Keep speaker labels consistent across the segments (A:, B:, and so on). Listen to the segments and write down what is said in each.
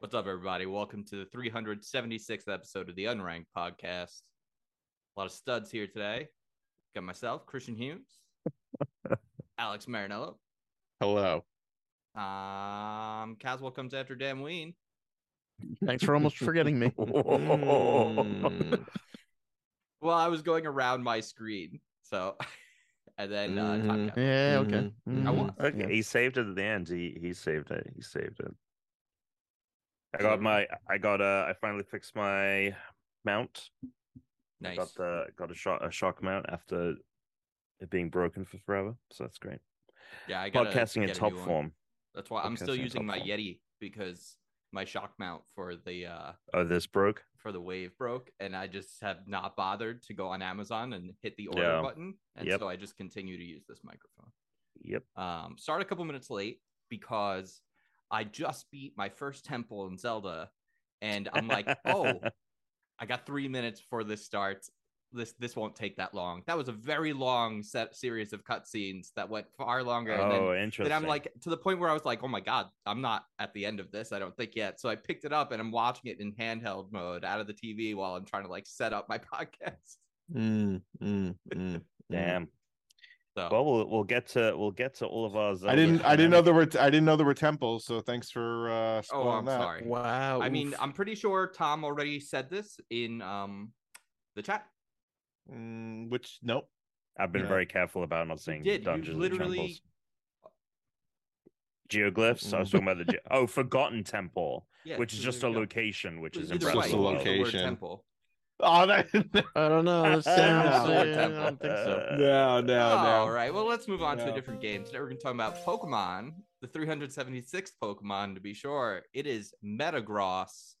A: What's up, everybody? Welcome to the 376th episode of the Unranked Podcast. A lot of studs here today. Got myself, Christian Hughes, Alex Marinello.
B: Hello.
A: Um, Caswell comes after Dan Ween.
C: Thanks for almost forgetting me.
B: Mm.
A: Well, I was going around my screen, so and then uh,
D: Mm-hmm.
B: Mhm.
A: Top Cat.
C: Yeah, okay.
B: Mhm.
A: I was.
D: Okay,
C: Yeah.
D: he saved it at the end. He he saved it. He saved it. I
A: So-
D: got my. I got uh. I finally fixed my mount. I
A: nice.
D: got the got a shock a shock mount after it being broken for forever. So that's great.
A: yeah, I gotta
D: Podcasting in
A: get a
D: top
A: new one.
D: form.
A: That's why I'm still
D: Podcasting in
A: using
D: top
A: my
D: form.
A: Yeti because my shock mount for the uh
D: Oh, this broke.
A: for the wave broke and I just have not bothered to go on Amazon and hit the order
D: Yeah.
A: button. And
D: Yep.
A: so I just continue to use this microphone.
D: Yep.
A: Um start a couple minutes late because I just beat my first temple in Zelda and I'm like, oh, I got three minutes before this starts. This this won't take that long. That was a very long set series of cutscenes that went far longer. and then
D: Oh, interesting.
A: then I'm like to the point where I was like, oh my god, I'm not at the end of this. I don't think yet. So I picked it up and I'm watching it in handheld mode out of the TV while I'm trying to like set up my podcast.
B: Mm, mm, mm, mm.
A: oh.
D: damn.
A: So
D: Well, we'll we'll get to we'll get to all of our.
C: I
D: Zelda
C: didn't. I didn't know
D: shenanigans.
C: there were. I didn't know there were temples. So thanks for. uh
A: oh,
C: spoiling
A: I'm
C: that.
A: sorry.
B: Wow.
A: I mean,
B: oof.
A: I'm pretty sure Tom already said this in um the chat.
C: Mm, which nope.
D: I've been
B: Yeah.
D: very careful about not
A: You
D: saying
A: did
D: dungeons
A: you
D: and
A: literally
D: temples. Geoglyphs. I was talking about the ge- oh, forgotten temple.
A: Mm-hmm. yeah,
D: which is
A: so
D: just a
A: there you go.
D: location, which is
A: Either
D: impressive.
A: way,
C: Just a
A: the word
C: location.
A: temple.
C: Oh, that,
B: I don't know. That sounds. yeah,
C: No,
A: temple.
B: Oh, I don't think so.
C: no, no,
A: All
C: no.
A: Oh, right. Well, let's move on to
C: No.
A: a different game. Today we're going to talk about Pokemon, the 376th Pokemon to be sure. It is Metagross.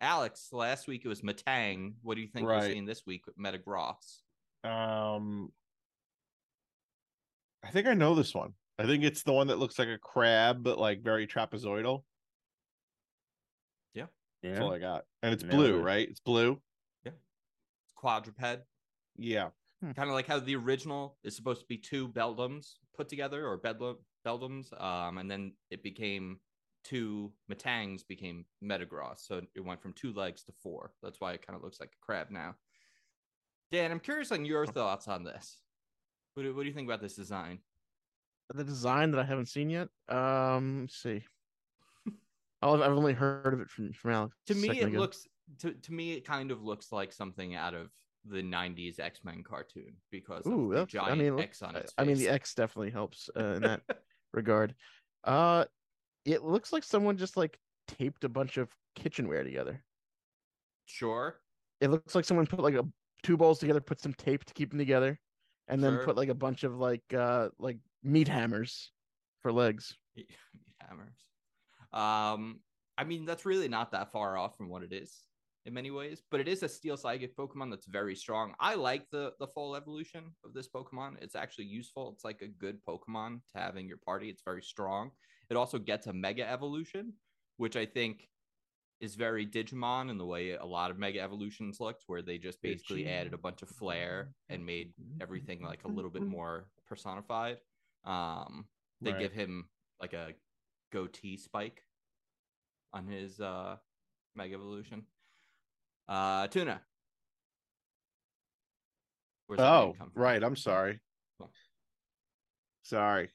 A: Alex, last week it was Matang. What do you think we're
C: Right.
A: seeing this week with Metagross?
C: Um, I think I know this one. I think it's the one that looks like a crab, but like very trapezoidal. That's all
D: Yeah.
C: I got. And it's
D: Nailed
C: blue,
D: it.
C: right? It's blue.
A: Quadruped, kind
C: Yeah.
A: of like how the original is supposed to be two Beldums put together, or Bedlam Beldums, um, and then it became two Matangs became Metagross, so it went from two legs to four. That's why it kind of looks like a crab now. Dan, I'm curious on
B: Oh.
A: your thoughts on this. What do, what do you think about this design?
B: The design that I haven't seen yet. Um, let's see. I'll- I've only heard of it from from Alex.
A: To
B: a
A: me,
B: second
A: it
B: ago.
A: looks to, to me it kind of looks like something out of the '90s X-Men cartoon because of
B: Ooh,
A: the
B: that's- I
A: giant
B: mean, it
A: X on
B: I-
A: its face.
B: I mean, the X definitely helps uh, in that regard. Uh, it looks like someone just like taped a bunch of kitchenware together.
A: sure,
B: It looks like someone put like a two bowls together, put some tape to keep them together, and then
A: Sure.
B: put like a bunch of like uh like meat hammers for legs.
A: hammers. Um, I mean, that's really not that far off from what it is in many ways, but it is a steel psychic Pokemon that's very strong. I like the the full evolution of this Pokemon. It's actually useful. It's like a good Pokemon to have in your party. It's very strong. It also gets a mega evolution, which I think is very Digimon in the way a lot of mega evolutions looked, where they just basically added a bunch of flair and made everything like a little bit more personified. Um, they
C: Right.
A: give him like a goatee spike on his uh mega evolution uh tuna Where's that name
C: Oh,
A: come from?
C: right. I'm sorry.
A: Cool.
C: Sorry.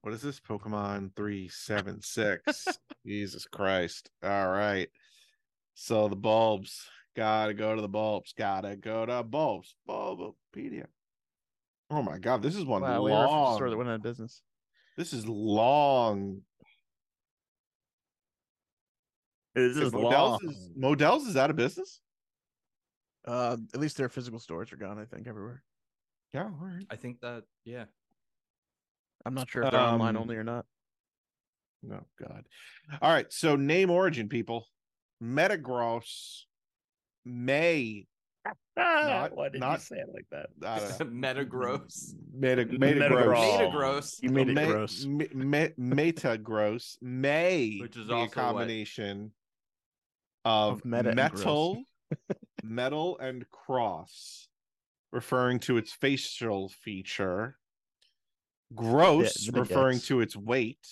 C: What is this? Pokemon 376. Jesus Christ. All right. So the bulbs. Gotta go to the bulbs. Gotta go to bulbs. Bulbopedia. Oh my god, this is one
B: Wow, we are a
C: long.
B: store that went out of business.
C: This is long.
D: This is long.
C: Models is Models is out of business?
B: Uh, at least their physical stores are gone. I think everywhere.
C: Yeah, all right.
A: i think that yeah
B: I'm not sure if they're online
C: Um,
B: only or not.
C: Oh God! All right, so name origin people, Metagross may
D: Ah,
C: Not-
D: Why did you
C: not-
D: say it like that?
C: I don't know.
A: metagross
C: Meta,
D: Metagross.
C: Metagross.
A: metagross
B: You made it
C: Me-
B: gross.
C: Me, me, Metagross may
A: Which is
C: be
A: also
C: a
A: what-
C: combination of,
B: Of meta and gross.
C: metal, metal and cross, referring to its facial feature. Gross,
B: the
C: referring
B: guts.
C: to its weight,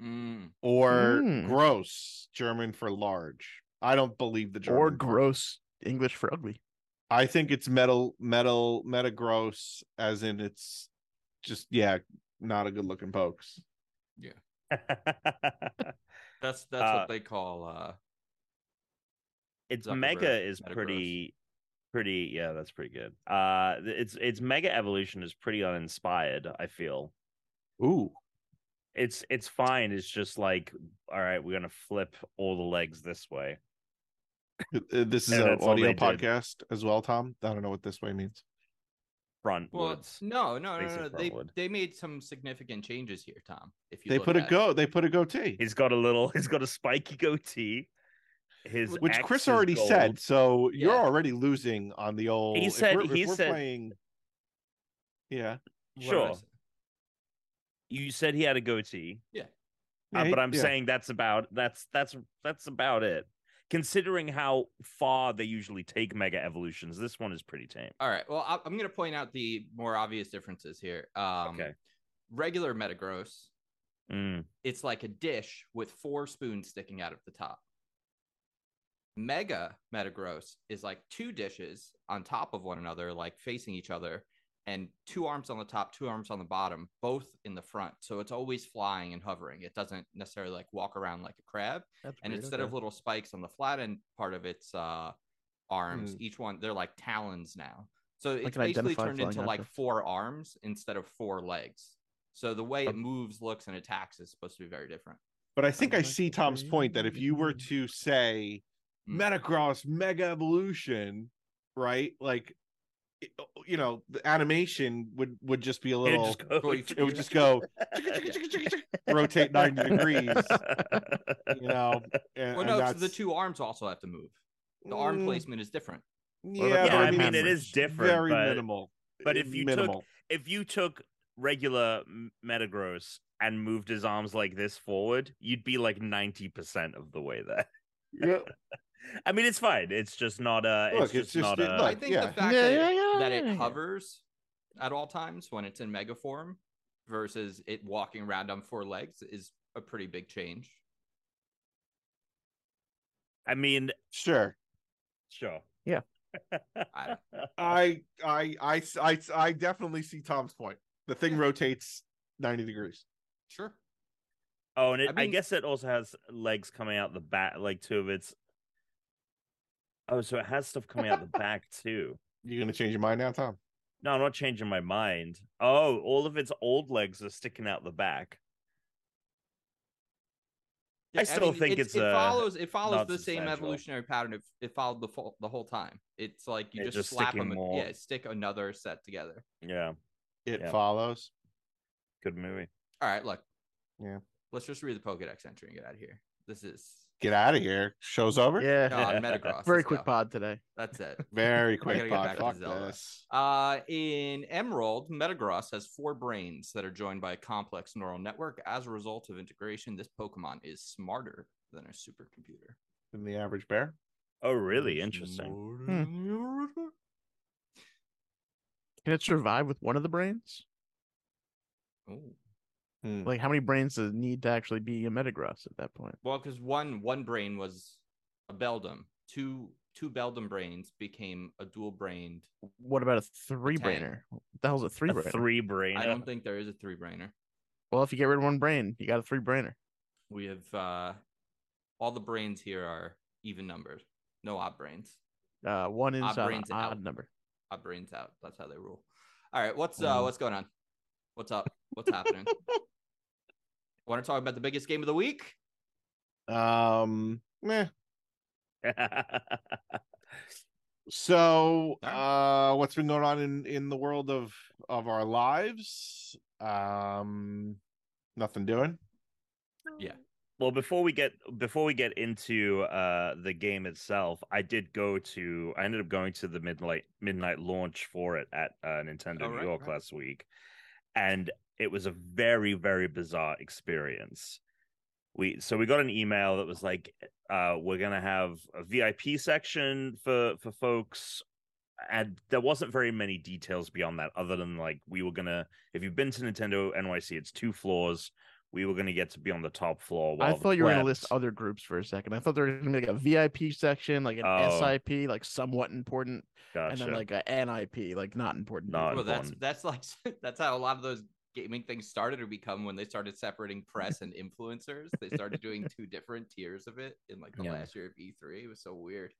A: Mm.
C: or
B: Hmm.
C: gross German for large. I don't believe the German
B: or
C: part.
B: gross English for ugly.
C: I think it's metal, metal, meta gross, as in it's just yeah, not a good looking pokes.
A: That's that's
D: Uh,
A: what they call. Uh,
D: it's
A: Zuckerberg,
D: mega is
A: Metagross.
D: pretty pretty yeah that's pretty good uh th- it's it's mega evolution is pretty uninspired i feel
C: Ooh,
D: it's it's fine it's just like all right we're gonna flip all the legs this way
C: Uh, this is
D: And
C: an
D: that's all
C: audio
D: they did.
C: podcast as well, Tom. I don't know what this way means.
A: well,
D: frontwards
A: no, no, no,
D: Facing
A: no. They
D: frontward.
A: they made some significant changes here, Tom. If you
C: they
A: look
C: put a
A: at it.
C: go. They put a goatee,
D: he's got a little he's got a spiky goatee his
C: which
D: axe
C: Chris
D: is
C: already
D: gold.
C: said. So you're
A: Yeah.
C: already losing on the old. if
D: said-
C: we're- if
D: he
C: we're
D: said-
C: playing- Yeah,
A: What did I
D: sure.
A: say?
D: you said he had a goatee Uh,
C: Yeah,
D: but I'm
C: yeah.
D: saying that's about that's that's that's about it. Considering how far they usually take mega evolutions, this one is pretty tame.
A: All right. Well, I- I'm going to point out the more obvious differences here. Um,
D: Okay.
A: Regular Metagross,
D: Mm.
A: it's like a dish with four spoons sticking out of the top. Mega Metagross is like two dishes on top of one another, like facing each other, and two arms on the top, two arms on the bottom, both in the front. So it's always flying and hovering. It doesn't necessarily like walk around like a crab.
B: That's
A: And instead of little spikes on the flat end part of its uh, arms, each one they're like talons now. So it's
B: Hmm. an
A: basically
B: identified
A: turned
B: flying
A: into like
B: object.
A: four arms instead of four legs. So the way it
B: Um,
A: moves, looks, and attacks is supposed to be very different.
C: But I think I
B: like
C: see
B: the
C: Tom's
B: way
C: point that if you were
B: you-
A: mm-hmm.
C: to say
A: Mm.
C: Metacross Mega Evolution, right? Like, it- you know, the animation would would just be a
D: It
C: little.
D: would just go.
A: Well, you-
C: It would just go rotate 90 degrees, you know. And,
A: Well, no,
C: and
A: so
C: that's,
A: the two arms also have to move. The arm
C: Mm,
A: placement is different.
C: Yeah,
B: about the
C: but I mean,
B: hand
C: it is
D: is different,
C: Very
D: but-
C: minimal.
D: but
C: Uh,
D: if you took- if you took regular M- Metagross and moved his arms like this forward, you'd be like ninety percent of the way there.
C: yeah,
D: I mean, it's fine. It's just not a.
C: Look,
D: it's, just not
C: it-
D: a.
A: I
C: look,
A: think
C: Uh, yeah.
A: the fact
B: Yeah,
A: that,
B: yeah,
A: it,
B: yeah,
A: that
B: yeah,
A: it
B: yeah.
A: hovers at all times when it's in mega form versus it walking around on four legs is a pretty big change.
D: I mean,
C: sure.
D: sure.
B: Yeah.
A: I-
C: I, I I s- I s- I definitely see Tom's point. The thing rotates ninety degrees.
A: Sure.
D: Oh, and it, I,
A: I mean-
D: guess it also has legs coming out the back, like two of its. Oh, so it has stuff coming out the back too.
C: You gonna change your mind now, Tom?
D: No, I'm not changing my mind. Oh, all of its old legs are sticking out the back. I still think it's,
A: it
D: uh,
A: follows it follows the same
D: non-substantial.
A: evolutionary pattern. It, it followed the full, the whole time. It's like you
D: It's
A: just,
D: just
A: slap
D: sticking
A: them.
D: more.
A: Yeah, stick another set together.
D: Yeah,
C: It
D: Yeah.
C: follows.
D: good movie.
A: All right, look.
C: Yeah.
A: Let's just read the Pokedex entry and get out of here. This is
C: Get out of here. Show's over.
B: yeah,
A: no, on Metagross.
B: very
A: let's
B: quick
A: go.
B: pod today.
A: That's it.
C: Very
A: gotta
C: quick
A: get
C: pod.
A: back to
C: Fuck
A: Zelda.
C: this.
A: Uh, in Emerald, Metagross has four brains that are joined by a complex neural network. As a result of integration, this Pokemon is smarter than a supercomputer.
C: Than the average bear.
D: Oh, really interesting.
B: Can it survive with one of the brains?
A: Ooh.
C: Hmm.
B: Like, how many brains does it need to actually be a Metagross at that point?
A: Well, because one one brain was a Beldum. Two two Beldum brains became a dual brained.
B: What about a three brainer? What the hell's a three
D: A
B: brainer?
D: three brain.
A: I don't think there is a three brainer.
B: Well, if you get rid of one brain, you got a three brainer.
A: We have uh all the brains here are even numbers. No odd brains.
B: Uh, one is
A: Odd
B: uh, an
A: brains out.
B: odd number.
A: Odd brains out. That's how they rule. All right, what's uh
B: Mhm.
A: what's going on? What's up? What's happening? Want to talk about the biggest game of the week?
C: Um. Meh. So, uh, what's been going on in in the world of of our lives? Um, nothing doing.
D: well before we get before we get into uh the game itself i did go to i ended up going to the midnight midnight launch for it at uh, nintendo
A: Oh,
D: new
A: right,
D: york
A: right.
D: last week and it was a very very bizarre experience we so we got an email that was like uh we're gonna have a vip section for for folks and there wasn't very many details beyond that other than like we were gonna if you've been to nintendo nyc it's two floors we were going to get to be on the top floor.
B: I
D: while the
B: thought you were going to list
D: plebs-
B: other groups for a second. I thought there were going to be like a VIP section, like an
D: Oh.
B: SIP, like somewhat important, and
D: Gotcha.
B: then like a NIP, like not important.
D: Not-
A: Well, that's
D: important.
A: that's like that's how a lot of those gaming things started to become when they started separating press and influencers. They started doing two different tiers of it in like the
D: Yeah.
A: last year of E3. It was so weird.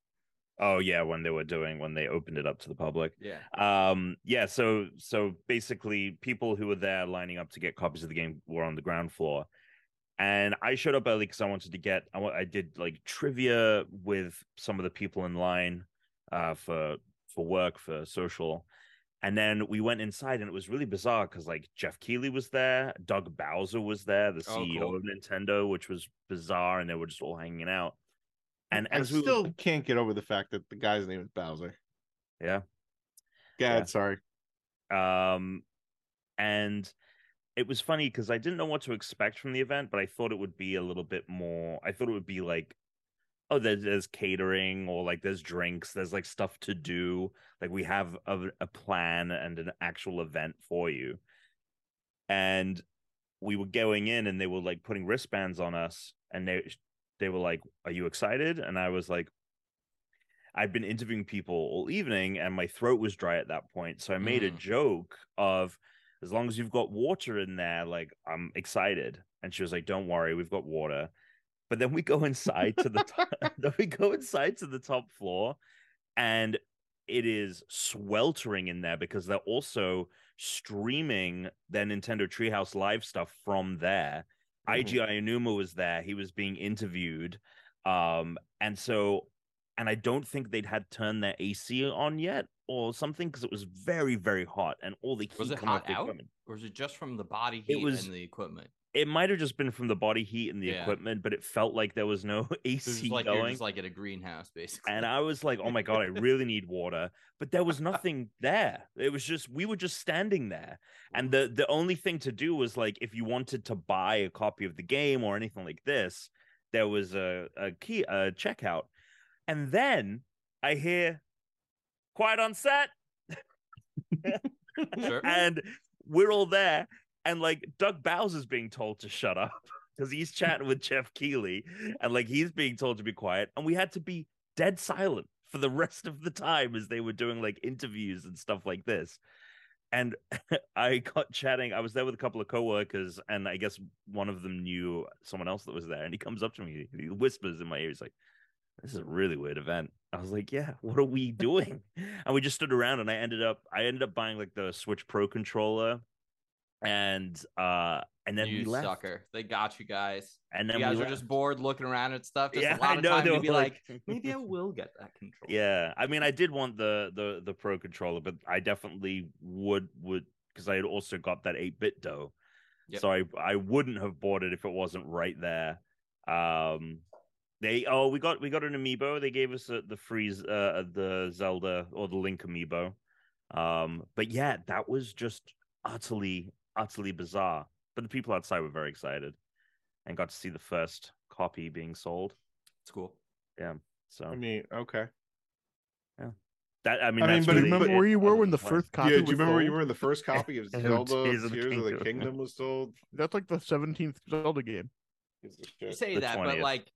D: oh yeah, when they were doing when they opened it up to the public.
A: Yeah.
D: Um yeah, so so basically people who were there lining up to get copies of the game were on the ground floor. And I showed up early because I wanted to get I, wa- I did like trivia with some of the people in line uh for for work for social. And then we went inside and it was really bizarre because like Jeff Keighley was there, Doug Bowser was there, the
A: Oh,
D: CEO
A: cool.
D: of Nintendo, which was bizarre, and they were just all hanging out. And
C: I
D: as we were-
C: still can't get over the fact that the guy's name is Bowser.
D: Yeah.
C: God,
D: Yeah.
C: sorry.
D: um and it was funny because i didn't know what to expect from the event but i thought it would be a little bit more i thought it would be like oh there's, there's catering or like there's drinks there's like stuff to do like we have a, a plan and an actual event for you and we were going in and they were like putting wristbands on us and they they were like are you excited and i was like i'd been interviewing people all evening and my throat was dry at that point so i made a
A: Mm.
D: joke of as long as you've got water in there like i'm excited and she was like don't worry we've got water but then we go inside to the top, then we go inside to the top floor and it is sweltering in there because they're also streaming their Nintendo Treehouse live stuff from there.
A: Mm-hmm.
C: Mhm.
D: IG Inuma was there. He was being interviewed. Um, and so, and I don't think they'd had turned their AC on yet or something because it was very, very hot and all the heat
A: Was it
D: coming off
A: hot
D: the
A: out?
D: equipment.
A: Or is it just from the body
D: It
A: heat
D: was-
A: and the equipment?
D: It might have just been from the body heat and the
A: Yeah.
D: equipment, but it felt like there was no
A: So it's
D: AC
A: just like you're
D: going.
A: just like at a greenhouse, basically.
D: And I was like, oh my God, I really need water. But there was nothing there. It was just, we were just standing there. And the, the only thing to do was like, if you wanted to buy a copy of the game or anything like this, there was a, a key, a checkout. And then I hear quiet on set.
A: Sure.
D: and we're all there. And like Doug Bowser's being told to shut up because he's chatting with Jeff Keeley and like he's being told to be quiet. And we had to be dead silent for the rest of the time as they were doing like interviews and stuff like this. And I got chatting. I was there with a couple of coworkers, and I guess one of them knew someone else that was there. And he comes up to me, he whispers in my ear, he's like, This is a really weird event. I was like, Yeah, what are we doing? and we just stood around and I ended up I ended up buying like the Switch Pro controller and uh and then we
A: you
D: left.
A: sucker. They got you guys.
D: And then
A: you guys
D: we
A: are
D: left.
A: just bored looking around at stuff. Just
D: yeah,
A: a lot
D: I
A: of
D: know
A: time
D: they
A: to
D: were
A: be like, maybe I will get that control.
D: Yeah, I mean, I did want the the the pro controller, but I definitely would would because I had also got that eight bit dough,
A: Yep.
D: so I I wouldn't have bought it if it wasn't right there. Um, they oh we got we got an amiibo. They gave us uh the freeze uh the Zelda or the Link amiibo. Um, but yeah, that was just utterly utterly bizarre. But the people outside were very excited, and got to see the first copy being sold.
A: It's cool.
D: So
C: I mean, okay.
D: That I mean,
C: I mean,
D: that's
C: but
D: really
B: remember
D: it
B: where you were
D: other
B: when
D: than
B: the
D: play.
B: first copy?
C: yeah, do
B: was
C: you remember when you
B: sold?
C: were in the first copy of
D: Oh,
C: Zelda
D: Tears
C: Tears
D: of
C: of
D: the
C: the Kingdom,
D: Kingdom.
C: was sold?
B: That's like the seventeenth Zelda game.
C: Gives a
A: You
C: shit.
A: say
D: the
A: that, but
D: 20th.
A: like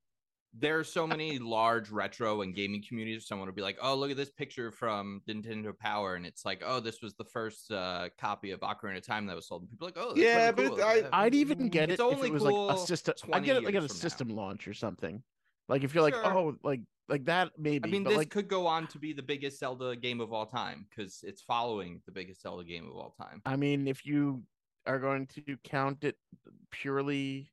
A: there are so many large retro and gaming communities. Someone will be like, "Oh, look at this picture from Nintendo Power," and it's like, "Oh, this was the first uh, copy of Ocarina of Time that was sold." And people are like, "Oh, that's
C: Yeah,
A: pretty
C: but
A: cool.
C: I-
A: That-
B: I'd even
C: Mm,
B: get
A: it's
B: it if
A: only
B: it was like a
A: cool
B: system. I
A: 20
B: get it like at a
A: years from now.
B: system launch or something. Like if you're like,
A: Sure.
B: oh, like like that maybe.
A: I mean,
B: but
A: this
B: like,
A: could go on to be the biggest Zelda game of all time because it's following the biggest Zelda game of all time.
B: I mean, if you are going to count it purely,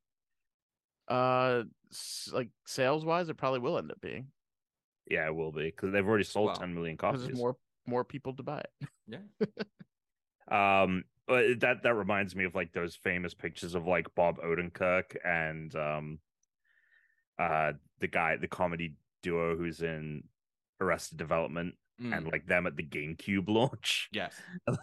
B: uh, s- like sales wise, it probably will end up being
D: Yeah, it will be because they've already sold
A: Well,
D: 10 million
B: because there's
D: copies.
B: more more people to buy it.
A: Yeah,
D: Um, but that that reminds me of like those famous pictures of like Bob Odenkirk and um, uh, the guy, the comedy duo who's in Arrested Development,
A: Mm,
D: and like them at the GameCube launch.
A: yes, Yep,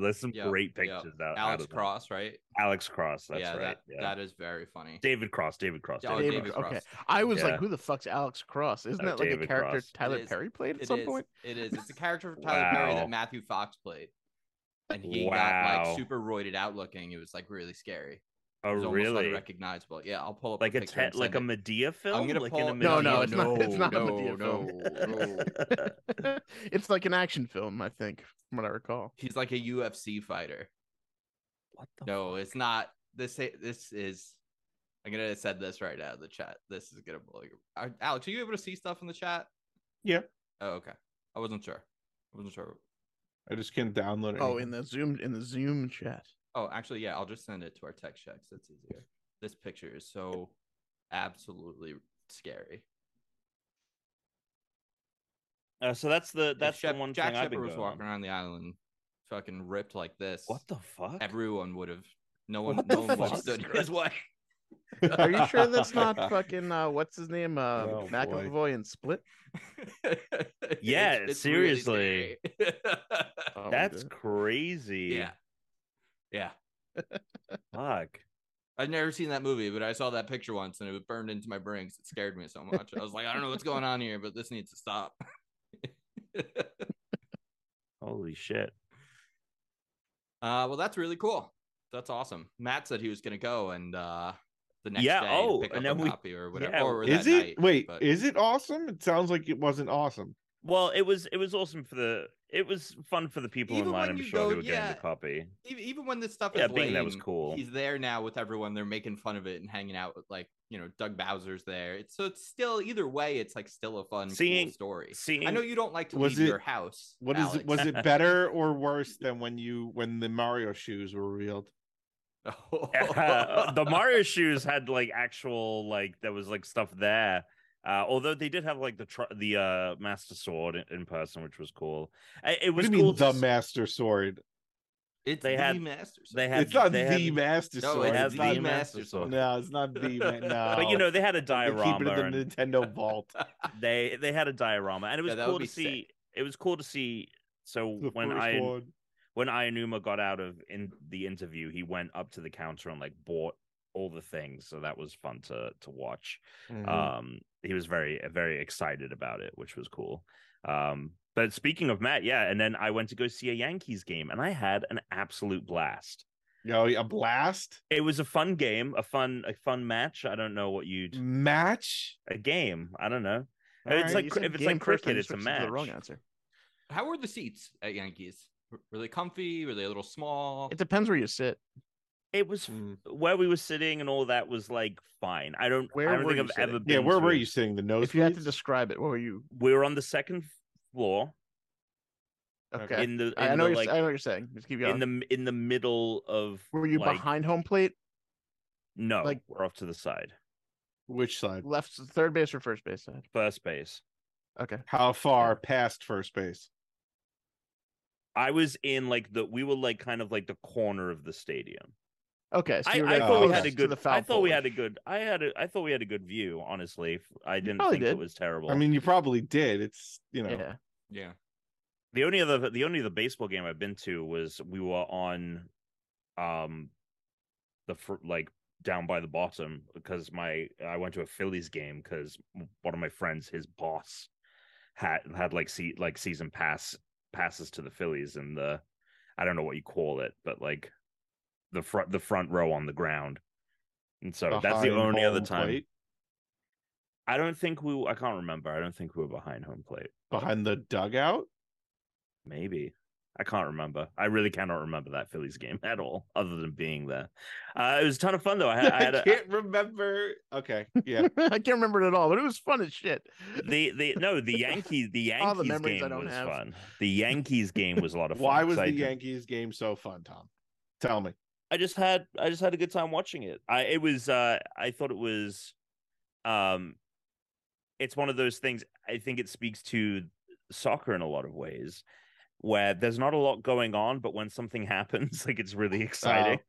D: There's some
A: yep,
D: great
A: yep.
D: pictures out, out
A: Alex
D: of that.
A: Cross, right?
D: Alex Cross, that's
A: yeah,
D: right.
A: that,
D: yeah.
A: that is very funny.
D: David Cross, David Cross.
A: Oh,
D: David
A: David
D: Cross.
B: Cross.
A: Cross.
B: Okay, I was
D: Yeah.
B: like, who the fuck's Alex Cross? Isn't
D: No,
B: that like
D: David
B: a character
D: Cross.
B: Tyler
A: is.
B: Perry played at
A: It
B: some
A: is.
B: point?
A: It is. It's a character of Tyler Perry
D: Wow.
A: that Matthew Fox played. And he got
D: Wow.
A: like super roided out looking. It was like really scary.
D: Oh,
A: It's almost
D: really?
A: Unrecognizable. Yeah, I'll pull up
D: Like a
A: picture and
D: te- like a
A: send it.
D: Medea film?
A: I'm gonna
D: like
A: pull
D: in a
A: up-
B: No, no,
D: Madea-
B: it's not- it's not a Madea
A: no,
B: film.
A: no, no.
B: it's like an action film, I think, from what I recall.
A: He's like a UFC fighter.
D: What the
A: No, it's not. This i- this is. I'm gonna send this right out of the chat. This is gonna blow your. Are, Alex, are you able to see stuff in the chat?
C: Yeah.
A: Oh, okay. I wasn't sure. I wasn't sure.
C: I just can't download it.
B: Oh, in the Zoom in the Zoom chat.
A: Oh, actually, yeah. I'll just send it to our tech checks. That's easier. This picture is so absolutely scary.
D: Uh, so that's the
A: If
D: that's
A: Shep-
D: the one
A: Jack
D: thing I've been
A: Shepard was
D: going
A: walking
D: on.
A: around the island, fucking ripped like this.
D: What the fuck?
A: Everyone would have. No one.
D: What the
A: No one would have
D: fuck?
A: stood in his way.
B: Are you sure that's not fucking uh, what's his name? Uh,
C: Oh, boy.
B: McAvoy and Split.
A: It's-
D: Yeah,
A: really
D: seriously.
A: scary.
B: Oh,
D: that's
B: dude.
D: crazy.
A: Yeah. Yeah.
D: Fuck.
A: I've never seen that movie, but I saw that picture once and it burned into my brain 'cause it scared me so much. I was like, I don't know what's going on here, but this needs to stop.
D: Holy shit.
A: Uh, well, that's really cool. That's awesome. Matt said he was going to go and uh, the next
D: Yeah,
A: day
D: oh,
A: pick up
D: and
A: a
D: then we-
A: copy or whatever.
D: yeah,
A: or
D: for
C: is
A: that
C: it?
A: night,
C: Wait,
A: but-
C: is it awesome? It sounds like it wasn't awesome.
D: Well, it was it was awesome for the it was fun for the people
A: Even
D: online.
A: when
D: I'm
A: you
D: sure
A: go-
D: who were
A: yeah.
D: getting the copy.
A: ev- e-, even when this stuff
D: Yeah,
A: is
D: being
A: lame,
D: that was cool.
A: He's there now with everyone. They're making fun of it and hanging out with like you know Doug Bowser's there. It's, so it's still either way, it's like still a fun
D: Seeing-
A: cool story.
D: Seeing
A: I know you don't like to
C: Was
A: leave
C: it-
A: your house.
C: What is
A: Alex.
C: it? Was it better or worse than when you when the Mario shoes were revealed?
D: the Mario shoes had like actual like there was like stuff there. Uh, although they did have like the tr- the uh, Master Sword in, in person, which was cool. I- It,
C: What
D: was
C: do you
D: cool.
C: mean the
D: to s-
C: Master Sword?
A: It's
D: They
A: the
D: had-
A: master.
D: they had
C: It's not the
D: they had,
C: Master
A: No,
C: Sword.
A: it
D: has
C: it's not
D: the
C: Ma-
D: Master Sword.
C: No, it's not the ma- no.
D: but you know they had a
C: they keep
D: diorama.
C: it in
D: and-
C: the Nintendo Vault.
D: they they had a diorama and it was
A: Yeah, that
D: cool
A: would
D: to
A: be sick.
D: see it was cool to see so
C: The
D: when
C: first
D: i
C: one.
D: when Ianuma got out of in the interview he went up to the counter and like bought all the things so that was fun to to watch
C: Uh,
D: um he was very very excited about it which was cool um but speaking of Matt yeah and then I went to go see a Yankees game and I had an absolute blast
C: Yo, a blast
D: it was a fun game a fun a fun match I don't know what you'd
C: Mm. match.
D: a game I don't know
C: All
D: It's
C: right.
B: Alright,
D: like
B: you
D: cr-
B: said
D: if it's
B: game
D: like
B: first,
D: cricket,
B: then you
D: it's a
B: switched it to The wrong
D: match.
B: answer.
A: How were the seats at Yankees? W- Were they comfy? Were they a little small?
B: It depends where you sit.
D: it was
C: Mm.
D: where we were sitting and all that was like fine. I don't.
B: Where
D: I don't
B: were
D: think
B: you
D: I've
B: sitting?
D: ever been.
C: yeah, where
D: to
C: were
D: a-
C: you seeing the nose?
B: If you had to describe it, what were you?
D: We were on the second floor
B: Okay,
D: in the. In
B: I I know
D: the,
B: you're.
D: like,
B: I know what you're saying. Just keep going.
D: in the in the middle of.
B: were you
D: like,
B: behind home plate,
D: No,
B: like-
D: we're off to the side,
C: Which side?
B: left, third base, or first base side?
D: first base.
B: Okay.
C: How far past first base?
D: I was in like the. We were like kind of like the corner of the stadium.
B: Okay. So
D: I,
B: you were
D: I
B: like
D: thought we
B: close
D: had a
B: to
D: good.
B: the foul
D: I thought we
B: pole.
D: had a good. I had. A, I thought we had a good view. Honestly, I didn't
B: probably
D: think it
B: did.
D: was terrible.
C: I mean, you probably did. It's you know.
B: Yeah.
A: yeah.
D: the only other the only other baseball game I've been to was we were on, um, the fr- like down by the bottom because my I went to a Phillies game because one of my friends his boss had had like see like season pass passes to the Phillies and the I don't know what you call it but like the front the front row on the ground and so that's the
C: behind
D: only other
C: home
D: time
C: plate,
D: I don't think we I can't remember I don't think we were behind home plate
C: behind the dugout.
D: Maybe. I can't remember. I really cannot remember that Phillies game at all, other than being there. Uh, it was a ton of fun though. I had, I had
C: I
D: a,
C: can't remember. Okay, yeah.
B: I can't remember it at all, but it was fun as shit.
D: the the no the Yankees the
B: All the
D: Yankees
B: memories I
D: game
B: don't
D: was
B: have.
D: fun. The Yankees game was a lot of fun.
C: Why
D: 'cause
C: was
D: I,
C: the Yankees game so fun, Tom? Tell me.
D: I just had I just had a good time watching it. I it was uh I thought it was um it's one of those things I think it speaks to soccer in a lot of ways where there's not a lot going on but when something happens like it's really exciting.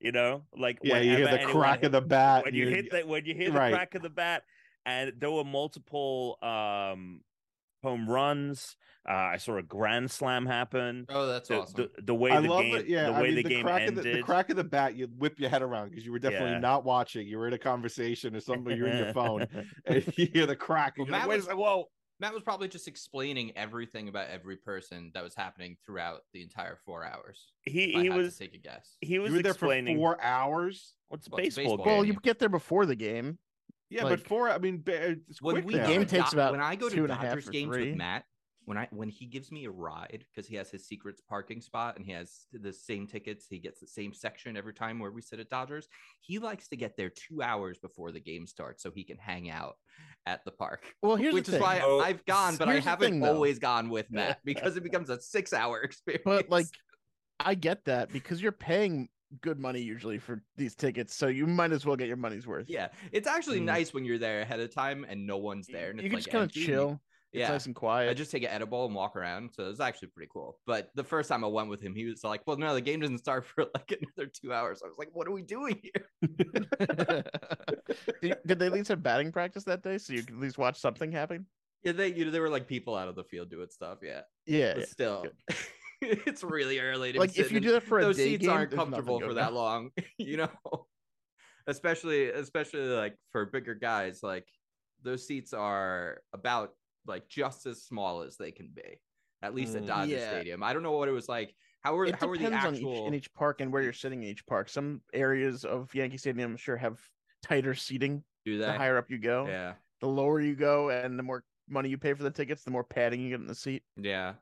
D: you know, like
C: Uh-huh. Yeah, you hear
D: whenever
C: the
D: anyone
C: crack of the bat.
D: when you hit that when you hear the
C: right.
D: crack of the bat and there were multiple um home runs uh, i saw a grand slam happen
A: Oh, that's
D: the,
A: awesome.
D: the, the way
C: I
D: the
C: love
D: game
C: it. Yeah,
D: the way
C: I mean,
D: the,
C: the
D: game
C: crack
D: ended
C: Of the, the crack of the bat, you whip your head around because you were definitely
D: Yeah.
C: not watching. You were in a conversation or something. You're in your phone, and you hear the crack.
A: Well,
C: and you're like,
A: Matt
C: Wait a
A: was-
C: second, whoa!
A: Matt was probably just explaining everything about every person that was happening throughout the entire four hours.
D: He
A: if I
D: he
A: had to
D: was
A: take a guess.
D: he
C: You
D: was
C: were there
D: explaining
C: for four hours.
D: what's
A: Well, it's a
D: baseball,
A: baseball
D: game.
B: Well,
A: game.
B: you get there before the game.
C: Yeah,
B: Like-
C: but four. I mean, ba- it's
A: when
C: quick
A: we
C: now.
A: go
B: Game
A: to
B: takes
A: Do-
B: about
A: when I go to
B: two and a half
A: Dodgers
B: or
A: games
B: three.
A: with Matt, when I when he gives me a ride because he has his secrets parking spot and he has the same tickets, he gets the same section every time where we sit at Dodgers. He likes to get there two hours before the game starts so he can hang out at the park,
B: Well, here's
A: which
B: the
A: is
B: thing.
A: why
D: Oh,
A: I've gone, but I
B: here's the
A: haven't
B: thing, though.
A: always gone with Matt because it becomes a six-hour experience.
B: but like I get that because you're paying good money usually for these tickets, so you might as well get your money's worth.
A: Yeah, it's actually
B: Mm.
A: nice when you're there ahead of time and no one's
B: You-
A: there. And it's
B: you can
A: like
B: just kind of
A: empty and you-
B: chill.
A: Yeah,
B: It's nice and quiet.
A: I just take an edible and walk around. So it's actually pretty cool. But the first time I went with him, he was like, "Well, no, the game doesn't start for like another two hours." I was like, "What are we doing here?"
B: did, did they at least have batting practice that day so you could at least watch something happen?
A: Yeah, they you know there were like people out of the field doing stuff. Yeah,
B: Yeah.
A: but still, it's really early. To
B: Like if you do that for a
A: those
B: day
A: seats
B: game,
A: aren't
B: there's nothing
A: comfortable for
B: going
A: that
B: on.
A: long, you know. especially, especially like for bigger guys, like those seats are about like just as small as they can be, at least
C: Mm.
A: at Dodger
B: Yeah.
A: Stadium. I don't know what it was like. How were
B: It
A: how were the
B: depends
A: actual?
B: on each, in each park and where you're sitting in each park. Some areas of Yankee Stadium, I'm sure, have tighter seating.
A: do they?
B: The higher up you go,
A: yeah,
B: the lower you go, and the more money you pay for the tickets, the more padding you get in the seat.
A: yeah.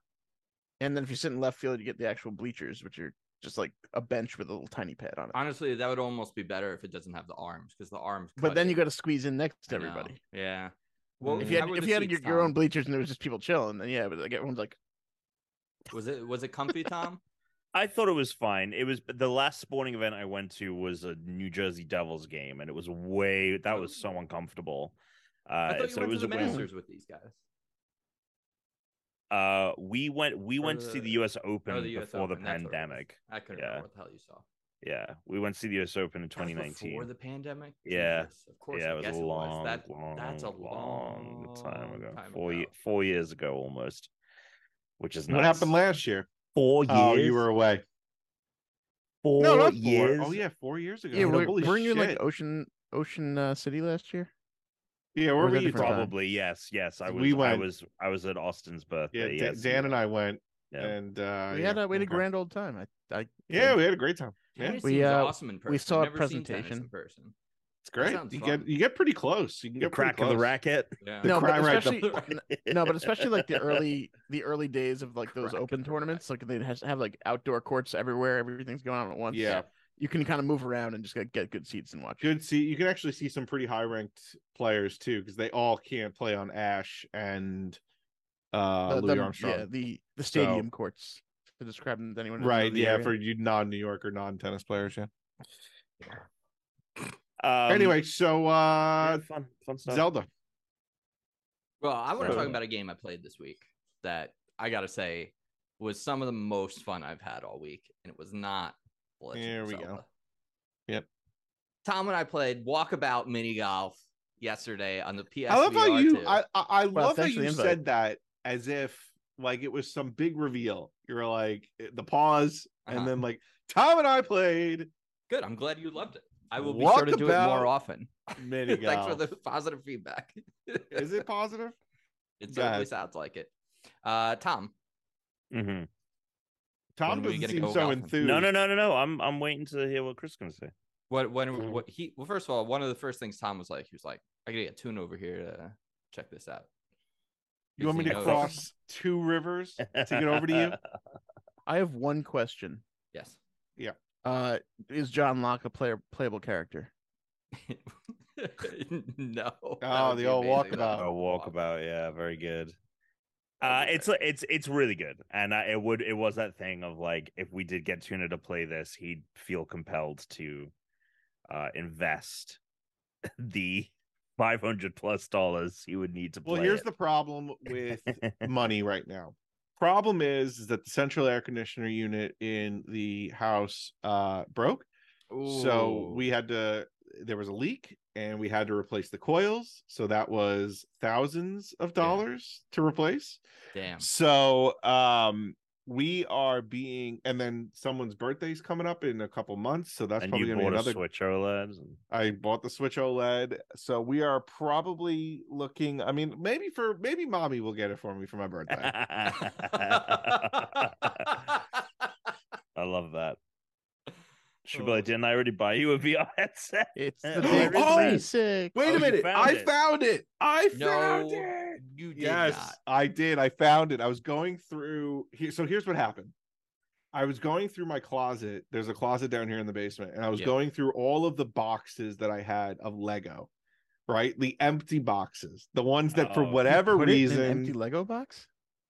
B: And then if you sit in left field, you get the actual bleachers, which are just like a bench with a little tiny pad on it.
A: Honestly, that would almost be better if it doesn't have the arms because the arms.
B: But
A: cut
B: then
A: it.
B: you got to squeeze in next to
A: I know.
B: everybody. Mm.
A: Yeah. Well,
B: If you had
A: how were
B: if
A: the
B: you had
A: seats,
B: your, your own
A: Tom?
B: bleachers and there was just people chilling, then yeah, but like everyone's like,
A: was it was it comfy, Tom?
D: I thought it was fine. It was the last sporting event I went to was a New Jersey Devils game, and it was way that was so uncomfortable.
A: I
D: Uh,
A: thought you
D: so
A: went to
D: it was
A: the
D: a waste-
A: Masters with these guys.
D: Uh, we went we
A: Or
D: went to see the
A: the-
D: U.S. Open
A: Oh, the US
D: before the
A: Open, that's what it was.
D: pandemic.
A: I couldn't
D: Yeah.
A: remember what the hell you saw.
D: Yeah, we went to see the U.S. Open in
A: That was
D: 2019.
A: Before the pandemic?
D: Yeah.
A: Jesus, Of course.
D: yeah,
A: I
D: it was
A: guess
D: a
A: it was.
D: long,
A: That,
D: long,
A: that's a
D: long time ago.
A: long time
D: four
A: ago.
D: ye- four years ago almost, which is
C: What
D: nuts.
C: happened last year?
D: Four years.
C: Oh, you were away.
D: four
B: No, not four.
D: years.
C: Oh yeah, four years ago.
B: yeah, were,
C: Holy
B: weren't you in like oh,
C: shit.
B: Ocean Ocean uh, City last year?
C: yeah,
B: or
C: where
B: was
C: were
B: that
C: you?
B: different
C: Probably.
B: time?
D: Probably yes, yes. I was.
C: We
D: I
C: went-
D: was. I was at Austin's
C: Yeah,
D: birthday.
C: Da-
D: yes,
C: Dan and I went,
D: Yeah.
C: and uh,
B: we
C: yeah,
B: had a we had a
C: okay.
B: grand old time. I, I
C: Yeah,
B: think.
C: we had a great time. Yeah,
A: Tennis
B: We,
A: seems
B: uh,
A: awesome in person.
B: we saw a
A: I've never seen tennis
B: presentation.
A: in person.
C: it's great.
A: sounds
C: You
A: fun.
C: get you get pretty close. You can
D: the
C: get pretty
D: crack of the
C: close.
D: racket.
A: Yeah.
C: The
B: no, but
C: crime rate, the-
B: especially n- no, but especially like the early the early days of like those
A: Crack
B: open
A: of the
B: tournaments, like they has, have like outdoor courts everywhere. Everything's going on at once.
C: Yeah,
B: you can kind of move around and just like, get good seats and watch.
C: good. See, you can actually see some pretty high ranked players too, because they all can't play on Ash and uh,
B: the,
C: Louis
B: the-
C: Armstrong.
B: Yeah, the the stadium courts to describe them to anyone. who doesn't know
C: right?
B: the
C: Yeah,
B: area.
C: for you non New Yorker, non tennis players. Yeah.
D: Um,
C: anyway, so
D: yeah,
C: uh,
D: fun, fun stuff.
C: Zelda.
A: Well, I want to talk
D: Right.
A: about a game I played this week that I gotta say was some of the most fun I've had all week, and it was not. The Legend
C: Here
A: of
C: we go.
A: Zelda.
C: Yep.
A: Tom and I played walkabout mini golf yesterday on the PS.
C: I love how you. I I, I
B: Well,
C: love how
B: thanks for the
C: you
B: invite.
C: said that as if like it was some big reveal. You're like eh, the pause,
A: Uh-huh.
C: and then like Tom and I played
A: Good. I'm glad you loved it. I will be sure to do it more
C: Walkabout
A: often.
C: mini
A: Thanks for
C: golf.
A: the positive feedback.
C: Is it positive?
A: It
C: Go ahead.
A: certainly sounds like it. Uh, Tom,
D: Mhm.
C: Tom
A: When are we
C: doesn't
A: gonna
C: seem
A: go
C: so
A: golfing?
C: enthused.
D: No, no, no, no, no. I'm I'm waiting to hear what Chris can say.
A: What when
C: Mhm.
A: what he well first of all one of the first things Tom was like he was like I gotta get Tune over here to check this out.
C: You want me
A: Because
C: to
A: he knows-
C: cross two rivers to get over to you?
B: I have one question.
A: Yes.
B: Uh, is John Locke a player playable character?
A: no.
C: Oh, the old walkabout.
D: A walkabout, yeah, very good. Uh,
A: That would be
D: it's li- it's it's really good, and I, it would it was that thing of like if we did get Tuna to play this, he'd feel compelled to uh, invest the five hundred plus dollars he would need to play.
C: Well, here's
D: it.
C: the problem with money right now. Problem is, is that the central air conditioner unit in the house uh, broke, so
A: Ooh.
C: we had to. There was a leak, and we had to replace the coils. So that was thousands of dollars to replace.
A: damn.
C: So um we are being, and then someone's birthday's coming up in a couple months, so that's
D: and
C: probably
D: you
C: gonna be
D: bought
C: another.
D: a Switch OLED. and-
C: I bought the Switch OLED, so we are probably looking. I mean, maybe for maybe mommy will get it for me for my birthday.
D: I love that. She'll be
A: Oh.
D: like, didn't I already buy you a VR headset?
B: It's
D: Yeah,
B: the
D: oh,
B: big
C: oh!
B: basic.
C: Wait
D: Oh,
C: a
D: you
C: minute!
D: found
C: I
D: it.
C: found it. I
A: No,
C: found it.
A: You did
C: Yes,
A: not.
C: I did. I found it. I was going through here. So here's what happened. I was going through my closet. There's a closet down here in the basement, and I was
A: Yeah.
C: going through all of the boxes that I had of Lego, right? The empty boxes, the ones that for
D: Oh. You
C: whatever
B: Put it in an
C: reason,
B: empty Lego box.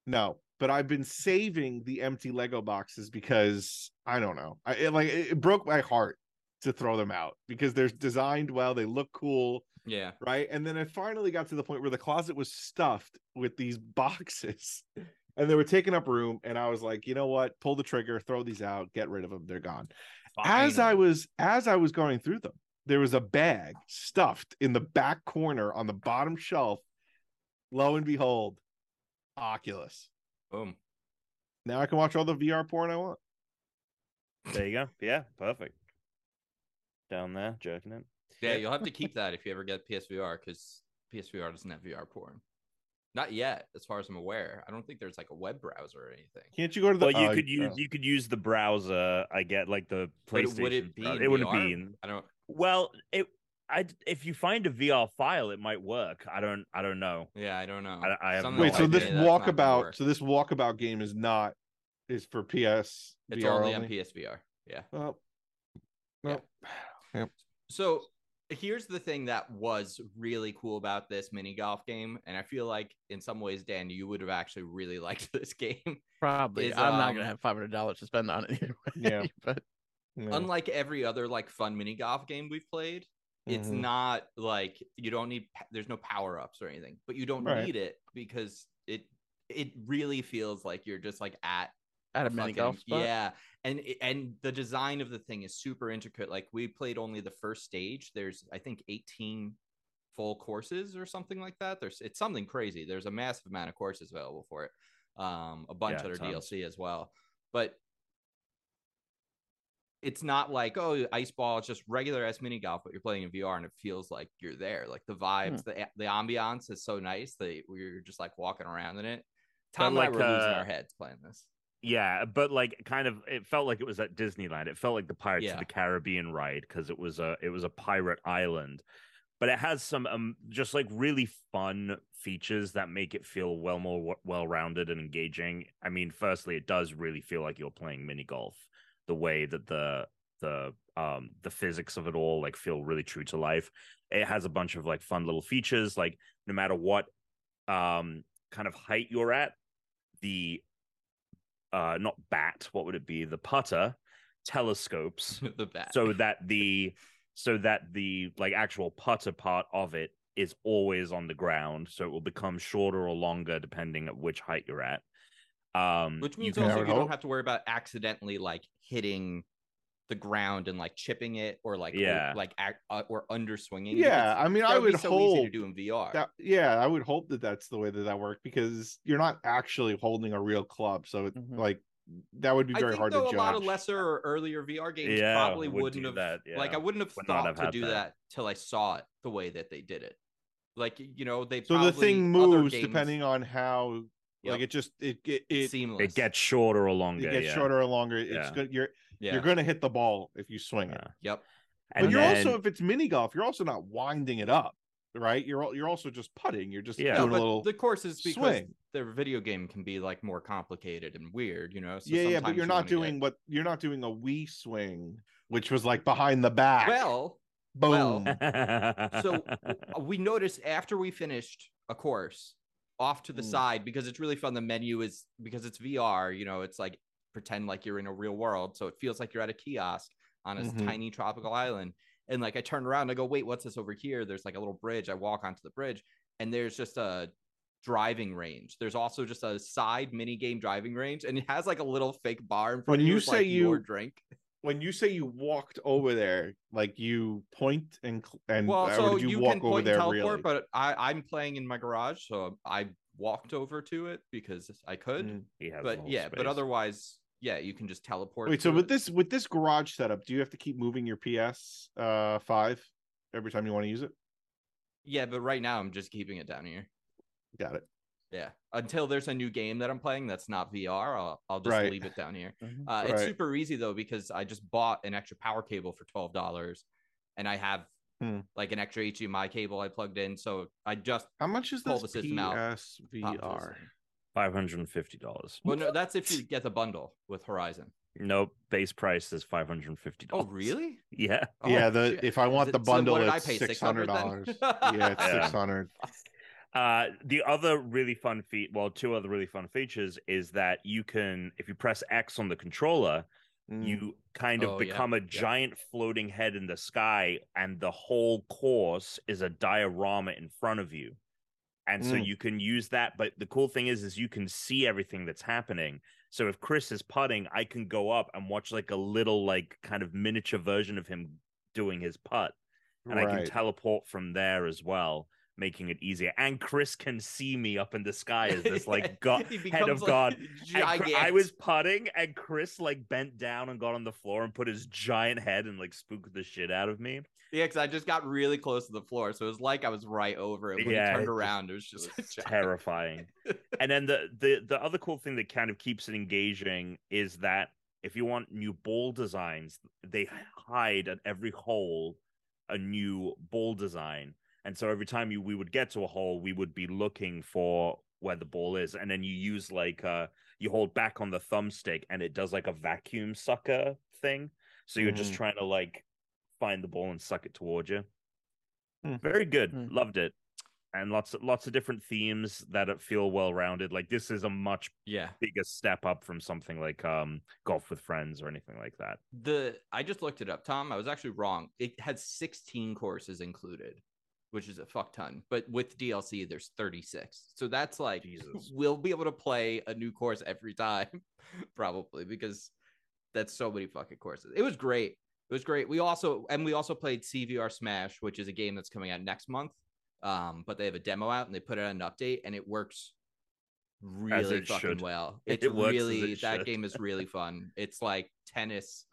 C: no. But I've been saving the empty Lego boxes because I don't know. I it, like it it broke my heart to throw them out because they're designed well, they look cool
A: Yeah.
C: right? And then I finally got to the point where the closet was stuffed with these boxes and they were taking up room. And I was like, you know what? Pull the trigger, throw these out, get rid of them. They're gone. As I
A: Finally.
C: was as I was going through them, there was a bag stuffed in the back corner on the bottom shelf. Lo and behold, Oculus.
A: Boom.
C: Now I can watch all the VR porn I want.
D: There you go. Yeah, perfect. Down there, jerking it.
A: Yeah, you'll have to keep that if you ever get PSVR because PSVR doesn't have VR porn. Not yet, as far as I'm aware. I don't think there's like a web browser or anything.
C: Can't you go to the
D: Well, you
C: oh,
D: could use
C: oh.
D: you could use the browser. I get like the
A: But
D: PlayStation.
A: would it be?
D: browser.
A: in
D: It wouldn't
A: VR?
D: be. In,
A: I don't.
D: well, it. I if you find a VR file, it might work. I don't. I don't know.
A: Yeah, I don't know.
D: I- I have
A: Something
D: no
C: Wait, so
A: like
C: this
A: that, that's not gonna
C: walkabout,
A: work.
C: so this walkabout game is not is for PS
A: It's
C: VR
A: only on
C: only?
A: PSVR. Yeah.
C: Well,
A: Yeah.
C: well, yep.
A: So here's the thing that was really cool about this mini golf game, and I feel like in some ways, Dan, you would have actually really liked this game.
B: Probably.
A: Is,
B: I'm not
A: um,
B: gonna have five hundred dollars to spend on it either way.
C: Yeah.
B: but
C: yeah.
A: Unlike every other like fun mini golf game we've played, it's
C: Mhm.
A: not like you don't need p- there's no power ups or anything, but you don't
C: Right.
A: need it because it it really feels like you're just like at
B: at
A: a
B: a mini
A: fucking-
B: golf spot.
A: Yeah, and it- and the design of the thing is super intricate. Like we played only the first stage. There's I think 18 full courses or something like that. There's it's something crazy. There's a massive amount of courses available for it. Um, a bunch
D: Yeah,
A: other
D: tons.
A: DLC as well, but it's not like oh ice ball. It's just regular as mini golf, but you're playing in VR and it feels like you're there. Like the vibes, the the ambiance is so nice that we're just like walking around in it. Tom
D: like,
A: like, we're losing
D: uh,
A: our heads playing this.
D: Yeah, but like kind of it felt like it was at Disneyland. It felt like the Pirates
A: Yeah.
D: of the Caribbean ride because it was a it was a pirate island. But it has some um, just like really fun features that make it feel well more w- well-rounded and engaging. I mean, firstly, it does really feel like you're playing mini golf. The way that the the um the physics of it all like feel really true to life. It has a bunch of like fun little features like no matter what um kind of height you're at, the uh not bat what would it be the putter telescopes
A: the bat.
D: so that the so that the like actual putter part of it is always on the ground so it will become shorter or longer depending at which height you're at
C: Mm-hmm.
D: um
A: which
D: you
A: means
D: can-
A: also
C: I
A: you
C: would
A: don't
C: hope.
A: have to worry about accidentally like hitting the ground and like chipping it or like o-
D: Yeah.
A: like ac- uh, or underswinging. it.
C: yeah.
A: It's-
C: I mean,
A: that
C: I would
A: be so easy
C: hope
A: to do in VR.
C: that. Yeah, I would hope that that's the way that that worked because you're not actually holding a real club, so it,
B: Mhm.
C: like that would be
A: Mm-hmm. I
C: very
A: think
C: hard
A: though
C: to judge.
A: a lot of lesser or earlier VR games
D: Yeah,
A: probably
D: would
A: wouldn't
D: do
A: have
D: that,
A: like
D: yeah.
A: I wouldn't have
D: Would not
A: thought
D: have
A: to
D: had
A: do
D: that.
A: that. till I saw it the way that they did it. Like you know they
C: so the
A: probably,
C: thing
A: other
C: moves
A: games,
C: depending on how,
A: Yep.
C: like, it just it it
A: it's
C: it, it,
A: seamless.
D: it gets shorter or longer
C: gets
D: yeah.
C: shorter or longer. It's
D: Yeah.
C: good. You're
A: yeah.
C: you're gonna hit the ball if you swing it.
D: Yeah.
A: yep.
C: But
D: And
C: you're
D: then-
C: also if it's mini golf, you're also not winding it up, right? You're al- you're also just putting. You're just
D: Yeah.
A: No,
C: doing a
A: but
C: little.
A: the courses because
C: swing.
A: their video game can be like more complicated and weird, you know. So
C: yeah, yeah, but
A: sometimes
C: you're
A: you
C: not
A: wanna get-
C: doing what you're not doing a wee swing, which was like behind the back.
A: well. well,
C: boom.
A: so w- we noticed after we finished a course off to the
C: Mm.
A: side because it's really fun the menu is because it's vr you know it's like pretend like you're in a real world so it feels like you're at a kiosk on a s-
C: Mhm.
A: tiny tropical island and like i turn around and i go wait what's this over here there's like a little bridge i walk onto the bridge and there's just a driving range there's also just a side mini game driving range and it has like a little fake bar in front
C: When
A: of
C: you
A: with,
C: say
A: like, your
C: you-
A: drink
C: when you say you walked over there, like you point and cl- and
A: Well,
C: or
A: so
C: did
A: you,
C: walk
A: can
C: over
A: point
C: there
A: and teleport,
C: really?
A: but I, I'm playing in my garage, so I walked over to it because I could.
C: Mm.
D: He has the
A: but
D: whole
A: yeah,
D: space.
A: but otherwise, yeah, you can just teleport.
C: Wait, so
A: to
C: with
A: it.
C: this with this garage setup, do you have to keep moving your PS uh five every time you want to use it?
A: yeah, but right now I'm just keeping it down here.
C: Got it.
A: Yeah, until there's a new game that I'm playing that's not VR, I'll, I'll just
C: Right.
A: leave it down here.
D: Mhm.
A: Uh, It's
C: Right.
A: super easy though because I just bought an extra power cable for twelve dollars, and I have
C: Hmm.
A: like an extra HDMI cable I plugged in. So I just
C: How much is
A: Pull
C: this
A: the system out. popped this
C: PSVR?
A: in.
D: $550.
A: Well, no, that's if you get the bundle with Horizon.
D: Nope, base price is $550.
A: Oh, really?
D: Yeah.
A: Oh,
C: yeah, the
A: shit.
C: if I want
A: Is
C: the
A: it- so what
C: bundle,
A: did I
C: it's
A: pay,
C: six hundred
A: $600
C: dollars.
A: then?
C: yeah, it's
D: Yeah.
C: six hundred.
D: Uh, the other really fun feat, well, two other really fun features is that you can, if you press X on the controller,
C: Mm,
D: you kind of
A: Oh, yeah,
D: become a giant floating head in the sky, and the whole course is a diorama in front of you. And so
C: Mm.
D: you can use that. But the cool thing is, is you can see everything that's happening. So if Chris is putting, I can go up and watch like a little, like kind of miniature version of him doing his putt and I can teleport from there as well, making it easier. And Chris can see me up in the sky as this
A: Yeah,
D: like god.
A: he
D: head of
A: becomes, like,
D: God. And Chr-
A: Gigantic.
D: I was putting, and Chris like bent down and got on the floor and put his giant head and like spooked the shit out of me.
A: Yeah, because I just got really close to the floor, so it was like I was right over it. When
D: Yeah,
A: he
D: it
A: turned
D: just-
A: around, it was just
D: It's
A: a giant-
D: terrifying. and then the the the other cool thing that kind of keeps it engaging is that if you want new ball designs, they hide at every hole a new ball design. And so every time you we would get to a hole, we would be looking for where the ball is. And then you use like uh you hold back on the thumbstick and it does like a vacuum sucker thing. So you're just
C: Mhm.
D: trying to like find the ball and suck it towards you.
C: Hmm.
D: Very good.
B: Hmm.
D: Loved it. And lots of lots of different themes that it feel well rounded. Like this is a much
A: Yeah,
D: bigger step up from something like um golf with friends or anything like that.
A: the I just looked it up, Tom. I was actually wrong. It had 16 courses included, which is a fuck ton. But with DLC, there's 36. So that's like
D: Jesus.
A: we'll be able to play a new course every time, probably because that's so many fucking courses. It was great. It was great. We also and we also played CVR Smash, which is a game that's coming out next month. Um, but they have a demo out and they put out an update and it works really
D: it
A: fucking
D: should.
A: well.
D: It
A: It's
D: works as
A: really
D: it
A: that
D: should.
A: game is really fun. It's like tennis,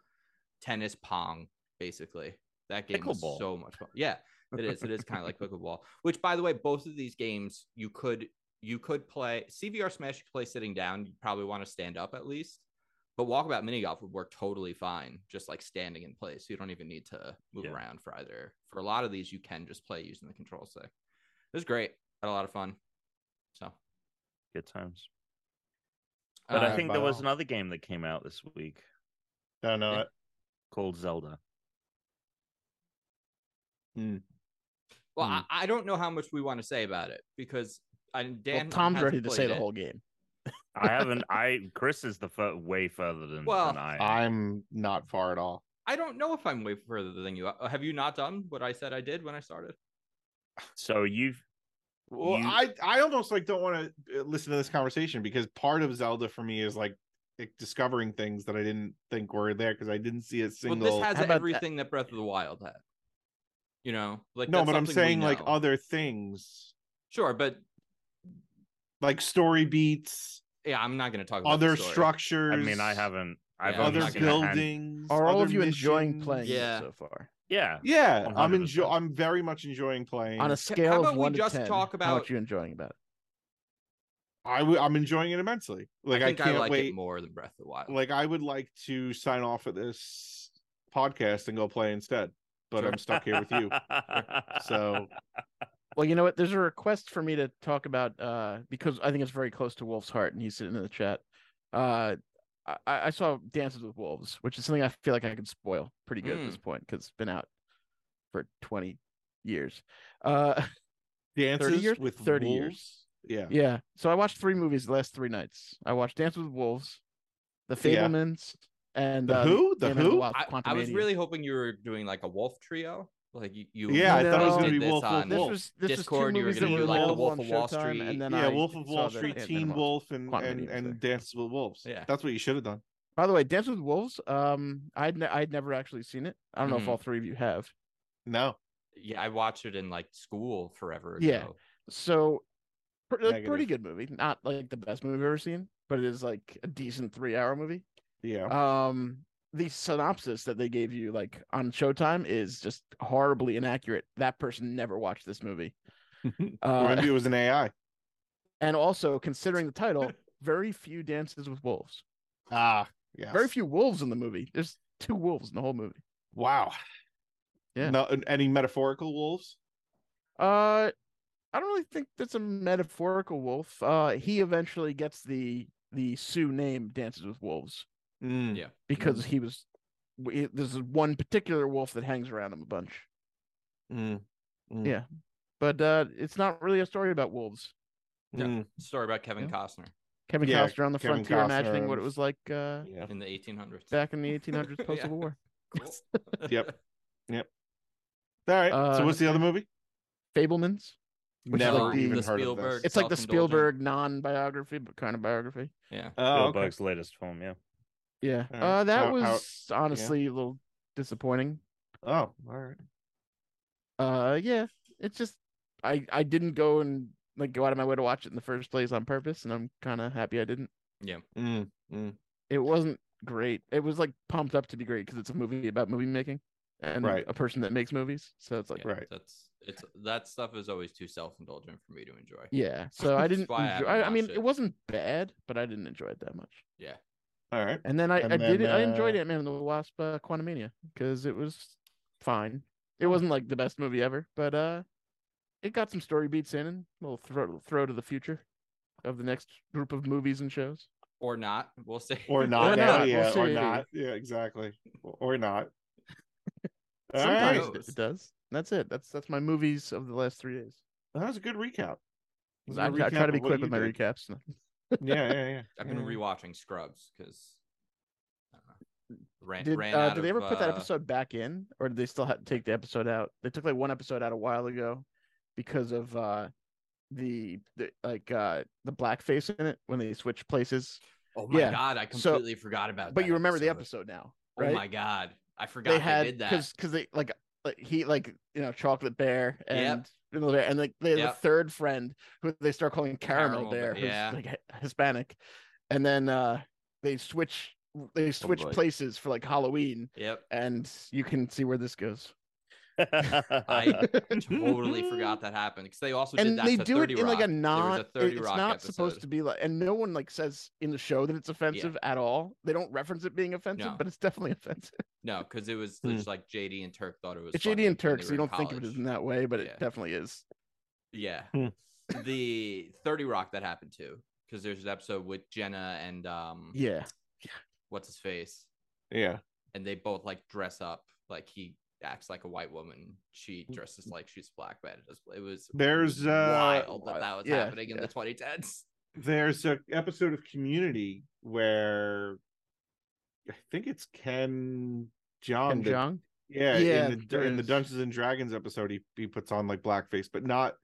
A: tennis pong, basically. That game was
D: Pickleball.
A: so much fun. Yeah, it is. It is kind of like pickleball. Which, by the way, both of these games you could you could play CVR Smash. You could play sitting down. You probably want to stand up at least. But walkabout mini golf would work totally fine, just like standing in place. You don't even need to move
D: Yeah.
A: around for either. For a lot of these, you can just play using the control stick. It was great. Had a lot of fun. So,
D: Good times. But
A: uh,
D: I think there was
C: wow.
D: another game that came out this week
C: don't know
A: Yeah.
C: it.
D: called Zelda.
A: well,
C: Hmm.
A: I, I don't know how much we want to say about it because I, Dan
B: Well, Tom's
A: hasn't
B: ready to say
A: played
B: the
A: it.
B: whole game.
D: I haven't I Chris is the fur way further than,
A: Well,
D: than I am.
C: I'm not far at all.
A: I don't know if I'm way further than you. Uh, Have you not done what I said I did when I started?
D: So you've
C: Well,
D: You-
C: I I almost like don't want to listen to this conversation because part of Zelda for me is like like, discovering things that I didn't think were there because I didn't see a single.
A: Well, this has
B: How about that?
A: everything that? Breath of the Wild had. You know, like
C: no,
A: that's
C: but I'm
A: something we
C: saying like
A: know.
C: other things,
A: sure, but
C: like story beats,
A: yeah, I'm not going to talk about the
C: other
A: story.
C: structures.
D: I mean I haven't I've
A: Yeah, I'm
D: only
C: other
A: not
D: seen a
A: gonna-
D: hand-
C: buildings.
B: Are all
C: other
B: of you enjoying playing
C: missions.
A: Yeah.
B: it so far?
D: Yeah.
C: Yeah, I'm
D: 100%.
C: enjoy. I'm very much enjoying playing.
B: On
A: Ca- how
B: a scale
A: about
B: of
A: we
B: one
A: just
B: to ten,
A: talk
B: how
A: about-
B: much you enjoying about it?
C: I w- I'm enjoying it immensely. Like I,
A: think
C: can't
A: like
C: wait.
A: it more than Breath of the Wild.
C: Like I would like to sign off of this podcast and go play instead, but I'm stuck here with you. So
B: Well, you know what? There's a request for me to talk about uh, because I think it's very close to Wolf's heart, and he's sitting in the chat. Uh, I, I saw Dances with Wolves, which is something I feel like I could spoil pretty good
C: Hmm.
B: at this point because it's been out for 20 years. Uh,
C: dances
B: years?
C: with
B: 30 years.
C: wolves? Yeah.
B: yeah. So I watched three movies the last three nights. I watched Dances with Wolves, The
C: Yeah.
B: Fablemans, and
C: The
B: uh,
C: who? The
B: Ant-Man and
C: who?
B: Wasp,
A: I, I was
B: Quantumania.
A: really hoping you were doing like a wolf trio. Like you, you
C: Yeah,
B: I thought it was
A: posted
B: gonna
C: be
A: this
C: Wolf, Wolf,
A: on-
B: this
C: Wolf.
B: was this was two
A: Discord, you were
B: movies
A: gonna
B: that
C: do,
B: were
C: like, The
B: available
A: Wolf
B: on
A: of Wall
B: Showtime,
A: Street.
B: and then
C: yeah,
B: I
C: Wolf of
B: saw
C: Wall
B: the
C: Street,
B: Ant-Man
C: Teen
B: and Wasp.
C: Wolf, and
B: Quantum
C: and,
B: Mania was
C: and
B: there.
C: Dances with Wolves.
A: Yeah.
C: that's what you should have done.
B: By the way, Dance with Wolves. Um, I'd ne- I'd never actually seen it. I don't know if
A: Mhm.
B: all three of you have.
C: No,
A: Yeah, I watched it in like school forever ago.
B: Yeah. So Pr- like,
C: Negative.
B: pretty good movie. Not like the best movie I've ever seen, but it is like a decent three hour movie.
C: Yeah.
B: Um, the synopsis that they gave you like on Showtime is just horribly inaccurate. That person never watched this movie.
C: or
B: Uh,
C: maybe it was an AI.
B: and also considering the title, very few dances with wolves.
C: Ah, yeah.
B: Very few wolves in the movie. There's two wolves in the whole movie.
C: Wow.
B: Yeah.
C: No, any metaphorical wolves?
B: Uh, I don't really think that's a metaphorical wolf. Uh, he eventually gets the the Sioux name Dances with Wolves
C: Mm.
A: Yeah.
B: because he was w- he- there's this one particular wolf that hangs around him a bunch.
C: Mm. Mm.
B: Yeah. But uh, it's not really a story about wolves.
A: Yeah.
C: Mm.
A: Story about Kevin
B: Yeah.
A: Costner
B: Kevin
C: Yeah,
B: Costner on the
C: Kevin
B: frontier,
C: Costner
B: imagining what
C: and-
B: it was like uh,
C: Yeah.
A: in the 1800s.
B: back in the 1800s post
A: Yeah.
B: Civil War.
A: Cool.
C: Yep. All right. so
B: Uh,
C: what's the other movie?
B: Fablemans. Which is
A: Never
B: like the-
A: even
B: the
A: heard of this.
B: It's like the
A: Self-indulgent.
B: Spielberg non biography, but kind of biography.
A: Yeah.
C: Oh, okay.
D: Spielberg's latest film, yeah.
B: Yeah.
C: All right.
B: Uh, that
C: How- how-
B: was honestly a little disappointing.
C: oh, all right.
B: Uh, yeah. It's just I I didn't go and like go out of my way to watch it in the first place on purpose, and I'm kind of happy I didn't.
C: Mm. Mm.
B: It wasn't great. It was like pumped up to be great because it's a movie about movie making and
C: Right.
B: a person that makes movies. So it's like
A: yeah,
C: right.
A: That's it's that stuff is always too self-indulgent for me to enjoy.
B: yeah. So I
A: That's
B: didn't.
A: why I
B: enjoy-
A: haven't
B: I, I mean,
A: watched
B: it.
A: it.
B: wasn't bad, but I didn't enjoy it that much.
A: Yeah.
C: All right.
B: And then I,
C: And
B: I did
C: then,
B: it. I enjoyed
C: uh,
B: Ant Man and the Wasp: uh, Quantumania because it was fine. It wasn't like the best movie ever, but uh, it got some story beats in and a little throw throw to the future of the next group of movies and shows.
A: Or not. We'll see.
C: Or
B: Or
C: not.
B: not,
C: Yeah.
B: we'll
C: or
B: see.
C: not. Yeah, exactly. Or or not. All
B: Sometimes
C: right.
A: Alright.
B: it, it does. That's it. That's that's my movies of the last three days.
C: That was a good recap. That was a
B: I,
C: good
B: I try
C: recap
B: to be
C: of what
B: quick
C: you
B: with my
C: did.
B: recaps.
C: yeah, yeah, yeah.
A: I've been
C: Yeah.
A: rewatching Scrubs because ran,
B: Did
A: ran
B: uh,
A: out
B: did they
A: of,
B: ever put that
A: uh,
B: episode back in, or did they still ha- take the episode out? They took like one episode out a while ago because of uh the, the like uh the blackface in it when they switch places.
A: Oh my
B: yeah,
A: god, I
B: so-
A: completely forgot about.
B: But
A: Oh, that
B: you remember the episode now, right?
A: Oh my god, I forgot
B: they
A: they,
B: had
A: did that.
B: because because they like like he like you know chocolate bear
A: Yep.
B: and vanilla bear and like they had
A: Yep.
B: a third friend who they start calling
A: Caramel
B: caramel,
A: Bear,
B: bear, who's
A: yeah.
B: like hi- Hispanic, and then uh they switch
A: Oh,
B: they switch
C: boy.
B: places for like Halloween
A: Yep,
B: and you can see where this goes.
A: I totally forgot that happened because they also did
B: and
A: that
B: they
A: to
B: do
A: 30
B: it in
A: Rock.
B: like a
A: There was
B: non. it-
A: 30
B: it's
A: Rock
B: not
A: episode.
B: supposed to be like, and no one like says in the show that it's offensive at all. They don't reference it being offensive,
A: No.
B: but it's definitely offensive.
A: No, because it was
C: Hmm.
A: just like JD and Turk thought it was.
B: It's
A: funny
B: JD and
A: when they
B: Turk, so
A: were
B: you
A: in
B: don't think of it
A: college.
B: in that way, but
A: Yeah.
B: it definitely is.
A: Yeah.
C: Hmm.
A: the 30 Rock that happened too, because there's an episode with Jenna and um
B: Yeah,
A: what's his face?
C: Yeah.
A: And they both like dress up like he acts like a white woman. She dresses like she's black, but it was, it was
C: There's, uh,
A: wild that that was
B: yeah,
A: happening in
B: yeah.
A: the 2010s.
C: There's a episode of Community where I think it's Ken John.
B: and
C: that-
B: Jung.
C: Yeah,
B: Yeah,
C: in the
B: there
C: in the
B: is.
C: Dungeons and Dragons episode, he, he puts on like blackface, but not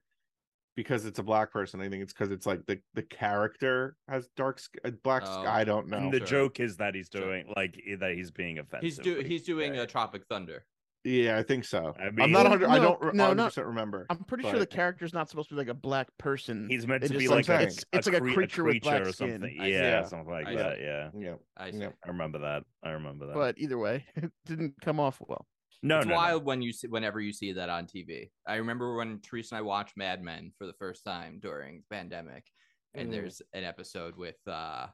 C: because it's a black person. I think it's because it's like the the character has dark sk- uh, black. sk-
A: Oh.
C: I don't know.
D: and the
A: Sure.
D: joke is that he's
A: Sure.
D: doing like i- that he's being offensive.
A: He's do
D: with
A: he's doing
D: that.
A: a Tropic Thunder.
C: yeah, I think so.
D: I
C: I
D: mean-
C: am not.
B: Well,
C: 100, I
B: no,
C: don't. re-
B: no,
C: 100%
B: not-
C: remember.
B: I'm pretty sure the
C: But-
B: character's not supposed to be like a black person.
D: He's meant
B: They
D: to
B: just
D: be
B: like
D: like a,
C: saying-
D: it's,
B: it's like a creature with black
D: or
B: skin.
D: something.
A: I
D: Yeah,
A: see.
C: Yeah.
D: something like
A: I
D: that. Yeah,
C: Yeah.
A: I see.
C: Yeah.
D: I remember that. I remember that.
B: But either way, it didn't come off well.
D: Oh, no,
A: it's
D: no, no.
A: wild when you see whenever you see that on TV. I remember when Teresa and I watched Mad Men for the first time during the pandemic, and
B: Mm-hmm.
C: Mm.
A: there's an episode with uh,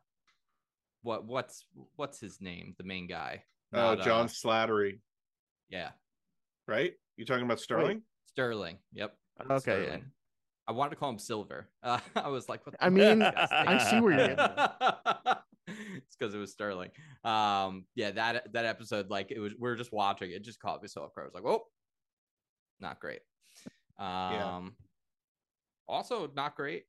A: what what's what's his name, the main guy?
C: Oh,
A: Not, uh,
C: John Slattery,
A: yeah,
C: right? You talking about Sterling?
A: Sterling. Yep.
B: Okay, yeah.
A: Sterling. I wanted to call him Silver. Uh, I was like, what?
B: I mean,
D: I see
B: where you're
A: it's because it was Sterling. Um, yeah, that that episode, like, it was we are just watching it, just caught me so off guard. I was like, oh, not great. Um, also not great.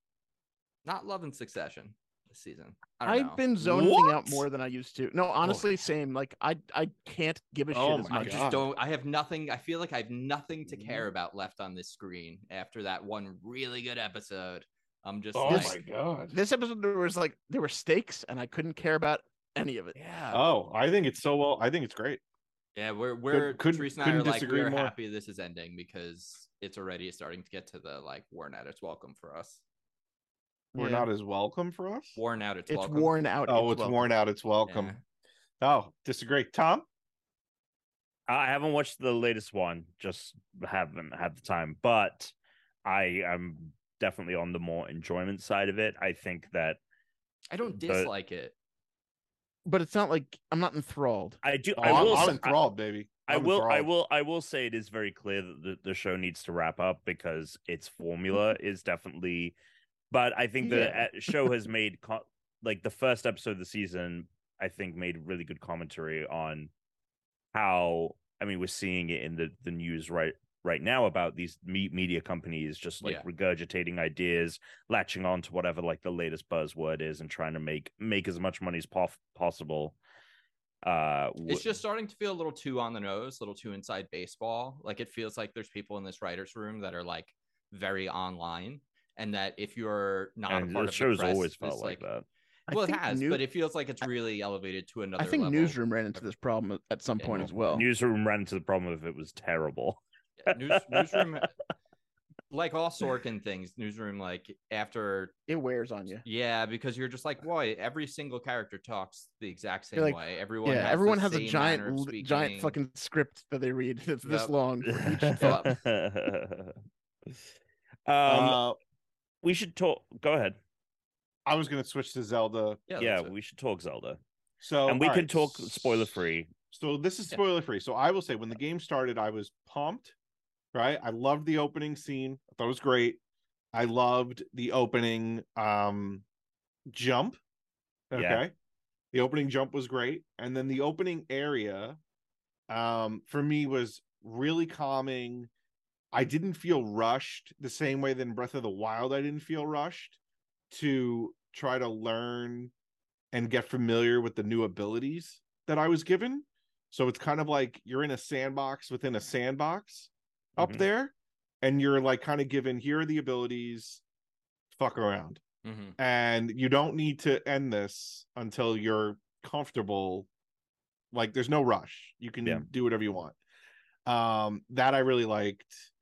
A: Not loving Succession this season. I don't
B: I've
A: know.
B: been zoning out
C: What?
B: more than I used to. No, honestly, same. Like I, I can't give a shit
C: Oh
B: as
C: my
A: I
B: much.
A: just
C: God.
A: don't. I have nothing. I feel like I have nothing to care
C: Mhm.
A: about left on this screen after that one really good episode. I'm just
C: Oh
A: like,
C: my god.
B: This episode there was like there were stakes, and I couldn't care about any of it.
D: Yeah.
C: Oh, I think it's so well. I think it's great.
A: Yeah, we're we're
C: couldn't-
A: Teresa and I are
C: couldn't
A: like
C: disagree
A: we're
C: more.
A: happy this is ending because it's already starting to get to the like we're not its welcome for us.
C: We're
B: Yeah.
C: not as welcome for us.
A: Worn out. It's,
B: It's
A: welcome.
B: worn out.
C: oh, it's
B: welcome.
C: worn out. It's welcome. Oh, disagree, Tom.
D: I haven't watched the latest one, just haven't had the time, but I am definitely on the more enjoyment side of it. I think that
A: I don't
D: But-
A: dislike it.
B: But it's not like I'm not enthralled.
D: I do.
C: Oh,
D: I
C: I'm-
D: will.
C: I'm,
D: s- I-
C: enthralled, baby.
D: I
C: I'm
D: will. I
C: enthralled.
D: will. I will say it is very clear that the, the show needs to wrap up because its formula
A: Mm-hmm.
D: is definitely. But I think the
B: Yeah.
D: uh, show has made co- like the first episode of the season. I think made really good commentary on how. I mean, we're seeing it in the the news right right now about these me- media companies just like
A: Yeah.
D: regurgitating ideas, latching on to whatever like the latest buzzword is, and trying to make make as much money as pof- possible. Uh,
A: It's
D: w-
A: just starting to feel a little too on the nose, a little too inside baseball. Like it feels like there's people in this writers' room that are like very online, and that if you're not a
D: and
A: part
D: the
A: of
D: show's
A: the press,
D: always
A: it's
D: felt like, that.
B: I
A: Well, it
B: think
A: has,
B: new-
A: but it feels like it's really elevated to another.
B: I think
A: level.
B: Newsroom ran into this problem at- at some
A: Yeah,
B: point
A: no.
B: as well.
D: Newsroom ran into the problem of it was terrible.
A: Yeah, News, newsroom, like all Sorkin things, newsroom. Like after,
B: It wears on you.
A: yeah, because you're just like, boy, every single character talks the exact same
B: You're like,
A: way. Everyone,
B: yeah,
A: has
B: everyone
A: the
B: has a
A: same
B: giant,
A: manner of
B: l- giant
A: speaking.
B: fucking script that they read that's this
A: Yep.
B: long. For each thought.
D: um,
C: Uh,
D: we should talk. Go ahead.
C: I was going to switch to Zelda.
A: Yeah,
D: yeah,
A: that's it.
D: we should talk Zelda,
C: So
D: and we
C: all
D: can
C: right.
D: talk spoiler free.
C: So this is
A: Yeah.
C: spoiler free. So I will say when the game started, I was pumped, right? I loved the opening scene. I thought it was great. I loved the opening um jump.
D: Yeah.
C: Okay. The opening jump was great. And then the opening area um for me was really calming. I didn't feel rushed the same way that in Breath of the Wild I didn't feel rushed to try to learn and get familiar with the new abilities that I was given. So it's kind of like you're in a sandbox within a sandbox up
D: Mhm.
C: there, and you're like kind of given here are the abilities, fuck around.
A: Mhm.
C: And you don't need to end this until you're comfortable. Like there's no rush. You can
D: Yeah.
C: do whatever you want. Um, that I really liked.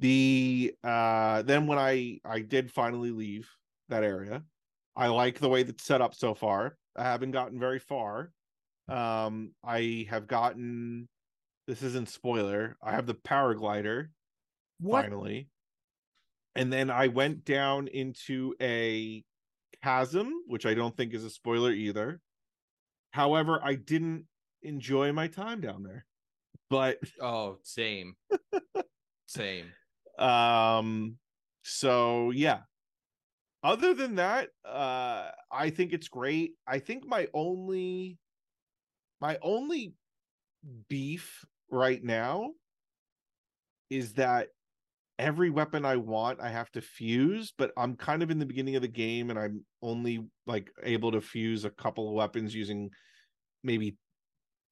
C: The uh then when I I did finally leave that area, I like the way that's set up so far. I haven't gotten very far. Um, I have gotten this isn't spoiler. I have the paraglider
B: What?
C: finally. And then I went down into a chasm, which I don't think is a spoiler either. However, I didn't enjoy my time down there. But
A: Oh, same, same.
C: um so yeah other than that uh i think it's great i think my only my only beef right now is that every weapon i want i have to fuse but i'm kind of in the beginning of the game and i'm only like able to fuse a couple of weapons using maybe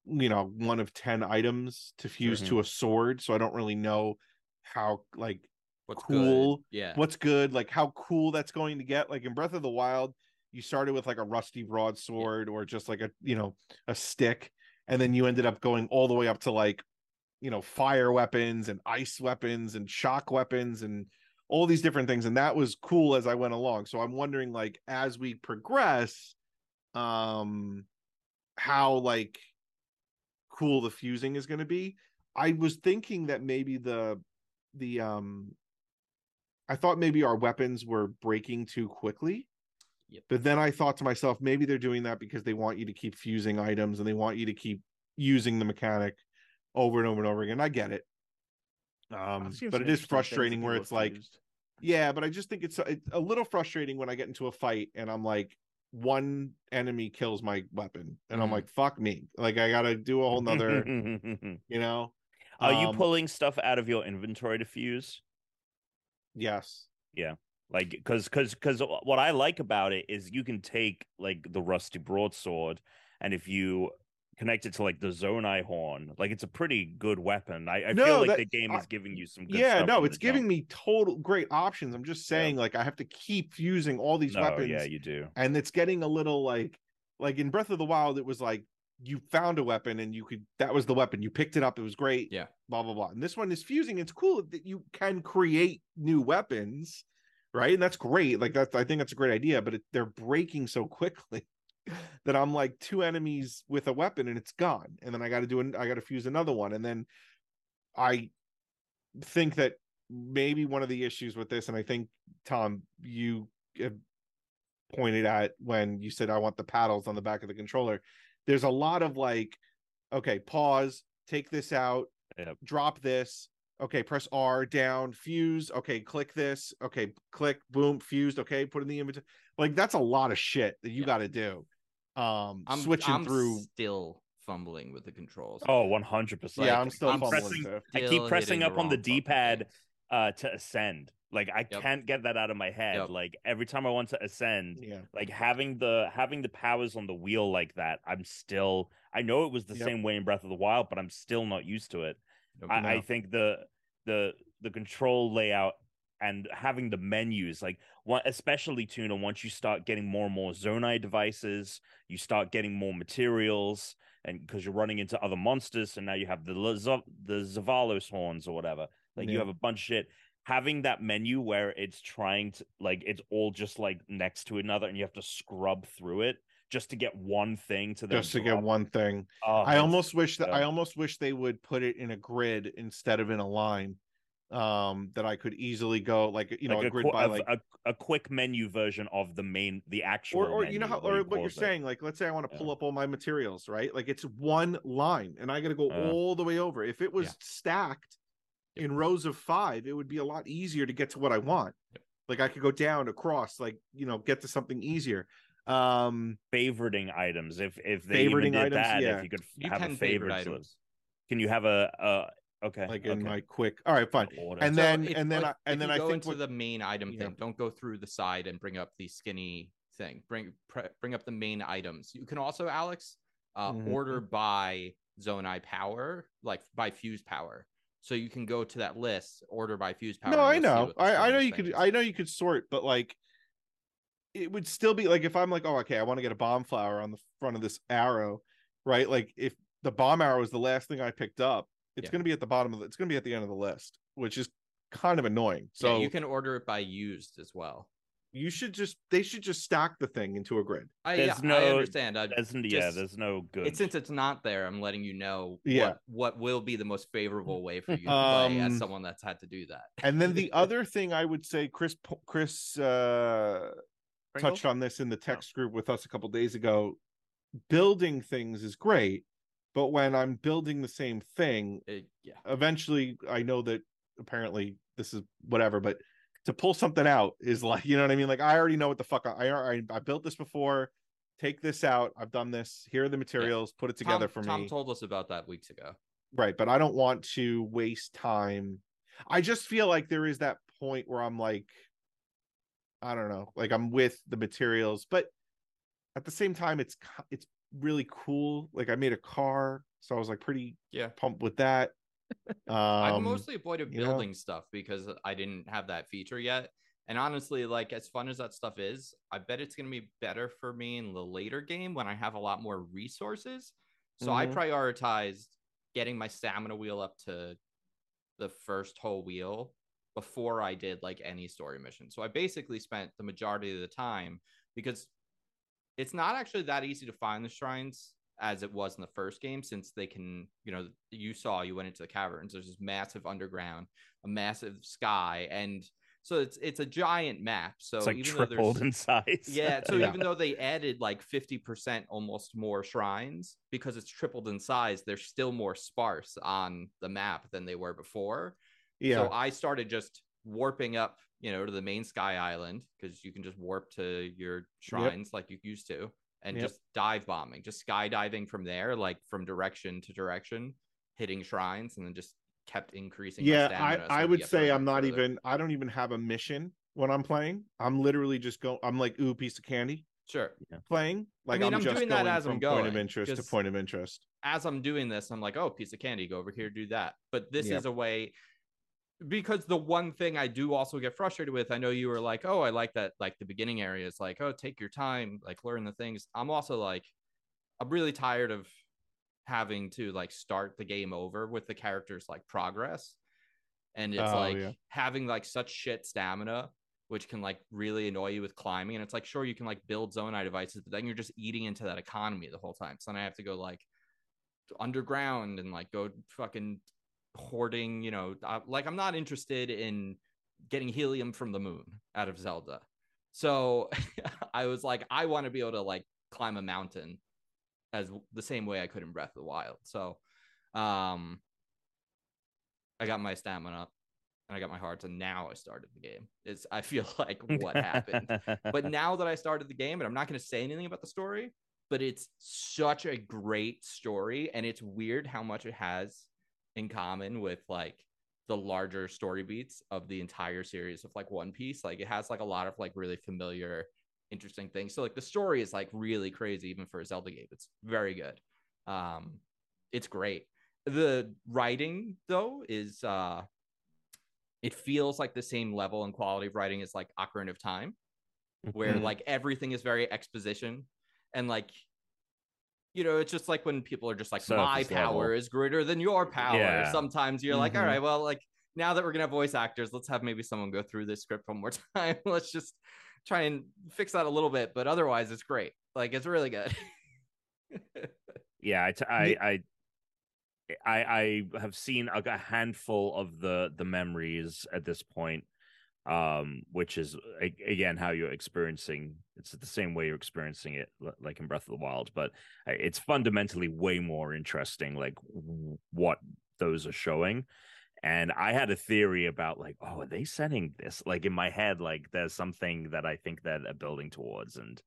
C: you know one of 10 items to fuse
D: Mhm.
C: to a sword so i don't really know how like
A: What's
C: Cool.
A: Good? Yeah.
C: what's good like how cool that's going to get like in breath of the wild you started with like a rusty broadsword or just like a you know a stick and then you ended up going all the way up to like you know fire weapons and ice weapons and shock weapons and all these different things and that was cool as i went along so i'm wondering like as we progress um how like cool the fusing is going to be i was thinking that maybe the the um I thought maybe our weapons were breaking too quickly.
A: Yep.
C: But then I thought to myself, maybe they're doing that because they want you to keep fusing items and they want you to keep using the mechanic over and over and over again. I get it. Um,
B: I've seen
C: but
B: some
C: it
B: interesting
C: is
B: things
C: frustrating
B: that
C: where
B: people
C: it's
B: have
C: like,
B: used.
C: yeah, but I just think it's, it's a little frustrating when I get into a fight and I'm like, one enemy kills my weapon. And I'm
D: Mm-hmm.
A: Mhm.
C: like, fuck me. Like, I got to do a whole nother, you know?
D: Are Oh, you
C: Um,
D: pulling stuff out of your inventory to fuse?
C: Yes.
D: like because because because what i like about it is you can take like the rusty broadsword and if you connect it to like the zonai horn like it's a pretty good weapon i, I
C: No,
D: feel like
C: that-
D: the game
C: I-
D: is giving you some good
C: yeah
D: stuff
C: no
D: from
C: it's
D: the
C: giving
D: jump.
C: me total great options i'm just saying like i have to keep fusing all these
D: no,
C: weapons
D: yeah you do
C: and it's getting a little like like in breath of the wild it was like you found a weapon and you could that was the weapon you picked it up it was great
A: Yeah.
C: blah blah blah and this one is fusing it's cool that you can create new weapons right? And that's great. Like that's I think that's a great idea, but it, they're breaking so quickly that I'm like two enemies with a weapon and it's gone, and then I got to do an, I got to fuse another one, and then I think that maybe one of the issues with this, and I think Tom, you uh, pointed at when you said I want the paddles on the back of the controller. There's a lot of like, okay, pause, take this out,
D: Yep.
C: drop this. Okay, press R down, fuse. Okay, click this. Okay, click, boom, fused. Okay, put in the inventory. Like that's a lot of shit that you
A: Yeah.
C: got to do. Um,
A: I'm
C: switching
A: I'm
C: through.
A: still fumbling with the controls.
D: Oh, 100%.
A: like,
C: yeah, I'm still
A: I'm
C: fumbling
D: pressing-
C: too.
D: I keep
A: Still
D: pressing
A: hitting
D: up on
A: wrong
D: the
A: fucking
D: D-pad.
A: things.
D: uh, to ascend. Like I
A: Yep.
D: can't get that out of my head.
A: Yep.
D: Like every time I want to ascend,
C: Yeah,
D: like having the having the powers on the wheel like that, I'm still. I know it was the
C: Yep.
D: same way in Breath of the Wild, but I'm still not used to it.
A: Nope.
D: I, I
C: No.
D: think the the the control layout and having the menus like one especially tuna once you start getting more and more zonai devices you start getting more materials and because you're running into other monsters and now you have the La- Zo- the zavalos horns or whatever like you
C: Yeah.
D: have a bunch of shit having that menu where it's trying to like it's all just like next to another and you have to scrub through it just to get one thing to then
C: just to get
D: drop.
C: one thing.
D: Oh,
C: I
D: it's-
C: almost wish that I
D: yeah.
C: almost wish they would put it in a grid instead of in a line. Um, that I could easily go like you know
D: like
C: a,
D: a,
C: grid
D: qu-
C: by
D: a-
C: like
D: a, a quick menu version of the main the actual
C: or or you
D: menu,
C: know how
D: what do
C: or what
D: call
C: you're
D: it?
C: saying like let's say I want to
D: Yeah.
C: pull up all my materials right like it's one line and I got to go
D: Uh.
C: all the way over. If it was
A: Yeah.
C: stacked
A: Yep.
C: in rows of five, it would be a lot easier to get to what I want.
A: Yep.
C: Like I could go down across like you know get to something easier. Um,
D: favoriting items if if they even
C: Favoriting
D: did
C: items,
D: that
C: yeah.
D: if you could
A: You
D: have
A: can
D: a
A: favorite
D: favorites
A: items.
D: list. can you have a uh okay
C: like
D: okay.
C: in my quick all right fine
D: Order.
C: and
A: So
C: then
A: if-
C: and then
A: like,
C: I, and
A: if
C: then
A: you
C: I
A: go
C: think
A: into
C: what-
A: the main item
C: Yeah.
A: thing. Don't go through the side and bring up the skinny thing. Bring pre- bring up the main items. You can also, Alex, uh,
C: Mhm.
A: order by zone I power, like by fuse power. So you can go to that list, order by fuse power.
C: No,
A: and
C: I
A: you'll see
C: know.
A: what the
C: I, I know
A: strongest
C: you
A: thing
C: could
A: is.
C: I know you could sort, but like it would still be like if I'm like, oh okay, I want to get a bomb flower on the front of this arrow, right? Like if the bomb arrow is the last thing I picked up, it's
A: Yeah.
C: gonna be at the bottom of the, it's gonna be at the end of the list, which is kind of annoying.
A: Yeah,
C: So
A: you can order it by used as well.
C: you should just they should just stack the thing into a grid.
A: I,
D: There's
A: yeah,
D: no-
A: I understand. I,
D: there's, n- yeah
A: just-
D: there's no good
A: It's since it's not there, I'm letting you know
C: Yeah.
A: what, what will be the most favorable way for you to play
C: Um,
A: as someone that's had to do that.
C: And then the other thing I would say, Chris po- Chris uh touched on this in the text group with us a couple days ago. Building things is great, but when I'm building the same thing,
A: It- yeah.
C: eventually I know that apparently this is whatever, but to pull something out is like, you know what I mean? Like I already know what the fuck I I, I built this before. Take this out. I've done this. Here are the materials. Put it together
A: Tom,
C: for me.
A: Tom told us about that weeks ago.
C: Right, but I don't want to waste time. I just feel like there is that point where I'm like, I don't know, like I'm with the materials, but at the same time, it's ki- it's really cool. Like I made a car, so I was like pretty
A: Yeah.
C: pumped with that. Um,
A: I've mostly avoided
C: you know?
A: building stuff because I didn't have that feature yet. And honestly, like as fun as that stuff is, I bet it's going to be better for me in the later game when I have a lot more resources. So I
C: Mhm.
A: prioritized getting my stamina wheel up to the first whole wheel before I did like any story mission. So I basically spent the majority of the time because it's not actually that easy to find the shrines as it was in the first game since they can you know you saw you went into the caverns there's this massive underground a massive sky and so it's it's a giant map so
D: it's like
A: even though
D: tripled
A: there's
D: in size
A: yeah so
C: Yeah.
A: even though they added like 50% almost more shrines because it's tripled in size they're still more sparse on the map than they were before
C: yeah,
A: so I started just warping up, you know, to the main Sky Island because you can just warp to your shrines like you used to and
C: Yep.
A: just dive bombing, just skydiving from there, like from direction to direction, hitting shrines and then just kept increasing. my
C: yeah.
A: stamina, so
C: I I
A: I'd
C: would
A: get
C: say
A: further
C: I'm
A: and
C: not
A: further.
C: even. I don't even have a mission when I'm playing. I'm literally just go. I'm like, ooh, piece of candy
A: sure.
C: playing. Like
A: mean,
C: I'm,
A: I'm
C: just
A: doing that
C: going
A: as I'm
C: from point of
A: going,
C: interest to
A: 'cause-
C: point of interest.
A: as I'm doing this, I'm like, oh, piece of candy, go over here, do that. But this
C: Yep.
A: is a way because the one thing I do also get frustrated with, I know you were like, oh, I like that, like the beginning area is like, oh, take your time, like learn the things. I'm also like, I'm really tired of having to like start the game over with the characters like progress. And it's
C: Oh,
A: like
C: yeah.
A: having like such shit stamina which can like really annoy you with climbing. And it's like, sure, you can like build zone eye devices, but then you're just eating into that economy the whole time. So then I have to go like underground and like go fucking hoarding, you know, I, like I'm not interested in getting helium from the moon out of Zelda. So I was like, I want to be able to like climb a mountain as the same way I could in Breath of the Wild. So um I got my stamina up and I got my hearts and now I started the game. It's I feel like what happened. but now that I started the game and I'm not going to say anything about the story, but it's such a great story and it's weird how much it has in common with like the larger story beats of the entire series of like One Piece. Like it has like a lot of like really familiar interesting things. So like the story is like really crazy even for a Zelda game. It's very good. Um it's great. The writing though is uh it feels like the same level and quality of writing as like Ocarina of Time where
D: Mm-hmm.
C: Mhm.
A: like everything is very exposition and like you know, it's just like when people are just like, my
D: Surface
A: power
D: level.
A: is greater than your power.
D: Yeah. Mm-hmm.
A: Sometimes you're like, all
C: Mhm.
A: right, well, like now that we're gonna have voice actors, let's have maybe someone go through this script one more time. let's just try and fix that a little bit, but otherwise, it's great. Like it's really good.
D: yeah, I, t- I, I, I, I have seen a, a handful of the the memories at this point, um, which is a- again how you're experiencing. It's the same way you're experiencing it, l- like in Breath of the Wild, but I- it's fundamentally way more interesting, like w- what those are showing. And I had a theory about like, oh, are they sending this? Like in my head, like there's something that I think that they're building towards, and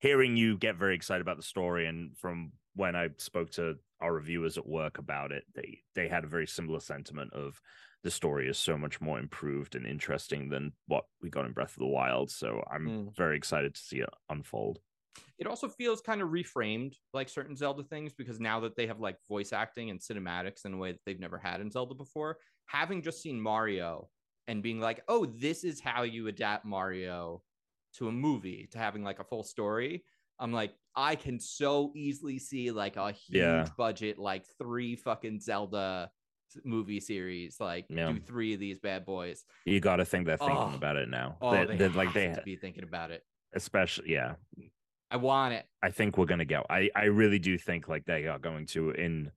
D: hearing you get very excited about the story and from when I spoke to our reviewers at work about it, they they had a very similar sentiment of the story is so much more improved and interesting than what we got in Breath of the Wild. So I'm
A: Mm.
D: very excited to see it unfold.
A: it also feels kind of reframed like certain Zelda things because now that they have like voice acting and cinematics in a way that they've never had in Zelda before, having just seen Mario and being like, oh, this is how you adapt Mario to a movie, to having like a full story. I'm like, I can so easily see like a huge
D: Yeah.
A: budget, like three fucking Zelda s- movie series, like
D: Yeah.
A: do three of these bad boys.
D: You got to think they're thinking
A: Oh.
D: about it now.
A: Oh,
D: They-
A: they,
D: they're
A: have
D: like they
A: to be thinking about it.
D: especially yeah.
A: I want it.
D: I think we're gonna go. I I really do think like they are going to in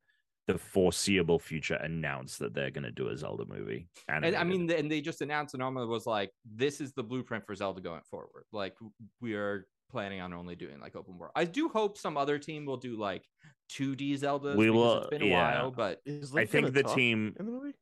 D: the foreseeable future announce that they're gonna do a Zelda movie.
A: And I
D: animated.
A: mean, and they just announced, and Arma was like, "This is the blueprint for Zelda going forward. Like, we are planning on only doing like open world. I do hope some other team will do like 2D Zelda.
D: We will-
A: It's been a
D: yeah.
A: while, but
B: Is
D: I
B: Link gonna
D: think the
B: talk
D: team
B: in the movie.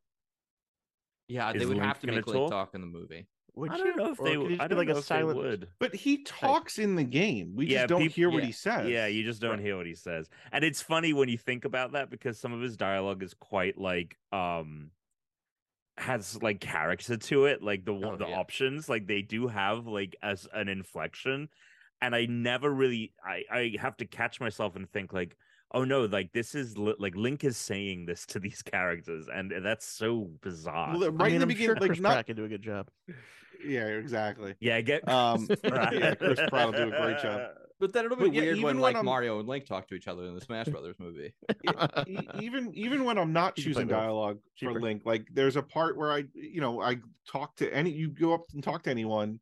A: yeah, they
D: Is
A: would
D: Link
A: have to
D: gonna
A: make Link
D: talk?
A: talk in the movie.
B: Would
D: I don't know if
B: Or
D: they.
B: could it
D: w-
B: just
D: I
B: be
D: don't
B: like
D: know
B: a
D: if they
B: silent-
D: would.
C: But he talks in the game. We
D: Yeah,
C: just don't
D: peop-
C: hear what
A: yeah.
C: he says.
D: Yeah, you just don't
A: Right.
D: hear what he says, and it's funny when you think about that because some of his dialogue is quite like um has like character to it. Like the one
A: Oh,
D: the
A: yeah.
D: options, like they do have like as an inflection, and I never really I I have to catch myself and think like. Oh no! Like this is li- like Link is saying this to these characters, and that's so bizarre.
C: Well,
B: I
C: right
B: mean,
C: in the
B: I'm
C: beginning,
B: sure
C: like
B: Chris
C: not.
B: Pratt can do a good job.
C: Yeah, exactly.
D: yeah, I get
C: Um, yeah, Chris Pratt will do a great job.
A: But then it'll be
C: But yeah,
A: weird
C: even
A: when
C: when
A: like
C: I'm-
A: Mario and Link talk to each other in the Smash Brothers movie.
C: E- even even when I'm not
B: You can play
C: choosing
B: both.
C: dialogue for
B: Cheaper.
C: Link, like there's a part where I, you know, I talk to any. You go up and talk to anyone,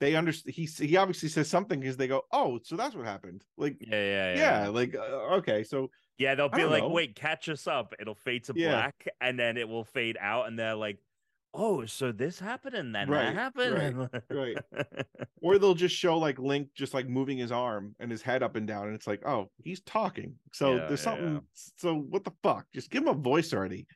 C: they understand. He s- he obviously says something because they go, "Oh, so that's what happened." Like,
D: Yeah, yeah,
C: yeah, like uh, okay, so
D: Yeah, they'll
C: I
D: be
C: don't
D: like,
C: know.
D: wait, catch us up. It'll fade to
C: Yeah.
D: black and then it will fade out. And they're like, oh, so this happened and then
C: Right,
D: that happened.
C: right. Or they'll just show like Link just like moving his arm and his head up and down, and it's like, oh, he's talking. So
D: Yeah,
C: there's
D: yeah,
C: something.
D: yeah.
C: So what the fuck? Just give him a voice already.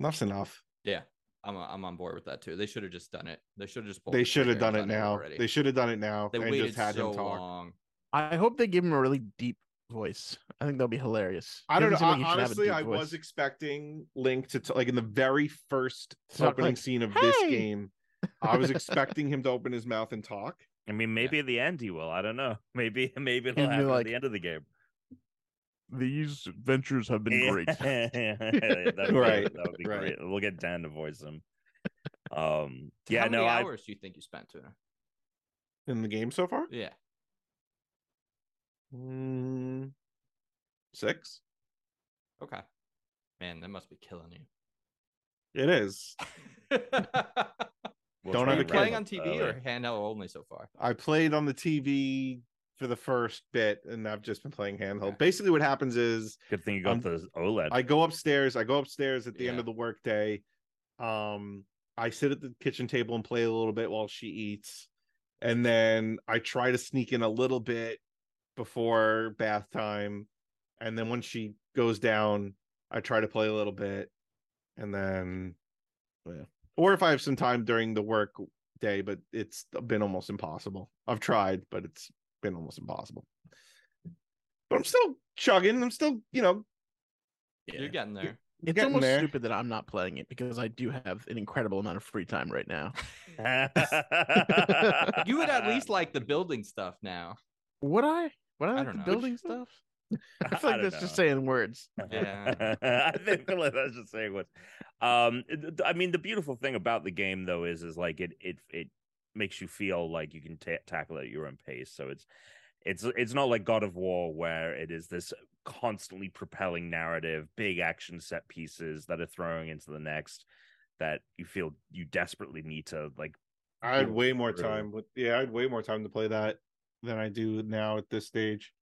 C: Enough's enough.
A: yeah, I'm I'm on board with that too. They should have just done it. They should have just pulled
C: they
A: the
C: should have
A: trigger
C: done
A: and
C: it now.
A: already.
C: They should have done it now
A: They
C: and
A: waited
C: just had
A: so
C: him talk.
A: long.
B: I hope they give him a really deep voice. I think that'll be hilarious.
C: I don't know.
B: Doesn't seem like he should
C: I-
B: have a
C: honestly,
B: deep
C: I
B: voice.
C: was expecting Link to t- like in the very first
B: To talk
C: opening
B: like,
C: scene of this
B: "Hey!"
C: game. I was expecting him to open his mouth and talk.
D: I mean, maybe at the end he will. I don't know. Maybe maybe it'll
B: And you're
D: happen
B: like,
D: at the end of the game.
B: These ventures have been great.
D: that would
C: Right,
D: Be, that would be
C: right.
D: great. We'll get Dan to voice him. Um yeah,
A: How
D: no,
A: many
D: I
A: hours do you think you spent, Tuna?
C: in the game so far?
A: Yeah,
C: Mm, six.
A: okay. Man, that must be killing you.
C: It is.
D: well
C: Don't
A: Are
C: have
A: you
C: a
A: playing
C: Kindle.
A: on TV
D: Uh,
A: or handheld only so far?
C: I played on the TV for the first bit, and I've just been playing handheld. Basically, what happens is
D: Good thing you got
C: Um,
D: the E OLED.
C: I go upstairs. I go upstairs at the end
A: Yeah.
C: of the workday. Um, I sit at the kitchen table and play a little bit while she eats, and then I try to sneak in a little bit before bath time, and then when she goes down, I try to play a little bit, and then, yeah. or if I have some time during the work day, but it's been almost impossible. I've tried, but it's been almost impossible. But I'm still chugging. I'm still, you know,
A: You're getting there.
B: It's
C: getting
B: almost
C: there.
B: stupid that I'm not playing it because I do have an incredible amount of free time right now.
A: You would at least like the building stuff now.
B: Would I? Would I like
A: don't
B: the
A: know.
B: building stuff? I feel like
D: don't
B: that's just
D: know.
B: saying words.
A: Yeah.
D: I think feel like that's just saying what. Um, it- I mean, the beautiful thing about the game though is, is like it it it makes you feel like you can ta tackle it at your own pace. So it's it's it's not like God of War where it is this constantly propelling narrative, big action set pieces that are throwing into the next that you feel you desperately need to like.
C: I had
D: Yeah,
C: way more
D: really.
C: time with yeah, I had way more time to play that than I do now at this stage.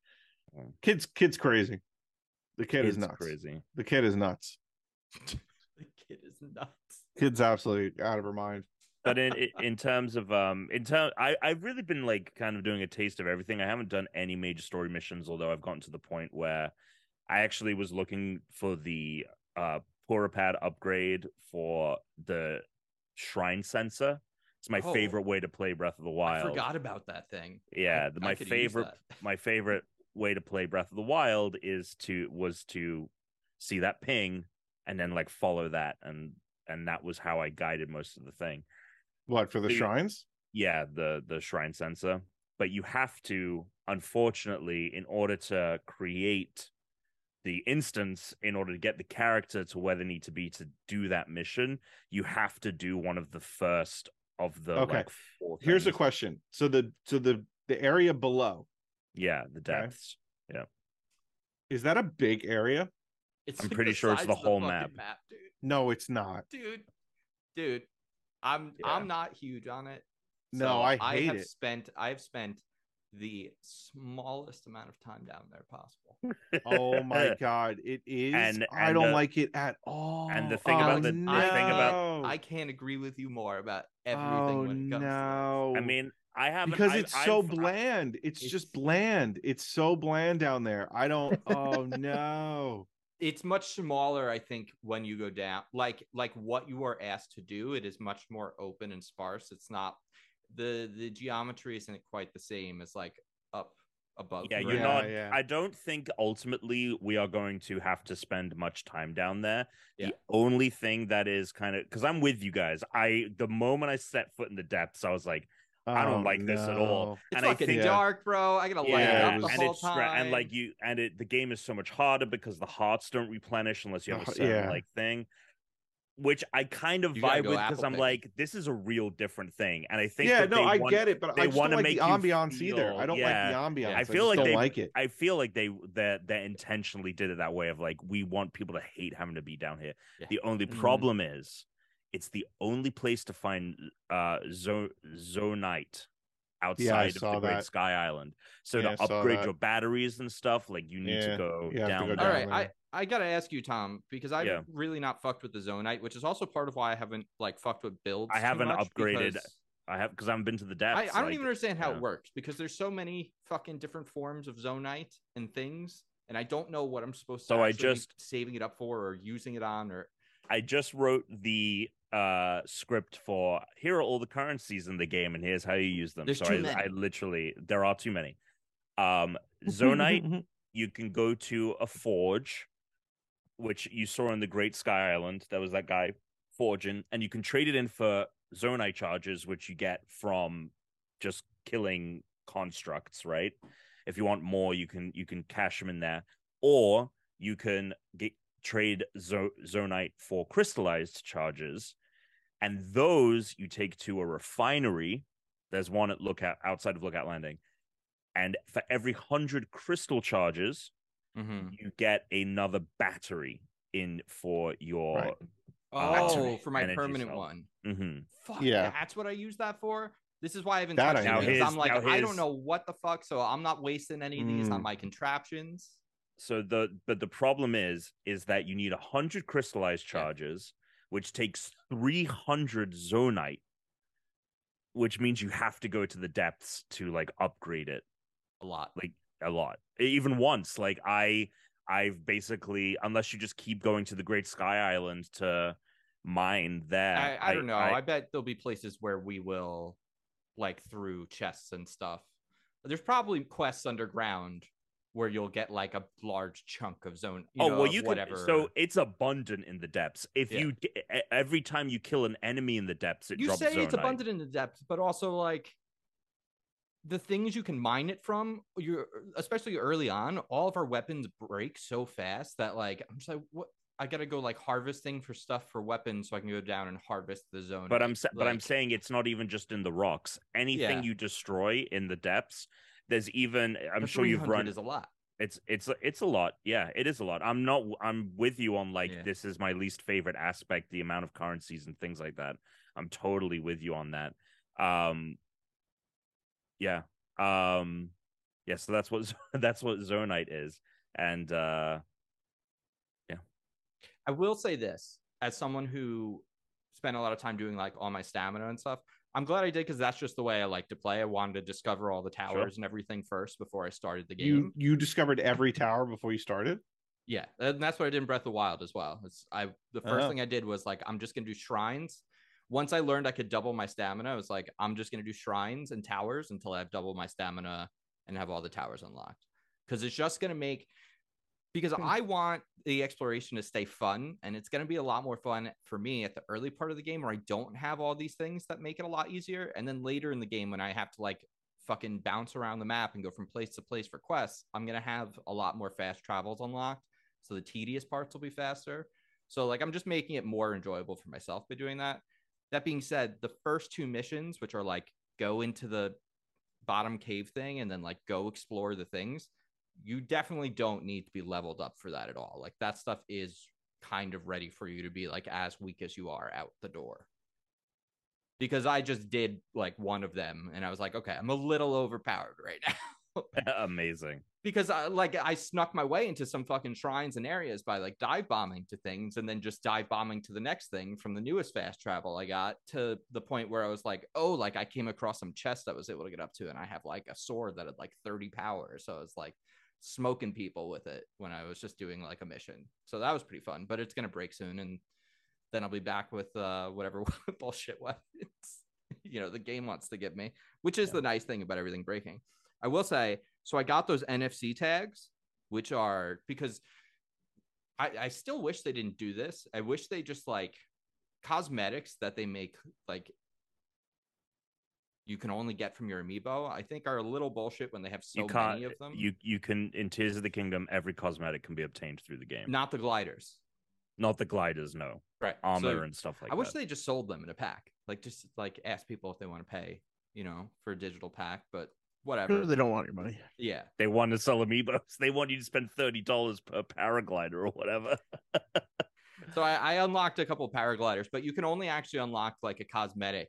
C: Kids kids crazy. The kid is
D: it's
C: nuts.
D: crazy.
C: The kid is nuts.
A: The kid is nuts.
C: Kid's absolutely out of her mind.
D: but in in- in terms of um in term I I've really been like kind of doing a taste of everything. I haven't done any major story missions, although I've gotten to the point where I actually was looking for the uh poorer pad upgrade for the shrine sensor. It's my
A: Oh.
D: favorite way to play Breath of the
A: I
D: Wild.
A: forgot about that thing.
D: Yeah,
A: I-
D: the-
A: I
D: my
A: could use
D: favorite
A: that.
D: my favorite way to play Breath of the Wild is to was to see that ping and then like follow that and and that was how I guided most of the thing
C: What for the
D: Dude.
C: shrines?
D: yeah the the shrine sensor but you have to unfortunately in order to create the instance in order to get the character to where they need to be to do that mission you have to do one of the first of the
C: Okay.
D: like four
C: Here's a
D: things.
C: question. So the so the the area below,
D: yeah the depths
C: is that a big area?
A: It's
D: I'm
A: like
D: pretty sure it's
A: size
D: the
A: of
D: whole
A: fucking
D: map.
A: dude.
C: No, it's not.
A: dude, dude, I'm
D: Yeah.
A: I'm not huge on it.
C: No,
A: so
C: I
A: I
C: hate
A: have
C: it.
A: spent I've spent the smallest amount of time down there possible.
C: Oh my god, it is.
D: And-
C: I
D: and
C: don't
D: the-
C: like it at all.
D: the thing
C: Oh,
A: about
D: the- the thing about-
C: no.
A: I can't agree with you more about everything
C: oh,
A: when it comes to
C: no.
D: i mean i haven't
C: because
D: I-
C: it's so
D: I've- I-
C: bland. It's,
A: It's-
C: just bland. It's so bland down there. I don't. Oh no.
A: it. It's much smaller, I think, when you go down. Like like what you are asked to do, it is much more open and sparse. It's not the the geometry isn't quite the same as like up above.
D: yeah, you're
A: ground.
C: Yeah,
D: not.
C: yeah.
D: I don't think ultimately we are going to have to spend much time down there.
A: Yeah.
D: The only thing that is kind of because I'm with you guys. I the moment I set foot in the depths, I was like, I don't
C: Oh,
D: like this at all.
C: no.
A: It's
D: and I
A: fucking
D: think-
C: Yeah.
A: dark, bro. I gotta light
C: Yeah,
A: it up
C: it
A: the
C: was-
D: and
A: whole
D: it's stra-
A: time.
D: and like you and it the game is so much harder because the hearts don't replenish unless you have a
C: The h-
D: certain
C: yeah.
D: like thing. Which I kind of
A: You gotta
D: vibe
A: go
D: with because
A: apple
D: I'm
A: picking.
D: like, this is a real different thing, and I think
C: Yeah,
D: that
C: no,
D: they
C: I
D: want-
C: get it, but
D: they
C: I just don't
D: wanna
C: like
D: make
C: the
D: you
C: ambiance either.
D: feel-
C: I don't
D: yeah.
C: like the ambiance.
D: I feel
C: just
D: like
C: don't
D: they-
C: like it.
D: I feel like they that that intentionally did it that way of like we want people to hate having to be down here.
A: Yeah.
D: The only
C: Mm-hmm.
B: Mhm.
D: problem is it's the only place to find uh zo- zonite outside of
C: saw
D: the Great
C: that.
D: Sky Island. So
C: Yeah, I
D: to
C: saw
D: upgrade
C: that.
D: your batteries and stuff, like you need
C: Yeah,
D: to go
C: you have to
D: down.
C: go
D: there.
A: all
C: down
A: right, I
C: there.
A: I gotta ask you, Tom, because I've
D: Yeah.
A: really not fucked with the zonite, which is also part of why I haven't like fucked with builds.
D: I
A: too
D: haven't
A: much
D: upgraded
A: because
D: I have because I haven't been to the
A: I,
D: depths.
A: I don't
D: like,
A: even understand how
D: yeah.
A: it works because there's so many fucking different forms of zonite and things, and I don't know what I'm supposed to.
D: So I
A: actually be
D: just-
A: saving it up for or using it on or
D: I just wrote the uh script for here are all the currencies in the game and here's how you use them.
A: There's
D: so
A: too
D: I,
A: many.
D: I literally there are too many. Um Zonite, you can go to a forge, which you saw in the Great Sky Island. There was that guy forging, and you can trade it in for Zonite charges, which you get from just killing constructs, right? If you want more, you can you can cash them in there. Or you can get trade zo- zonite for crystallized charges and those you take to a refinery there's one at lookout outside of lookout landing and for every 100 crystal
C: Mm-hmm.
A: Mm-hmm.
D: charges you get another battery in for your
C: Right.
A: Oh,
D: activate
A: for my
D: energy
A: permanent
D: cell.
A: one.
D: hmm
A: Fuck,
C: Yeah.
A: that's what I use that for. This is why I haven't
C: That
A: touched
C: I
A: it
C: know.
A: because
D: Now
A: I'm
D: his-
A: like,
D: now
A: I
D: his-
A: don't know what the fuck, so I'm not wasting any of these on
C: Mm.
A: my contraptions.
D: So the but the problem is is that you need hundred crystallized
A: Yeah.
D: charges, which takes three hundred zonite, which means you have to go to the depths to like upgrade it
A: A lot.
D: Like- a lot. E- Even once, like I I've basically unless you just keep going to the Great Sky Island to mine there.
A: I, I, don't know. I, bet there'll be places where we will, like, through chests and stuff. There's probably quests underground where you'll get like a large chunk of zone. You
D: oh
A: know,
D: well,
A: of
D: you
A: whatever.
D: could. So it's abundant in the depths. If
A: Yeah.
D: you d- e- every time you kill an enemy in the depths, it
A: you
D: drops
A: say it's
D: zonite.
A: abundant in the depths, but also like the things you can mine it from. You're especially early on. All of our weapons break so fast that like I'm just like what I gotta go like harvesting for stuff for weapons so I can go down and harvest the zone.
D: But I'm sa- but I'm
A: Like-
D: saying it's not even just in the rocks. Anything
A: Yeah.
D: you destroy in the depths, there's even. I'm
A: But
D: sure you've
A: 300
D: run.
A: is a lot.
D: it's it's it's a lot. Yeah, it is a lot. I'm not. I'm with you on like
A: Yeah.
D: this is my least favorite aspect. The amount of currencies and things like that. I'm totally with you on that. Um, yeah. Um, yeah. So that's what that's what zonite is, and uh,
A: I will say this as someone who spent a lot of time doing like all my stamina and stuff. I'm glad I did because that's just the way I like to play. I wanted to discover all the towers and everything first before I started the game.
C: You you discovered every tower before you started?
A: Yeah, and that's what I did in Breath of the Wild as well. It's I the 1st
C: Oh.
A: thing I did was like I'm just gonna do shrines. Once I learned I could double my stamina, I was like I'm just gonna do shrines and towers until I've doubled my stamina and have all the towers unlocked. Because it's just gonna make because I want the exploration to stay fun, and it's gonna be a lot more fun for me at the early part of the game where I don't have all these things that make it a lot easier, and then later in the game when I have to like fucking bounce around the map and go from place to place for quests, I'm gonna have a lot more fast travels unlocked. So the tedious parts will be faster. So like I'm just making it more enjoyable for myself by doing that. That being said, the first two missions, which are like go into the bottom cave thing and then like go explore the things, you definitely don't need to be leveled up for that at all. Like that stuff is kind of ready for you to be like as weak as you are out the door. Because I just did like one of them and I was like, okay, I'm a little overpowered right now
D: amazing.
A: because I like I snuck my way into some fucking shrines and areas by like dive bombing to things and then just dive bombing to the next thing from the newest fast travel I got to the point where I was like, oh, like I came across some chest I was able to get up to and I have like a sword that had like 30 power. So I was like smoking people with it when I was just doing like a mission. So that was pretty fun, but it's gonna break soon and then I'll be back with uh whatever bullshit weapons you know the game wants to give me, which is the nice thing about everything breaking. I will say, so I got those NFC tags, which are because I, I still wish they didn't do this. I wish they just like cosmetics that they make like you can only get from your amiibo. I think are a little bullshit when they have so
D: you can't.
A: many of them.
D: You you can in Tears of the Kingdom. Every cosmetic can be obtained through the game.
A: not the gliders,
D: Not the gliders, no
A: right?
D: armor
A: So-
D: and stuff like
A: I
D: that.
A: wish they just sold them in a pack. Like just like ask people if they want to pay, you know, for a digital pack, but whatever.
B: They don't want your money.
A: yeah.
D: they want to sell amiibos. They want you to spend thirty dollars per paraglider or whatever.
A: So I, I unlocked a couple paragliders, but you can only actually unlock like a cosmetic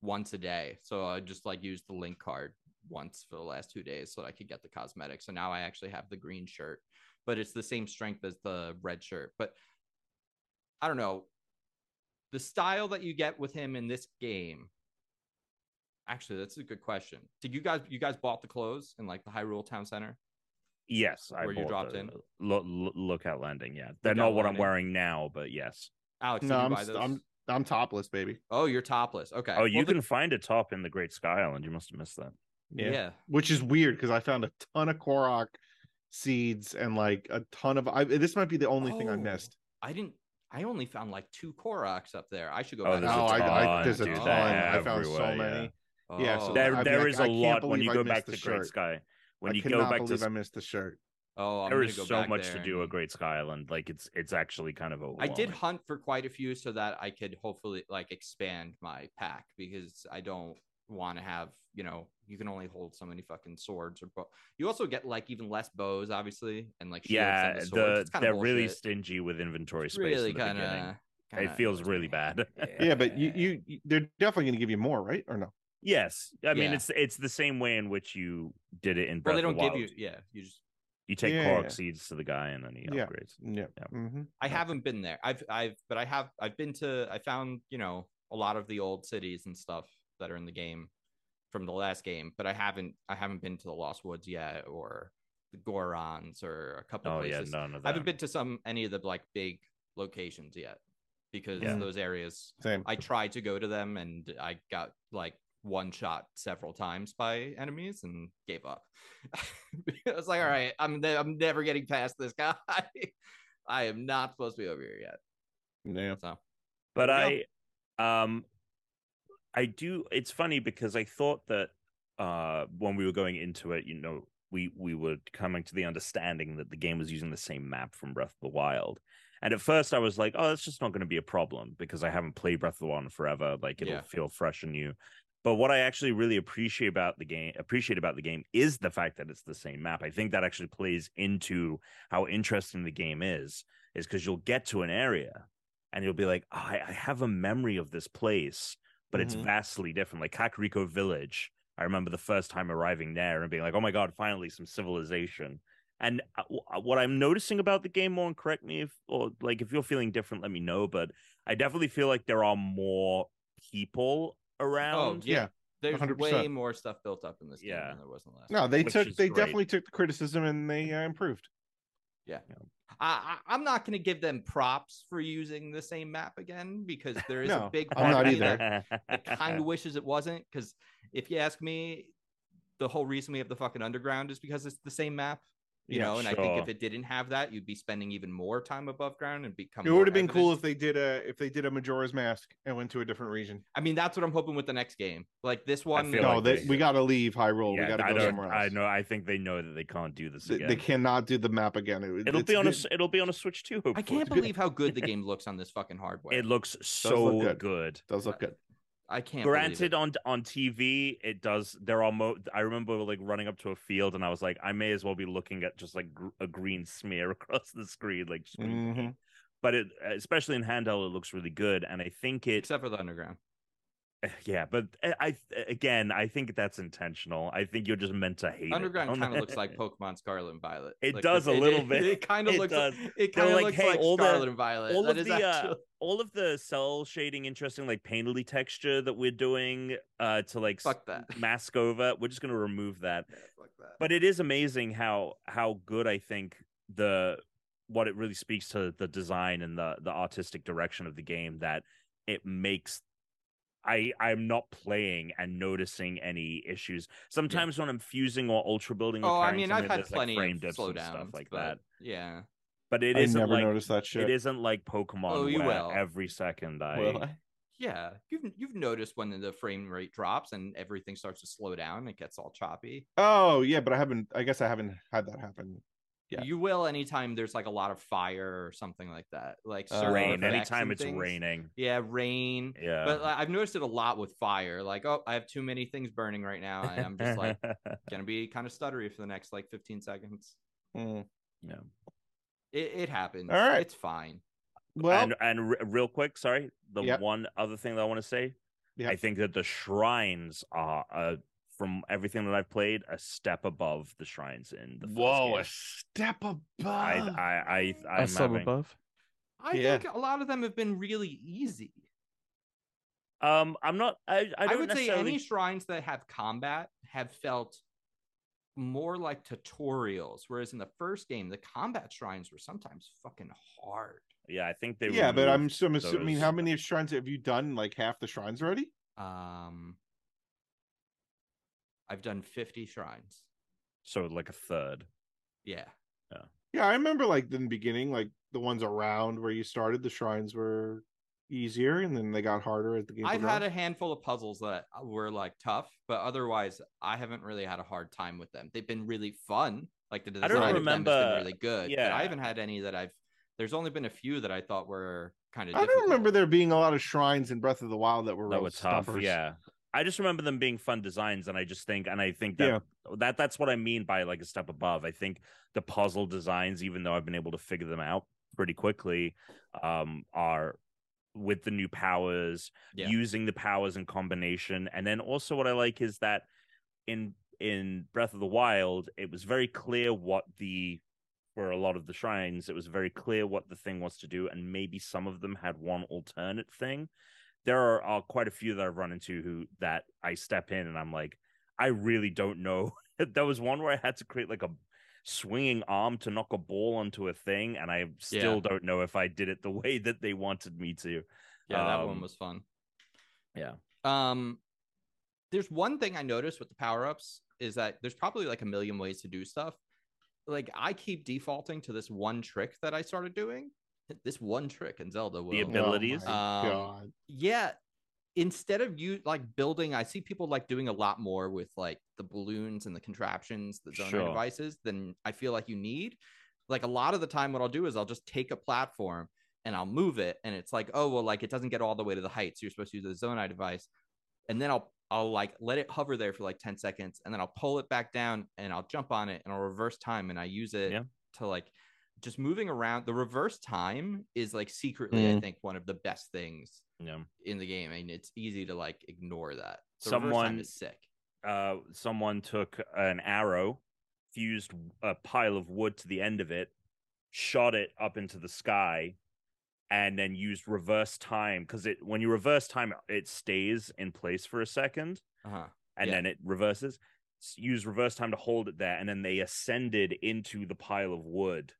A: once a day. So I just like used the link card once for the last two days so that I could get the cosmetic. So now I actually have the green shirt, but it's the same strength as the red shirt. But I don't know. The style that you get with him in this game. Actually, that's a good question. Did you guys you guys bought the clothes in like the Hyrule Town Center?
D: Yes, I
A: Were you
D: bought
A: dropped
D: the
A: in?
D: Lo- lo- lookout landing. Yeah, they're
A: Lookout
D: not what I'm
A: landing.
D: wearing now, but yes.
A: Alex, did
C: No,
A: you
C: I'm
A: buy
C: s-
A: those?
C: I'm- I'm topless, baby.
A: Oh, you're topless. Okay.
D: Oh, you
A: Well, the-
D: can find a top in the Great Sky Island. You must have missed that.
A: yeah.
C: Which is weird because I found a ton of Korok seeds and like a ton of I this might be the only thing I
A: Oh.
C: missed.
A: I didn't. I only found like two Koroks up there. I should go.
D: Oh,
A: back
D: there's a
A: and check.
C: no, I, I
D: ton,
C: there's a
D: dude.
C: ton.
D: They're
C: I found so
D: everywhere, yeah.
C: many. yeah, so
A: Oh,
D: There,
C: I mean,
D: there
C: I-
D: is
C: I
D: a
C: can't
D: lot when
C: believe
D: you
C: I
D: go
C: missed
D: back
C: the
D: to Great
C: shirt.
D: Sky. When
C: I
D: you go
C: cannot
D: back to
C: believe I
D: Sky-
C: missed the shirt.
A: oh, I'm
D: there
A: gonna
D: is
A: go
D: so
A: back
D: much
A: there
D: to
A: and-
D: do at Great Sky Island. Like it's it's actually kind of
A: I
D: overwhelming.
A: did hunt for quite a few so that I could hopefully like expand my pack because I don't want to have you know you can only hold so many fucking swords or bow. You also get like even less bows, obviously, and like shields
D: Yeah,
A: and the swords.
D: the,
A: It's kinda
D: they're really
A: bullshit.
D: stingy with inventory
A: It's
D: space.
A: really
D: in the beginning.
A: kind
D: It feels really bad.
C: Yeah, but you, you you- they're definitely going to give you more, right? Or no?
D: Yes, I mean
A: Yeah.
D: it's it's the same way in which you did it in Breath
A: Well, they
D: of
A: don't
D: the
A: give
D: Wild.
A: you. Yeah, you just.
D: You take
C: Yeah,
D: Korok
C: yeah.
D: seeds to the guy and then he
C: Yeah.
D: upgrades.
C: Yeah.
D: Yeah.
C: Mm-hmm.
A: I haven't been there. I've I've but I have I've been to I found, you know, a lot of the old cities and stuff that are in the game from the last game, but I haven't I haven't been to the Lost Woods yet or the Gorons or a couple
D: Oh yeah,
A: places.
D: none of
A: I
D: that.
A: haven't been to some any of the like big locations yet because
D: Yeah.
A: those areas
C: Same.
A: I tried to go to them and I got like one shot several times by enemies and gave up. I was
C: Hmm.
A: like, all right, I'm ne- I'm never getting past this guy. I am not supposed to be over here yet.
C: yeah.
A: So
D: but
A: There we
D: I, um, I do. It's funny because I thought that uh when we were going into it, you know, we we were coming to the understanding that the game was using the same map from Breath of the Wild. And at first, I was like, "Oh, that's just not going to be a problem because I haven't played Breath of the Wild in forever. Like, it'll
A: Yeah.
D: feel fresh and new." But what I actually really appreciate about the game appreciate about the game is the fact that it's the same map. I think that actually plays into how interesting the game is, is because you'll get to an area and you'll be like, "Oh, I, I have a memory of this place, but it's
C: Mhm.
A: Mm-hmm.
D: vastly different. Like Kakariko Village, I remember the first time arriving there and being like, oh my god, finally some civilization. And uh, w- uh, what I'm noticing about the game more, and correct me if, or like if you're feeling different, let me know. But I definitely feel like there are more people around.
A: Oh, yeah.
C: Yeah.
A: there's
C: 100%.
A: way more stuff built up in this game
D: Yeah.
A: than there was in the last.
C: No, they
D: Which
C: took
D: is
C: they
D: great.
C: definitely took the criticism and they uh, improved.
A: I, I I'm not gonna give them props for using the same map again because there is
C: No,
A: a big
C: I'm not
A: part of me
C: either.
A: that I kind of wishes it wasn't because if you ask me, the whole reason we have the fucking underground is because it's the same map, you
C: Yeah,
A: know. And I think if
D: sure.
A: it didn't have that, you'd be spending even more time above ground and become.
C: It would
A: more
C: have been cool
A: evident.
C: if they did a if they did a Majora's Mask and went to a different region.
A: I mean, that's what I'm hoping with the next game. Like this one,
D: feel
C: no,
D: like
C: they,
D: they-
C: we got to leave Hyrule.
D: Yeah,
C: we got to
D: I
C: go
D: don't-
C: somewhere else.
D: I know. I think they know that they can't do this
C: They,
D: again.
C: they cannot do the map again. It-
D: it'll
C: it's
D: be on a.
C: good.
D: s- It'll be on a Switch too.
A: I can't
D: hopefully.
A: believe how good the game looks on this fucking hardware.
D: It looks so
C: look good.
D: good.
C: Does look good.
A: I can't. believe
D: Granted,
A: it.
D: on on TV, it does. There are mo. I remember like running up to a field, and I was like, I may as well be looking at just like gr- a green smear across the screen, like.
A: Mm.
D: screen
C: Mhm.
D: But it, especially in handheld, it looks really good, and I think it. eh,
A: except for the underground.
D: yeah, but I I- again, I think that's intentional. I think you're just meant to hate. it.
A: Underground
D: Um,
A: kind of looks like Pokemon Scarlet and Violet.
D: It
A: Like,
D: does a
A: it-
D: little
A: it-
D: bit.
A: It kind of
D: It
A: looks.
D: does.
A: It
D: They're
A: kind of
D: like,
A: looks
D: "Hey,
A: like
D: all the-
A: Scarlet and Violet.
D: all
A: That
D: of
A: is
D: the, uh,
A: actually-
D: all of the cell shading, interesting, like painterly texture that we're doing uh to like s-
A: Fuck that.
D: mask over. We're just gonna remove that.
A: Yeah, fuck that.
D: but it is amazing how how good I think the what it really speaks to the design and the the artistic direction of the game that it makes I I'm not playing and noticing any issues. Sometimes when I'm fusing or ultra building, or
A: Oh, I
D: carrying
A: mean,
D: something,
A: I've had
D: there's, like,
A: plenty
D: frame
A: of
D: dips and
A: slowdowns
D: stuff like
A: but
D: that.
A: Yeah.
D: But it
C: I
D: isn't
C: never
D: like
C: noticed that shit.
D: it isn't like Pokemon
A: Oh, you
D: where
A: will.
D: every second I
C: Will I?
A: Yeah, you've you've noticed when the frame rate drops and everything starts to slow down, it gets all choppy.
C: Oh yeah, but I haven't. I guess I haven't had that happen. Yeah.
A: You will anytime there's like a lot of fire or something like that, like
C: Uh,
A: certain
D: rain.
A: effects
D: Anytime
A: and
D: it's
A: things.
D: raining.
A: Yeah, rain.
D: Yeah.
A: But like, I've noticed it a lot with fire. Like, oh, I have too many things burning right now, and I'm just like gonna be kind of stuttery for the next like 15 seconds.
C: Mm.
D: yeah.
A: It, it happens.
C: All right.
A: it's fine.
C: Well,
D: and and r- real quick, sorry, the
C: Yep.
D: one other thing that I want to say,
C: Yep.
D: I think that the shrines are, uh, from everything that I've played, a step above the shrines in the first
C: whoa,
D: game.
C: a ah. step above.
D: I I I
B: A
D: I'm
B: sub
D: having-
B: above.
A: I
C: Yeah.
A: think a lot of them have been really easy.
D: um I'm not I I
A: I,
D: don't
A: would say
D: necessarily
A: any shrines that have combat have felt more like tutorials, whereas in the first game, the combat shrines were sometimes fucking hard.
D: yeah I think they
C: Yeah, but I'm,
D: removed
C: so- I'm assuming. I mean,
D: those-
C: how many shrines have you done? Like half the shrines already?
A: Um, I've done 50 shrines.
D: so like a third
A: Yeah.
C: Yeah, I remember like in the beginning, like the ones around where you started, the shrines were easier, and then they got harder as the game.
A: I've had
C: progressed.
A: a handful of puzzles that were like tough, but otherwise, I haven't really had a hard time with them. They've been really fun. Like the design
D: I don't
A: of them
D: remember-
A: has been really good. But
D: yeah.
A: I haven't had any that I've. There's only been a few that I thought were kind of.
C: I don't remember there being a lot of shrines in Breath of the Wild that were
D: that
C: real
D: were tough
C: stumpers.
D: yeah I just remember them being fun designs and I just think and I think that that that's what I mean by like a step above I think the puzzle designs even though I've been able to figure them out pretty quickly um are with the new powers,
A: Yeah.
D: using the powers in combination. And then also what I like is that in in Breath of the Wild, it was very clear what the for a lot of the shrines, it was very clear what the thing was to do, and maybe some of them had one alternate thing. There are, are quite a few that I've run into who that I step in and I'm like, I really don't know. there was one where I had to create like a swinging arm to knock a ball onto a thing, and I still
A: Yeah.
D: don't know if I did it the way that they wanted me to.
A: Yeah, that one
D: Um,
A: was fun.
D: yeah.
A: Um, there's one thing I noticed with the power ups is that there's probably like a million ways to do stuff. Like I keep defaulting to this one trick that I started doing. This one trick in Zelda will.
D: The abilities.
C: Oh my
A: Um,
C: God.
A: yeah instead of you like building i see people like doing a lot more with like the balloons and the contraptions the zoning
D: Sure.
A: devices than i feel like you need like a lot of the time what i'll do is i'll just take a platform and i'll move it and it's like oh well like it doesn't get all the way to the height so you're supposed to use the zonai device and then i'll i'll like let it hover there for like 10 seconds and then i'll pull it back down and i'll jump on it and i'll reverse time and i use it
D: Yeah.
A: to like just moving around the reverse time is like secretly i
C: Mm.
A: think one of the best things
D: Yeah.
A: in the game, and it's easy to like ignore that. The reverse time
D: Someone
A: is sick.
D: uh, someone took an arrow, fused a pile of wood to the end of it, shot it up into the sky, and then used reverse time because it when you reverse time it stays in place for a second
A: Uh-huh.
D: and
A: Yeah.
D: then it reverses. S- Use reverse time to hold it there, and then they ascended into the pile of wood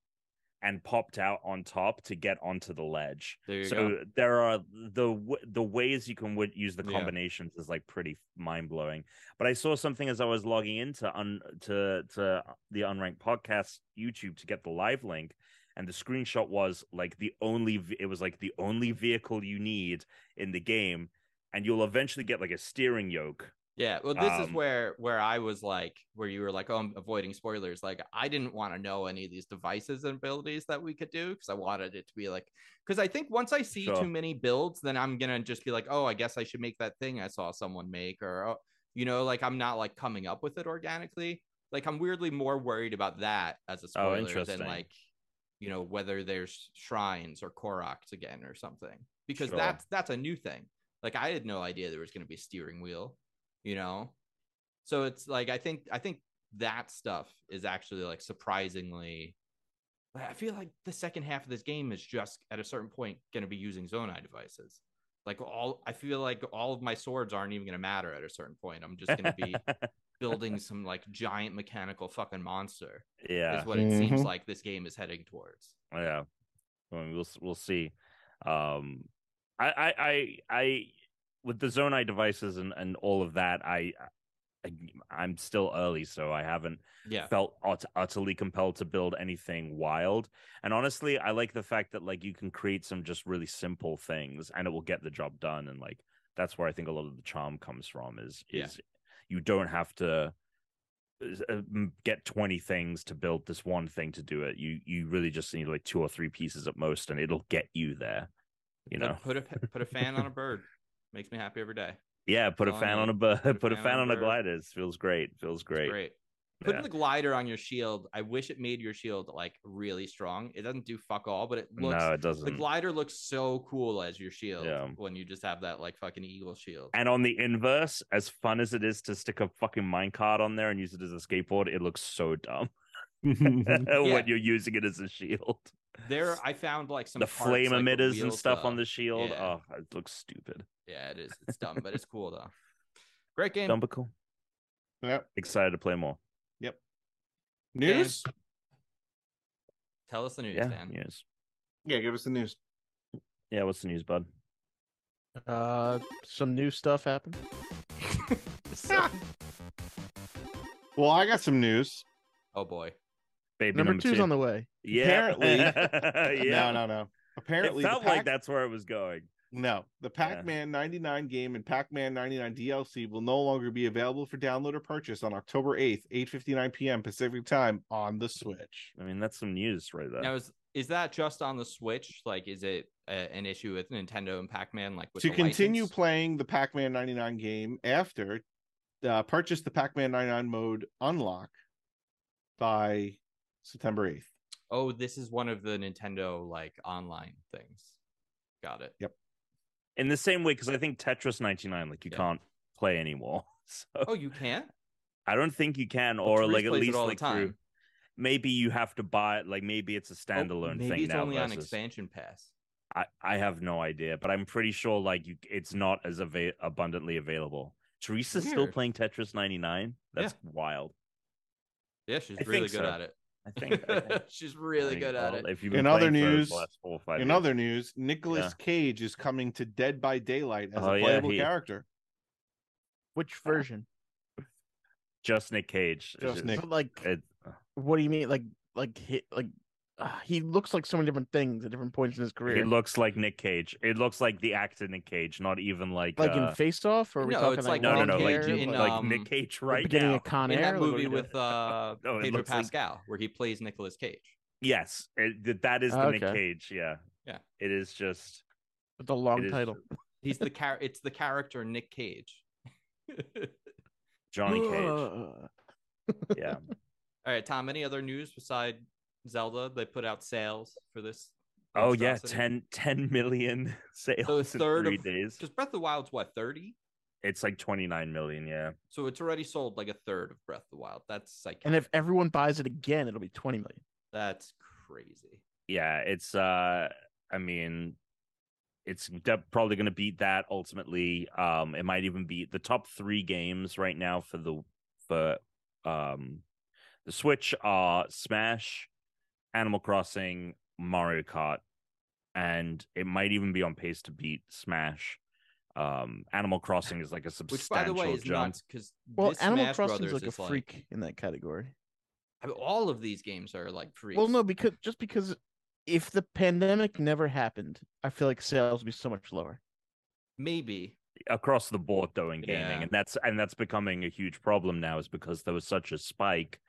D: and popped out on top to get onto the ledge
A: There you
D: so
A: go.
D: there are the w- the ways you can w- use the
A: Yeah.
D: combinations is like pretty mind blowing. But I saw something as I was logging into un to to the unranked podcast YouTube to get the live link, and the screenshot was like the only v- it was like the only vehicle you need in the game, and you'll eventually get like a steering yoke.
A: Yeah. Well, this is
D: Um,
A: where where I was like, where you were like, oh, I'm avoiding spoilers. Like, I didn't want to know any of these devices and abilities that we could do because I wanted it to be like, because I think once I see
D: Sure.
A: too many builds, then I'm gonna just be like, oh, I guess I should make that thing I saw someone make, or oh, you know, like I'm not like coming up with it organically. Like I'm weirdly more worried about that as a
D: Oh,
A: spoiler than
D: interesting.
A: like, you know, whether there's shrines or Koroks again or something because
D: Sure.
A: that's that's a new thing. Like I had no idea there was gonna be a steering wheel you know so it's like i think i think that stuff is actually like surprisingly like, i feel like the second half of this game is just at a certain point going to be using zonai devices like all i feel like all of my swords aren't even going to matter at a certain point i'm just going to be building some like giant mechanical fucking monster
D: yeah,
A: is what it seems
C: Mhm.
A: like this game is heading towards
D: yeah I mean, we'll s- we'll see um i i i, I with the zone devices and and all of that I, I i'm still early so i haven't
A: yeah
D: felt ut- utterly compelled to build anything wild and honestly i like the fact that like you can create some just really simple things and it will get the job done and like that's where i think a lot of the charm comes from is
A: Yeah.
D: is you don't have to is- uh, m- get 20 things to build this one thing to do it you you really just need like two or three pieces at most and it'll get you there you
A: Put-
D: know
A: put a put a fan on a bird makes me happy every day
D: yeah put a
A: Oh, I
D: fan
A: know.
D: on a bird put, a fan on a
A: bird.
D: glider feels great feels
A: It's
D: great,
A: great Putting
D: Yeah.
A: the glider on your shield, I wish it made your shield like really strong. It doesn't do fuck all, but it looks
D: no it doesn't
A: the glider looks so cool as your shield
D: Yeah.
A: when you just have that like fucking eagle shield.
D: And on the inverse, as fun as it is to stick a fucking minecart on there and use it as a skateboard, it looks so dumb
A: Mm-hmm. Yeah.
D: when you're using it as a shield.
A: There, I found like some
D: the
A: parts,
D: flame
A: like, the
D: emitters and
A: wheels,
D: stuff
A: though.
D: on the shield.
A: Yeah.
D: Oh, it looks stupid.
A: Yeah, it is. It's dumb, but it's cool though. Great game.
D: Dumb but cool.
C: Yep.
D: Excited to play more.
C: News?
A: Tell us the news,
D: Yeah.
A: Dan.
D: News.
C: Yeah, give us the news.
D: Yeah. What's the news, bud?
B: Uh, some new stuff happened.
A: So-
C: Well, I got some news.
A: oh boy.
D: Baby
B: Number, two's
D: two.
B: on the way.
D: yeah.
C: Apparently-
D: Uh, yeah.
C: No, no, no.
D: it
C: Apparently, the
D: felt
C: Pac-
D: like that's where it was going.
C: No, the Pac-Man 99 game and Pac-Man 99 DLC will no longer be available for download or purchase on October 8th, 8:59 p.m. Pacific time on the Switch.
D: I mean, that's some news right there.
A: Now is is that just on the Switch? Like, is it a, an issue with Nintendo and Pac Man? Like, with
C: to
A: the
C: continue
A: license?
C: playing the Pac-Man 99 game after uh, purchase the Pac-Man 99 mode unlock by September 8th.
A: Oh, this is one of the Nintendo like online things. Got it.
C: Yep.
D: in the same way because I think Tetris 99 like you
A: Yeah.
D: can't play anymore. So
A: Oh, you can't.
D: I don't think you can, or
A: Well, Therese
D: like at
A: plays it
D: least
A: all the
D: like through.
A: time.
D: Maybe you have to buy it. Like maybe it's a
A: Oh,
D: standalone
A: maybe
D: thing
A: it's
D: now.
A: only on
D: versus-
A: expansion pass.
D: I I have no idea, but I'm pretty sure like you, it's not as ava- abundantly available. Teresa's still
A: Weird.
D: playing Tetris 99. That's wild.
A: Yeah, she's
D: I
A: really
D: think
A: good
D: so.
A: at it.
D: I think, I think-
A: she's
D: I
A: really
D: think,
A: good at
D: well,
A: it.
D: If you've
C: In
D: been
C: other
D: playing for the
C: news-
D: last four or five
C: In
D: years.
C: other news, Nicolas Cage is coming to Dead by Daylight as
D: Oh,
C: a
D: yeah,
C: playable
D: he-
C: character.
B: Which version?
D: just Nick Cage. It's
C: Just
D: just-
C: Nick.
B: But, like,
D: it-
B: what do you mean? Like, like he, like uh, he looks like so many different things at different points in his career.
D: It looks like Nick Cage. It looks like the actor Nick Cage, not even like
B: like
D: uh,
B: in Face Off, or are we
A: No,
B: talking
A: it's
B: like
A: like
D: no no
B: long
D: no like
B: hair,
A: in,
D: like
A: um,
D: Nick Cage
B: the
D: right
B: beginning
D: now.
B: of Con
A: in
B: Air,
A: that
B: like, what are we
A: movie
B: doing?
A: with uh,
D: No, Oh, it
A: Pedro
D: looks like-
A: Pascal, where he plays Nicolas Cage.
D: Yes, it, th- that is the Nick
B: Okay.
D: Cage. Yeah,
A: Yeah.
D: It is just
B: with the long
D: is
B: title.
A: He's the char- It's the character Nick Cage.
D: Johnny Cage.
B: Ugh.
D: Yeah,
A: All right, Tom. Any other news beside Zelda? They put out sales for this.
D: Oh yeah,
A: monstrosity.
D: 10, 10 million sales
A: So a
D: in
A: third
D: three
A: of-
D: days.
A: Because Breath of the Wild's what thirty,
D: It's like twenty nine million. Yeah,
A: so it's already sold like a third of Breath of the Wild. That's psychotic.
B: And if everyone buys it again, it'll be twenty million.
A: that's crazy.
D: yeah. It's uh, I mean, it's de- probably going to beat that ultimately. Um, it might even beat the top three games right now for the for um the Switch are Smash, Animal Crossing, Mario Kart, and it might even be on pace to beat Smash. Um, Animal Crossing is like a
A: Which,
D: substantial
A: by the way, is
D: jump.
A: nuts because
B: Well,
A: this
B: Animal
A: Smash
B: Crossing
A: Brothers
B: is like a
A: is
B: freak in that category.
A: I mean, all of these games are like freaks.
B: Well, no, because just because if the pandemic never happened, I feel like sales would be so much lower.
A: maybe
D: across the board though in gaming
A: Yeah.
D: and that's and that's becoming a huge problem now is because there was such a spike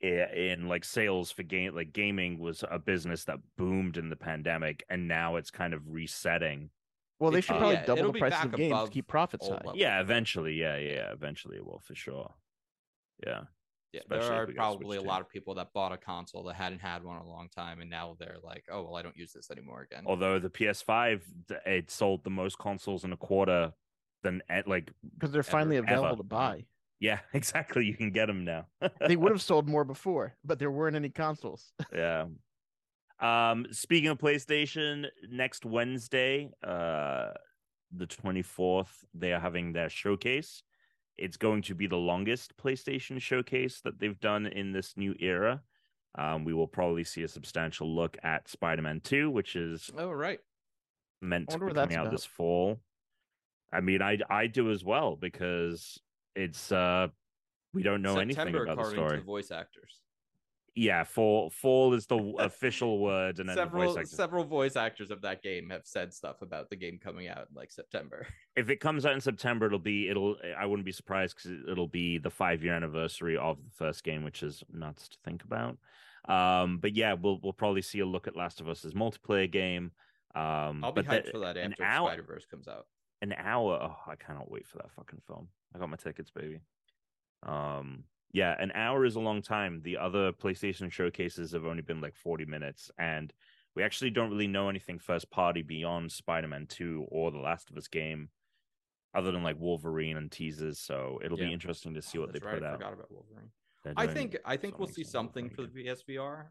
D: in, in like sales for game like gaming was a business that boomed in the pandemic and and now it's kind of resetting
B: Well, they
A: It- oh,
B: should
D: uh,
B: probably
A: yeah, it'll
B: double
A: be
B: the price
A: back
B: of the games to
A: above
B: keep profits
A: old
B: high.
A: levels.
D: yeah eventually yeah yeah yeah, eventually it will for sure yeah
A: Yeah,
D: especially
A: there
D: if
A: are
D: we gotta switch
A: probably a
D: to-
A: lot of people that bought a console that hadn't had one in a long time, and now they're like, "Oh well, I don't use this anymore again."
D: although the ps5 th- it sold the most consoles in a quarter than at like
B: because they're finally
D: ever.
B: available to buy.
D: yeah exactly you can get them now
B: They would have sold more before, but there weren't any consoles.
D: yeah. Um, speaking of PlayStation, next Wednesday, uh, the 24th, they are having their showcase. It's going to be the longest PlayStation showcase that they've done in this new era. Um, we will probably see a substantial look at Spider Man 2, which is
A: oh right,
D: meant to
B: wonder
D: be
B: what that's
D: coming out
B: about.
D: this fall. I mean, I I do as well because it's uh we don't know
A: September
D: anything about the
A: according
D: story.
A: to the voice actors.
D: Yeah, fall fall is the official word, and then the
A: Uh, several
D: voice actor.
A: several voice actors of that game have said stuff about the game coming out in like September.
D: if it comes out in September, it'll be it'll I wouldn't be surprised because it'll be the five year anniversary of the first game, which is nuts to think about. Um, but yeah, we'll we'll probably see a look at Last of Us's multiplayer game. Um,
A: I'll be
D: but
A: hyped
D: that-
A: for that
D: an
A: after
D: hour-
A: Spider Verse comes out.
D: An hour. Oh, I cannot wait for that fucking film. I got my tickets, baby. Um, yeah, an hour is a long time. The other PlayStation showcases have only been like forty minutes, and we actually don't really know anything first party beyond Spider-Man 2 or The Last of Us game, other than like Wolverine and teasers. So it'll
A: Yeah.
D: be interesting to see
A: Oh,
D: what they
A: that's right,
D: put
A: I
D: out.
A: forgot about Wolverine.
D: They're
A: I
D: doing
A: think I think we'll see
D: something
A: something
D: for
A: for the PSVR,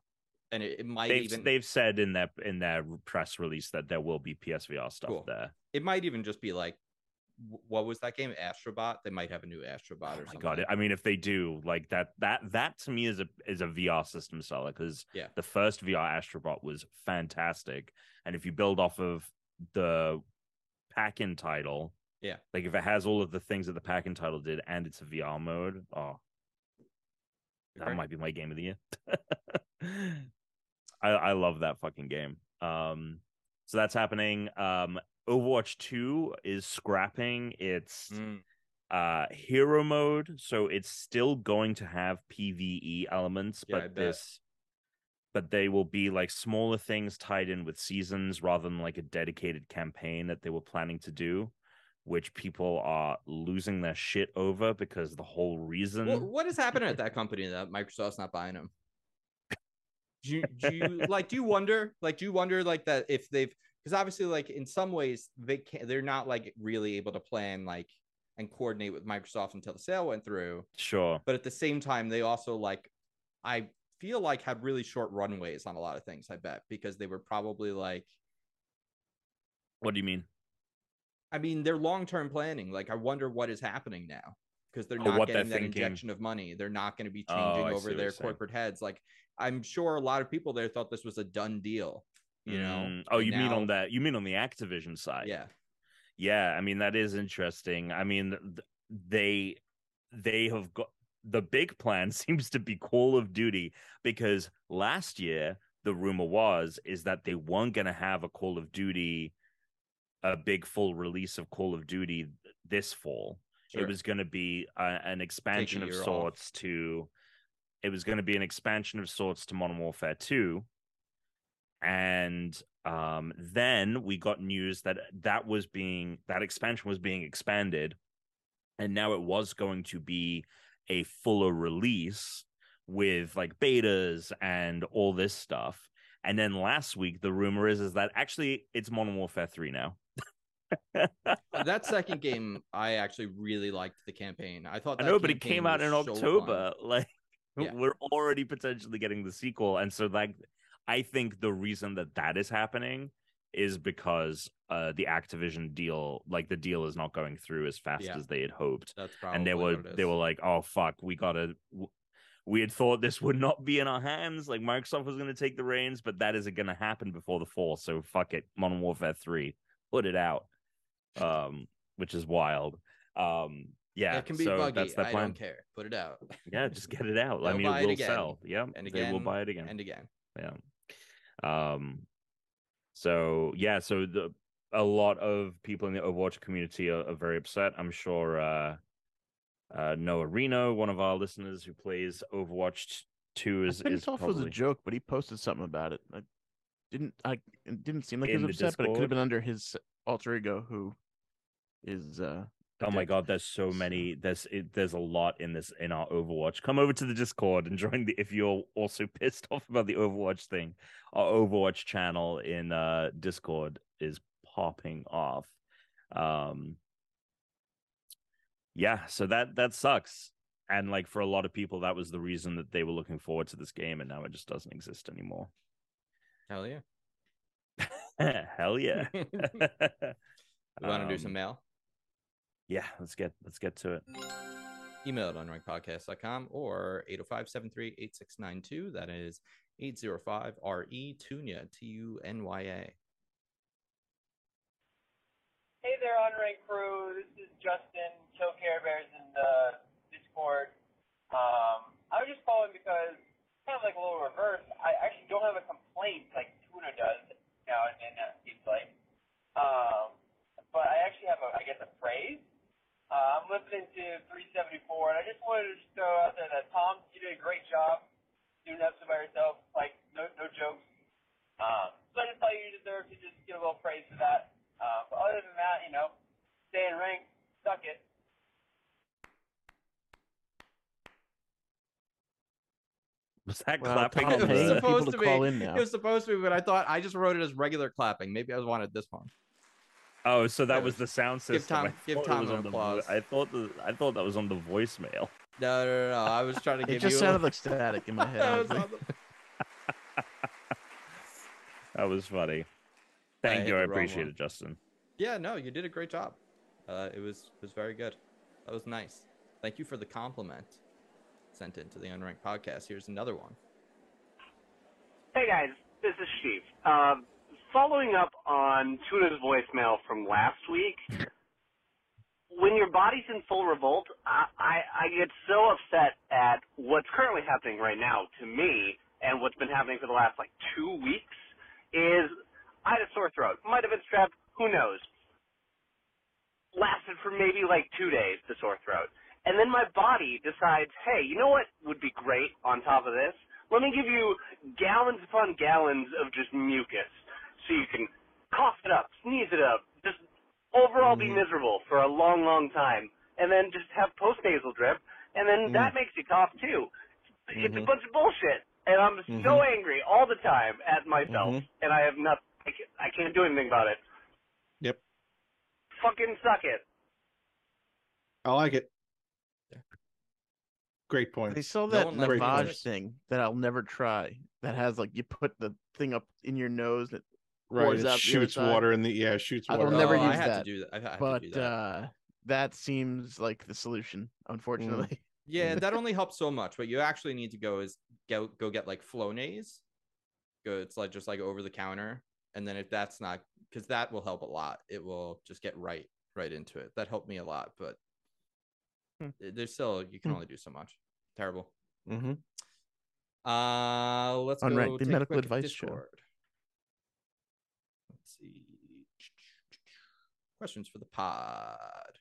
A: and it, it might
D: They've
A: even
D: they've said in their in their press release that there will be PSVR stuff
A: Cool.
D: there.
A: it might even just be like, wh- what was that game? Astrobot. They might have a new Astrobot
D: Oh
A: or
D: my
A: something.
D: god! I mean, if they do like that, that that to me is a is a VR system seller because
A: Yeah.
D: the first VR Astrobot was fantastic, and if you build off of the pack-in title,
A: Yeah.
D: like if it has all of the things that the pack-in title did, and it's a VR mode, oh, that
A: Agree.
D: might be my game of the year. I I love that fucking game. Um, so that's happening. Um, Overwatch Two is scrapping its
A: Mm,
D: uh hero mode so it's still going to have pve elements
A: Yeah, I bet.
D: but this but they will be like smaller things tied in with seasons rather than like a dedicated campaign that they were planning to do which people are losing their shit over because the whole reason
A: What, what is happening at that company that Microsoft's not buying them? Do you, do you like? Do you wonder? Like, do you wonder like that if they've because obviously like in some ways they can't they're not like really able to plan like and coordinate with microsoft until the sale went through
D: Sure.
A: but at the same time they also like i feel like had really short runways on a lot of things i bet because they were probably like
D: What do you mean?
A: i mean they're long-term planning like i wonder what is happening now because they're
D: Or
A: not
D: Oh, what
A: getting
D: they're
A: that
D: thinking.
A: injection of money they're not going to be
D: Oh,
A: changing
D: I see
A: over
D: what
A: their
D: you're saying.
A: corporate heads like i'm sure a lot of people there thought this was a done deal you know
D: Mm. Oh,
A: and
D: you mean on
A: now-
D: that? You mean on the Activision side?
A: yeah
D: Yeah, I mean that is interesting. I mean th- they they have got the big plan seems to be Call of Duty because last year the rumor was is that they weren't going to have a Call of Duty a big full release of Call of Duty th- this fall.
A: sure.
D: It was going to be a, an expansion
A: a
D: of
A: year off.
D: sorts to it was going to be an expansion of sorts to Modern Warfare 2 and um, then we got news that that was being that expansion was being expanded and now it was going to be a fuller release with like betas and all this stuff and then last week the rumor is is that actually it's modern warfare 3 now
A: that second game i actually really liked the campaign i thought
D: I
A: that
D: know, but it
A: campaign
D: came out
A: was
D: in
A: so fun.
D: October. like
A: Yeah.
D: we're already potentially getting the sequel, and so like I think the reason that that is happening is because uh the Activision deal, like the deal, is not going through as fast
A: Yeah.
D: as they had hoped,
A: that's probably
D: and they
A: what
D: were
A: it
D: they
A: is.
D: were like, oh fuck, we gotta. w- We had thought this would not be in our hands. Like Microsoft was going to take the reins, but that isn't going to happen before the fall. So fuck it, Modern Warfare Three, put it out, um, which is wild. Um, yeah,
A: it can be
D: so
A: buggy
D: That's the
A: i
D: plan.
A: don't care put it out
D: Yeah, just get it out. I
A: They'll
D: mean,
A: buy
D: it
A: it
D: will
A: again,
D: sell. Yeah,
A: and
D: they will
A: again,
D: buy it again.
A: and again
D: yeah. Um. So yeah, so the a lot of people in the Overwatch community are, are very upset. I'm sure uh, uh, Noah Reno, one of our listeners who plays Overwatch Two, is
B: I think
D: is
B: it's off
D: probably
B: was a joke, but he posted something about it. I didn't. I it didn't seem like he
D: In
B: was
D: the
B: upset, but it could have
D: Discord?
B: been under his alter ego, who is. uh a
D: Oh my
B: dick.
D: god, there's so
B: So-
D: many. There's it, there's a lot in this in our Overwatch. Come over to the Discord and join the if you're also pissed off about the Overwatch thing. Our Overwatch channel in uh Discord is popping off. Um Yeah, so that that sucks. And like for a lot of people that was the reason that they were looking forward to this game and now it just doesn't exist anymore.
A: hell yeah
D: Hell yeah.
A: we want to do some
D: Um,
A: mail
D: Yeah, let's get let's get to it.
A: email at unrankedpodcast.com or 805-738-8692 that is 805-re tunya t-u-n-y-a
E: Hey there, Unranked Crew. This is Justin, Kill Care Bears in the Discord. Um, I was just calling because, kind of like a little reverse, I actually don't have a complaint like Tuna does now and then, it seems like. Um, but I actually have, a, I guess, a praise. Uh, I'm listening to 374, and I just wanted to just throw out there that, Tom, you did a great job doing episode by yourself. Like, no, no jokes. Um, so I just thought you deserved to just give a little praise for that. Uh, but other than that, you know, stay in rank, suck it.
D: Was that
B: Wow,
D: clapping?
B: Tom,
A: It was
B: hey,
D: uh,
A: supposed
B: people to
A: to be-
B: call in now.
A: it was supposed to be but i thought i just wrote it as regular clapping maybe i wanted this one
D: Oh, so that
A: That
D: was the sound system.
A: Tom-
D: I
A: give
D: thought it
A: Tom
D: was
A: an
D: on the vo-
A: applause.
D: I thought the, I thought that was on the voicemail.
A: no no no, no. i was trying to give
B: It just
A: you
B: sounded like static in my head.
A: That
B: I
A: was
B: was like,
A: on the-
D: That was funny.
A: I
D: Thank
A: hit
D: you.
A: the
D: I
A: wrong
D: appreciate
A: one.
D: it, Justin.
A: yeah no you did a great job uh, it was it was very good that was nice thank you for the compliment sent into the unranked podcast here's another one
F: Hey guys, this is Steve. Uh, following up on Tuna's voicemail from last week, when your body's in full revolt, I, I, I get so upset at what's currently happening right now to me and what's been happening for the last like two weeks is I had a sore throat. Might have been strep, who knows. Lasted for maybe like two days, the sore throat. And then my body decides, hey, you know what would be great on top of this? Let me give you gallons upon gallons of just mucus so you can cough it up, sneeze it up, just overall be
B: Mm.
F: miserable for a long, long time, and then just have postnasal drip, and then that makes you cough too. It's a
C: Mhm.
F: bunch of bullshit. And I'm so angry all the time at myself,
C: Mhm.
F: and I have not I can't, I can't do anything about it.
C: Yep.
F: Fucking suck it.
C: I like it. Great point.
B: They sell
A: No
B: that
A: one
C: likes
B: lavage
A: those.
B: thing that I'll never try. That has like you put the thing up in your nose. That,
C: Right.
B: pours
C: It
B: out the other
C: shoots
B: side.
C: water in the yeah, it shoots
B: I
C: water.
B: will
C: in
B: never
C: the-
A: oh, I
B: use
A: had
B: that,
A: to do that. I had
B: but
A: to do that. Mm,
B: uh, that seems like the solution. Unfortunately,
A: yeah, that only helps so much. What you actually need to go is go go get like Flonase. Go, it's like just like over the counter, and then if that's not because that will help a lot. It will just get right right into it. That helped me a lot, but
B: Hmm.
A: th- there's still you can
B: Hmm.
A: only do so much. Terrible.
C: Mhm.
A: Uh, let's go.
B: Unranked, the
A: take a
B: medical
A: quick
B: advice show.
A: Discord. Let's see. Questions for the pod.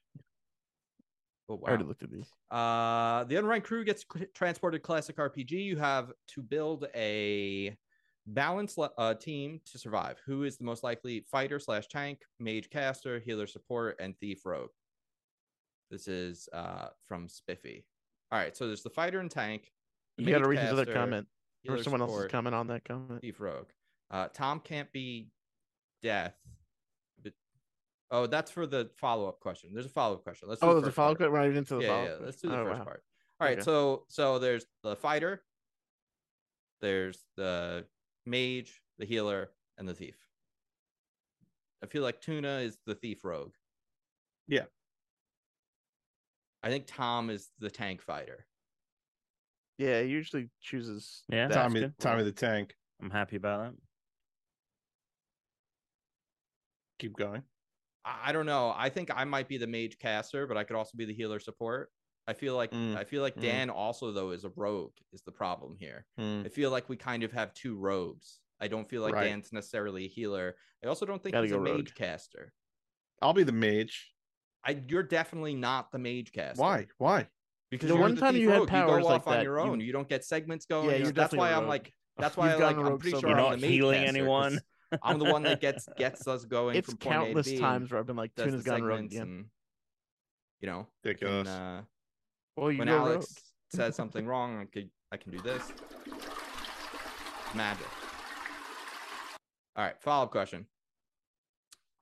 A: Oh
B: I
A: wow.
B: already looked at these.
A: Uh, the unranked crew gets cl- transported classic RPG. You have to build a balanced le- uh, team to survive. Who is the most likely fighter slash tank, mage caster, healer support, and thief rogue? This is uh, from Spiffy. All right, so there's the fighter and tank.
B: You got to
A: mage
B: read his other
A: caster,
B: comment or
A: healer
B: someone else's
A: support,
B: comment on that comment.
A: Thief rogue. Uh, Tom can't be death. But... Oh, that's for the follow up question. There's a follow up question. Let's do
B: Oh,
A: the
B: there's a
A: first
B: follow
A: part.
B: up. We're not even into the
A: Yeah,
B: follow
A: yeah,
B: up.
A: let's do the
B: oh,
A: first
B: wow.
A: part. All right,
B: Okay.
A: so so there's the fighter, there's the mage, the healer, and the thief. I feel like Tuna is the thief rogue.
C: Yeah.
A: I think Tom is the tank fighter.
B: Yeah, he usually chooses.
D: Yeah.
B: that.
C: Mm-hmm. Tommy
D: good.
C: Tommy the Tank.
D: I'm happy about
C: Keep going.
A: I, I don't know. I think I might be the mage caster, but I could also be the healer support. I feel like
C: Mm,
A: I feel like
C: mm.
A: Dan also though is a rogue is the problem here.
C: Mm.
A: I feel like we kind of have two rogues. I don't feel like
C: Right.
A: Dan's necessarily a healer. I also don't think
B: Gotta
A: he's a
B: go rogue.
A: mage caster.
C: I'll be the mage.
A: I, you're definitely not the mage caster.
C: Why? Why?
A: Because
B: The
A: you're
B: one
A: the
B: time
A: thief
B: you had
A: rogue.
B: powers
A: go
B: like
A: off on
B: that,
A: your
B: you-
A: own. You, don't get segments going. you
B: Yeah, you're
A: know, that's
B: definitely
A: why
B: a
A: I'm
B: rogue.
A: like, that's
B: You've
A: why I,
B: gone
A: like,
B: rogue
A: I'm pretty
B: so
A: sure
B: much.
A: I'm
D: You're
A: the
D: not
A: mage
D: healing
A: caster, 'cause
D: anyone.
A: I'm the one that gets gets us going
B: It's
A: from point A to
B: countless
A: B and
B: times where I've been like,
A: does
B: Tuna's
A: the
B: gone rogue
A: segments
B: again.
A: and, you know, I can,
C: Ridiculous.
A: uh,
B: Well, you
A: when
B: go rogue.
A: Alex says something wrong, I can I can do this. Magic. All right, follow up question.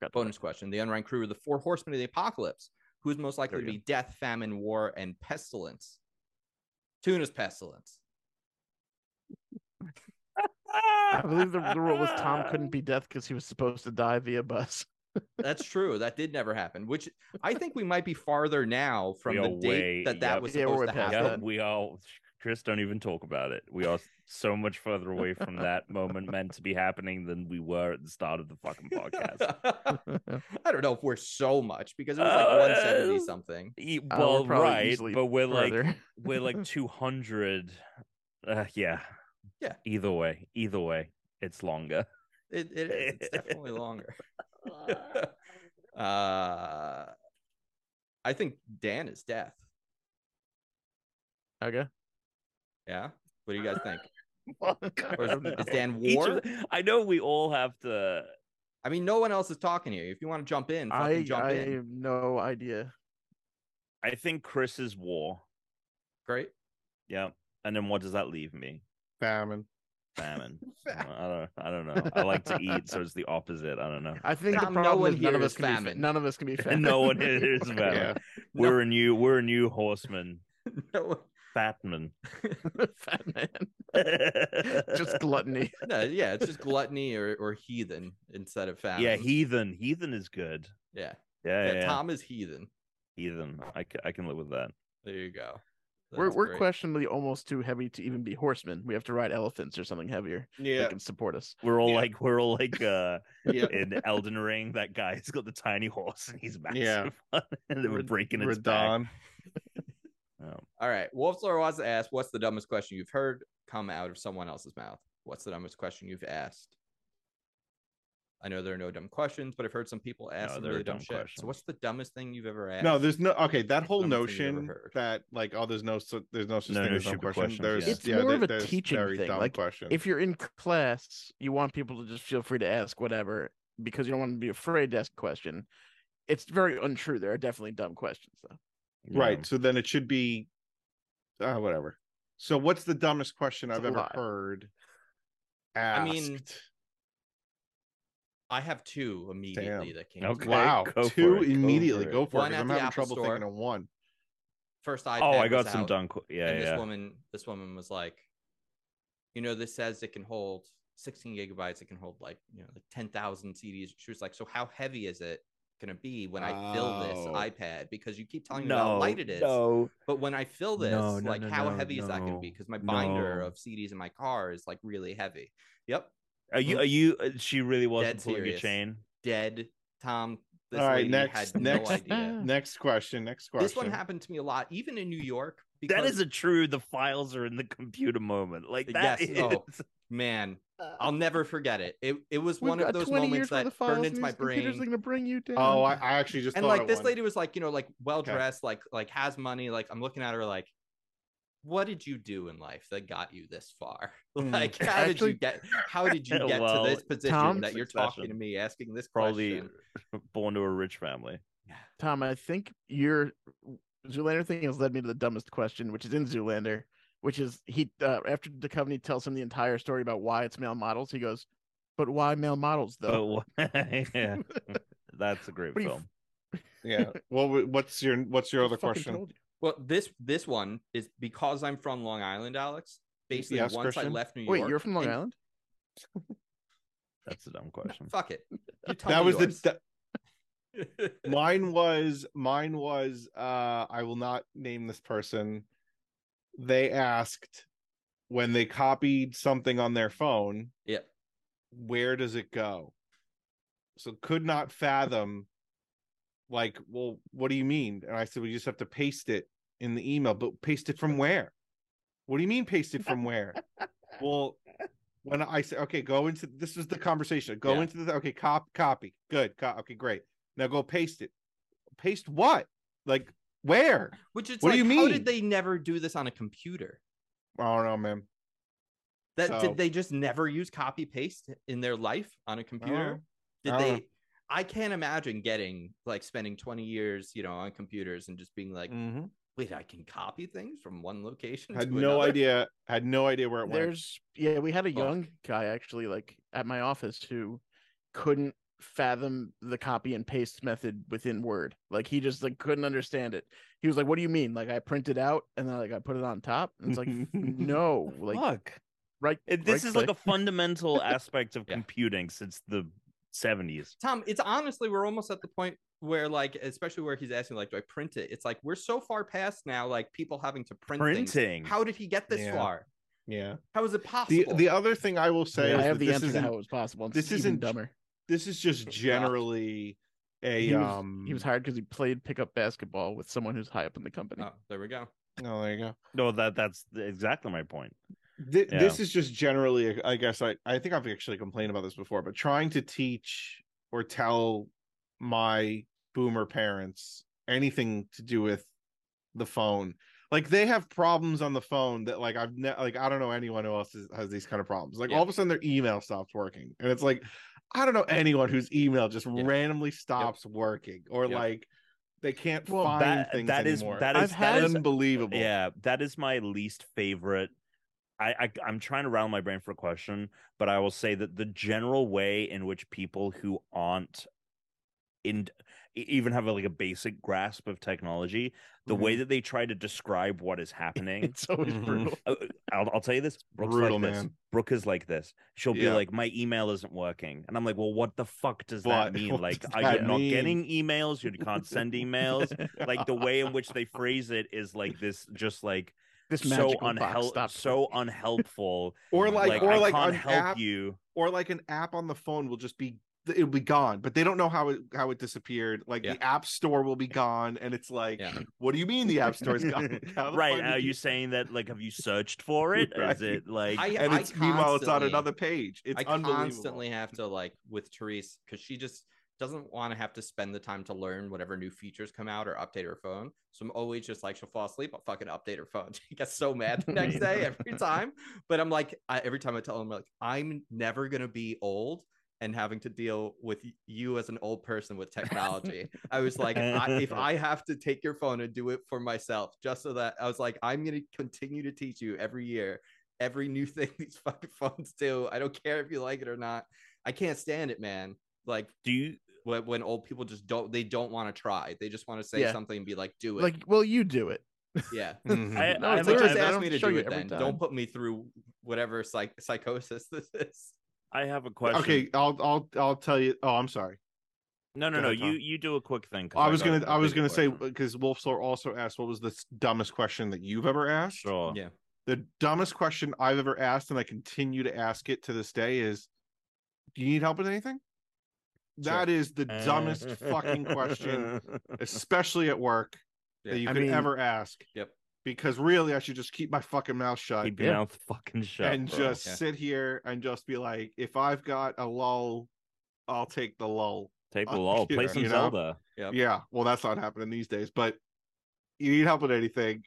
B: Got
A: Bonus question. The unranked crew are the four horsemen of the apocalypse. Who's most likely
B: There
A: to
B: we
A: be death, famine, war, and pestilence? Tuna's pestilence.
D: that.
B: I believe the, the rule was Tom couldn't be death because he was supposed to die via bus.
A: That's true. That did never happen, which I think we might be farther now from
D: We
A: the
D: are
A: date
D: way-
A: that that
D: yep.
A: was
B: Yeah, we're
A: supposed to
B: way past
A: happen.
D: Yeah,
B: that.
D: we all, Chris, don't even talk about it. We are so much further away from that moment meant to be happening than we were at the start of the fucking podcast.
A: I don't know if we're so much because it was like
D: Uh,
A: 170 something.
D: E-
B: Uh, we're
D: well,
B: probably
D: right,
B: easily
D: but we're like
B: further.
D: we're like 200. Uh, yeah,
A: Yeah.
D: Either way, either way, it's longer.
A: It, it is. It's definitely longer. uh, I think Dan is death.
B: okay.
A: Yeah. What do you guys think? Or is,
B: I don't know.
A: is Dan
D: Each
A: War?
D: of, the- I know we all have to.
A: I mean, no one else is talking here. If you want to jump in, fucking
B: I,
A: jump
B: I
A: in.
B: have no idea.
D: I think Chris is War.
A: Great.
D: Yeah, and then what does that leave me?
C: Famine.
D: Famine. I don't. I don't know. I like to eat, so it's the opposite. I don't know.
B: I think
A: Tom, no
B: the problem
A: one
B: is none of
A: here
B: us
A: is
B: can be fa-
A: famine.
B: none of us can be famine.
D: no one is
B: anymore.
D: famine.
C: Yeah.
D: We're a new. We're a new horseman.
A: No, one-
D: Fatman.
B: Fat man.
D: Just
B: Just gluttony.
A: no, yeah, it's just gluttony or, or heathen instead of famine.
D: yeah, heathen. Heathen is good.
A: yeah.
D: Yeah, yeah,
A: yeah,
D: yeah.
A: Tom is heathen.
D: heathen. I, c- I can live with that.
A: There you go.
B: We're
A: That's
B: we're
A: great.
B: questionably almost too heavy to even be horsemen. We have to ride elephants or something heavier
C: Yeah.
B: that can support us.
D: We're all
C: Yeah.
D: like we're all like uh
C: Yeah.
D: in Elden Ring. That guy's got the tiny horse and he's massive.
C: Yeah.
D: and they were
C: Red-
D: breaking its back.
C: Radon.
D: Oh.
A: All right. Wolf's Lore wants to ask, what's the dumbest question you've heard come out of someone else's mouth? What's the dumbest question you've asked? I know there are no dumb questions, but I've heard some people ask
D: No,
A: some
D: there are
A: really dumb,
D: dumb
A: shit. So
D: questions.
A: what's the dumbest thing you've ever asked?
C: No, there's no okay. That whole
A: Dumbest thing you've ever
C: notion
A: heard.
C: that like oh, there's no su- there's no such
D: No,
C: thing
D: no
C: as dumb
D: stupid
C: question.
D: questions,
C: There's
D: yeah.
B: It's more of a
C: there's
B: teaching
C: very
B: thing,
C: Dumb
B: like,
C: question.
B: If you're in class, you want people to just feel free to ask whatever because you don't want to be afraid to ask a question. It's very untrue. There are definitely dumb questions though.
C: right, so then it should be, uh, whatever. So what's the dumbest question
B: It's
C: I've
B: a
C: ever
B: lot.
C: heard? Asked.
A: I mean- I have two immediately that came. to
D: Okay.
A: mind.
C: wow,
D: go for
C: two
D: it, go
C: immediately.
D: for it.
C: Go for it.
A: One
C: 'cause
A: at
C: I'm
A: the
C: having
A: Apple
C: trouble
A: Store.
C: thinking of one.
A: First iPad.
D: oh, I
A: was
D: got some
A: out.
D: dunk. Yeah,
A: and this
D: yeah.
A: woman this woman was like you know this says it can hold 16 gigabytes it can hold like you know like 10,000 CDs she was like so how heavy is it going to be when I fill this
C: Oh.
A: iPad because you keep telling me
D: no,
A: how light it is
D: no.
A: but when I fill this
D: No, no,
A: like
D: no,
A: how
D: no,
A: heavy is that going
D: no,
A: to be because my binder
D: no.
A: of CDs in my car is like really heavy yep
D: Are you? Are you? uh, She really wasn't
A: Dead
D: pulling
A: serious.
D: your chain.
A: dead Tom this
C: All right,
A: lady
C: next-
A: had
C: next-
A: no
B: Hmm.
A: idea
C: Next question. Next question.
A: this one heppened to me a lot even in New York
D: That is a true. The files are in the computer moment. Like that
A: Yes,
D: is.
A: oh. man I'll never forget it. It it was
B: We've
A: one of
B: got
A: those
B: 20
A: moments
B: years worth
A: that
B: of files
A: burned
B: and
A: into my
B: these computers
A: brain.
B: are gonna bring you down.
C: Oh, I, I actually just
A: And
C: thought
A: like
C: of
A: this
C: one.
A: lady was like, you know, like well
C: Okay.
A: dressed, like like has money. Like I'm looking at her like, what did you do in life that got you this far?
C: Hmm.
B: Mm.
A: Like how did you
B: Actually-
A: get how did you get
D: Well,
A: to this position
B: Tom-
A: that you're talking to
D: Succession.
A: me asking this
D: Probably
A: question?
D: born to a rich family.
B: Tom, I think your Zoolander thing has led me to the dumbest question, which is in Zoolander, which is he uh, after Duchovny tells him the entire story about why it's male models, he goes, "But why male models though?"
D: But yeah, that's a great
B: What do you
D: film.
C: Yeah. Well, wh- what's your what's your
B: I
C: other
B: fucking
C: question?
B: told you.
A: Well, this this one is because I'm from Long Island, Alex. Basically,
C: yes,
A: once I
C: Christian?
A: left New York,
B: Wait, you're from Long
A: and-
B: Island?
D: That's a dumb question.
A: Fuck it. You tell
C: That
A: me
C: was the
A: yours.
C: that- mine was mine was uh I will not name this person. They asked when they copied something on their phone,
A: Yep.
C: where does it go? So could not fathom like, well, what do you mean? And I said, we just have to paste it in the email, but paste it from where? What do you mean paste it from where? well, when I said, okay, go into this was the conversation. Go
A: Yeah.
C: into the okay, cop copy. Good. Co- okay, great. Now go paste it. Paste what? Like where?
A: Which is
C: What
A: like,
C: do you
A: how
C: mean?
A: did they never do this on a computer?
C: I don't know, man.
A: That
C: So-
A: did they just never use copy paste in their life on a
C: Oh,
A: computer? Did
C: I don't
A: they?
C: know.
A: I can't imagine getting like spending 20 years, you know, on computers and just being like,
C: Mhm.
A: wait, I can copy things from one location.
C: Had
A: to
C: no
A: another?"
C: idea. Had no idea where it went.
B: There's yeah, we had a
A: Fuck.
B: young guy actually like at my office who couldn't fathom the copy and paste method within Word. Like he just like couldn't understand it. He was like, "What do you mean? Like I print it out and then like I put it on top?" And it's like, "No, like
D: Fuck.
B: right."
D: It- eh, this is like a
B: right-click.
D: fundamental aspect of
A: Yeah.
D: computing since the 70s.
A: Tom, it's honestly, we're almost at the point where, like, especially where he's asking, like, do I print it? It's like we're so far past now, like people having to print things.
D: Printing.
A: How did he get this
C: Yeah.
A: far?
C: yeah.
A: How is it
C: The
A: possible?
C: the other thing I will say
D: Yeah,
C: is
B: I have the
C: that this
B: answer to
C: isn't-
B: how it was possible. and
C: this
B: it's even
C: isn't-
B: dumber.
C: this is just generally a
B: He was,
C: um
B: he was hired because he played pickup basketball with someone who's high up in the company.
A: oh, there we go.
C: oh there you go
D: No, that that's exactly my point.
C: Th-
D: Yeah.
C: this is just generally i guess i i think i've actually complained about this before but trying to teach or tell my boomer parents anything to do with the phone like they have problems on the phone that like i've ne- like i don't know anyone who else is, has these kind of problems like
A: Yeah.
C: all of a sudden their email stops working and it's like i don't know anyone whose email just
A: Yeah.
C: randomly stops working or
A: Yep.
C: like they can't
B: Well,
C: find
D: that-
C: things
D: that is-
C: anymore.
D: that
B: is- I've that had- is-
C: unbelievable.
D: Yeah, that is my least favorite. I, I I'm trying to round my brain for a question, but I will say that the general way in which people who aren't in e- even have a, like a basic grasp of technology, the way
C: Mm-hmm.
D: that they try to describe what is happening.
B: It's always
C: Mhm.
B: brutal.
D: uh, I'll, I'll tell you this. Brooke's
C: Brutal,
D: like this.
C: man.
D: Brooke is like this. She'll be
C: Yeah.
D: like, "My email isn't working," and I'm like, "Well, what the fuck does
C: What-
D: that mean?
C: what
D: Like,
C: does
D: are
C: that
D: you not
C: mean?"
D: getting emails? You can't send emails. like the way in which they phrase it is like this, just like
B: this
D: so
B: magical box
D: unhelpful,
B: stopped
D: so
B: working.
D: unhelpful.
C: Or like,
D: like,
C: or
D: I
C: like
D: can't
C: an
D: help
C: app,
D: you.
C: or like an app on the phone will just be it'll be gone, but they don't know how it how it disappeared. Like
A: Yeah.
C: the app store will be gone, and it's like,
A: Yeah.
C: what do you mean the app store is gone? How the
D: Right?
C: fuck did
D: Are you saying that? Like, have you searched for it? Is
C: Right.
D: it like?
A: I-
C: And it's meanwhile, it's on
A: constantly-
C: another page. It's
A: I
C: unbelievable.
A: constantly have to like with Therese because she just doesn't want to have to spend the time to learn whatever new features come out or update her phone. So I'm always just like, she'll fall asleep. I'll fucking update her phone. She gets so mad the next day every time. But I'm like, I, every time I tell them, like, I'm never gonna be old and having to deal with y- you as an old person with technology. I was like, I, if I have to take your phone and do it for myself, just so that I was like, I'm gonna continue to teach you every year every new thing these fucking phones do. I don't care if you like it or not. I can't stand it, man. Like
D: Do you
A: when, when old people just don't they don't want to try. They just want to say
B: Yeah.
A: something and be like, do it.
B: Like, well, you do it.
A: yeah. Oh,
D: I,
B: No, it's
D: I have a-
A: Like,
B: literally
D: I
A: just
D: have a-
B: that.
A: ask
B: don't
A: me to
B: show
A: do
B: you
A: it
B: every
A: then.
B: time.
A: Don't put me through whatever psych- psychosis this is.
D: I have a question.
C: okay, I'll I'll I'll tell you. Oh, I'm sorry.
D: No, no,
C: Go
D: no.
C: ahead,
D: You
C: Tom.
D: you do a quick thing. 'cause
C: I was
D: got
C: gonna
D: a
C: I was
D: bigger
C: gonna say
D: question.
C: because Wolfsor also asked, "What was the s- dumbest question that you've ever asked?"
B: Oh.
D: sure.
A: Yeah.
C: The dumbest question I've ever asked, and I continue to ask it to this day, is, "Do you need help with anything?" That is the dumbest fucking question, especially at work,
A: Yeah.
C: that you
B: I
C: could
B: mean-
C: ever ask.
A: Yep.
C: Because really, I should just keep my fucking mouth shut.
D: Keep your mouth fucking shut.
C: and
D: bro.
C: just
A: Yeah.
C: sit here and just be like, if I've got a lull, I'll take the lull.
D: take the
C: on
D: lull. Play
C: here,
D: some
C: you know?
D: Zelda.
A: Yep.
C: Yeah. Well, that's not happening these days, but you need help with anything,